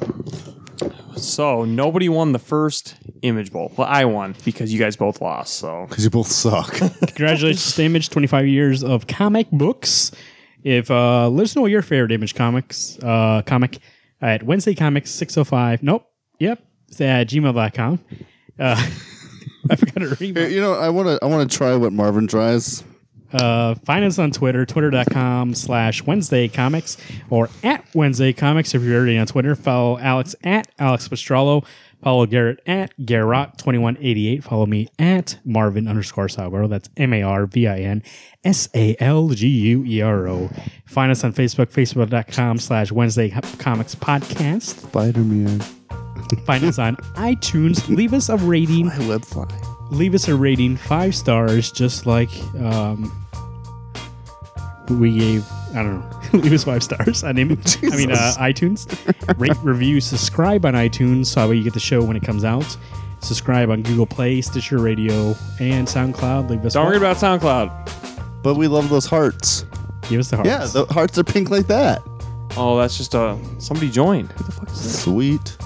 S4: So nobody won the first Image Bowl. Well, I won because you guys both lost. So
S2: Because you both suck.
S1: congratulations to Image. Twenty five years of comic books. If uh, let us know your favorite Image comics uh, comic at Wednesday Comics six oh five. Nope. Yep. It's at gmail.com. Uh, I forgot to read.
S2: you know, I want to. I want to try what Marvin tries.
S1: Uh, find us on Twitter, twitter.com slash Wednesday Comics or at Wednesday Comics if you're already on Twitter. Follow Alex at Alex Pastrello. Follow Garrett at Garrot2188. Follow me at Marvin underscore Salguero. That's M A R V I N S A L G U E R O. Find us on Facebook, facebook.com slash Wednesday Comics Podcast.
S2: Spider Man.
S1: Find us on iTunes. Leave us a rating
S2: I web fly.
S1: leave us a rating five stars just like um, we gave i don't know leave us five stars on Im- i mean uh,
S2: Jesus.
S1: itunes rate review subscribe on itunes so that way you get the show when it comes out subscribe on google play stitcher radio and soundcloud leave us
S4: Don't worry
S1: heart-
S4: about SoundCloud.
S2: But we love those hearts.
S1: give us the heart
S2: Yeah, the hearts are pink like that.
S4: Oh, that's just a somebody joined. Who the fuck is this?
S2: Sweet.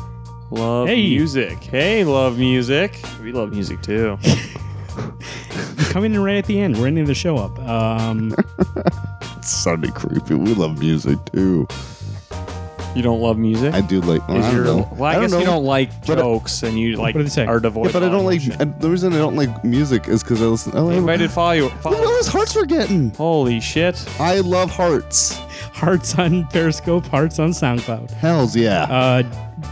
S4: Love
S1: Hey.
S4: music. Hey, love music. We love music too.
S1: coming in right at the end we're ending the show up um,
S2: It sounded creepy. We love music too.
S4: You don't love music?
S2: I do like. Well, I
S4: Is
S2: don't
S4: your,
S2: know.
S4: well, I,
S2: don't
S4: guess
S2: know.
S4: you don't like
S2: But, uh,
S4: jokes and you like
S1: What did it say?
S4: are
S2: Yeah,
S4: devoid.
S2: but I
S4: of
S2: don't like.
S4: emotion.
S2: and the reason I don't like music is because I listen. I
S4: Hey,
S2: like,
S4: I did follow you.
S2: Look at all
S4: Follow.
S2: those hearts we're getting.
S4: Holy shit!
S2: I love hearts.
S1: hearts on periscope hearts on soundcloud
S2: Hells yeah.
S1: uh,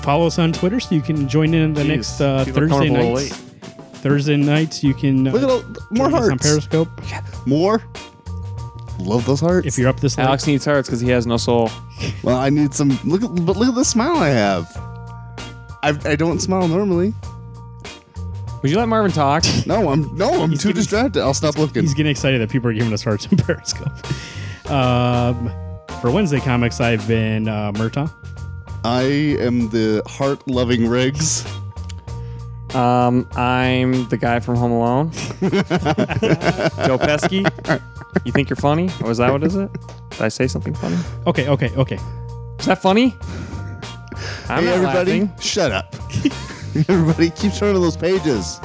S1: follow us on twitter so you can join in the
S4: Jeez,
S1: next uh,
S4: people are coming
S1: thursday
S4: up a little
S1: nights thursday nights you can uh,
S2: Look at all more
S1: Join us on
S2: hearts.
S1: Periscope.
S2: More. Love those hearts.
S1: If you're up this
S4: Alex needs hearts because he has no soul.
S2: well, I need some. Look, at, but look at the smile I have. I, I don't smile normally.
S4: Would you let Marvin talk?
S2: No, I'm no, I'm
S1: He's
S2: too
S1: giving-
S2: distracted. I'll stop
S1: late,
S2: looking.
S1: he's getting excited that people are giving us hearts on Periscope. Um, for Wednesday comics, I've been uh, Murtaugh.
S2: I am the heart loving Riggs.
S4: Um, I'm the guy from Home Alone. Joe Pesky. You think you're funny? Or was that what is it? Did I say something funny?
S1: Okay, okay, okay.
S4: Is that funny? I'm
S2: hey
S4: not
S2: everybody,
S4: laughing.
S2: shut up. everybody, keep turning those pages.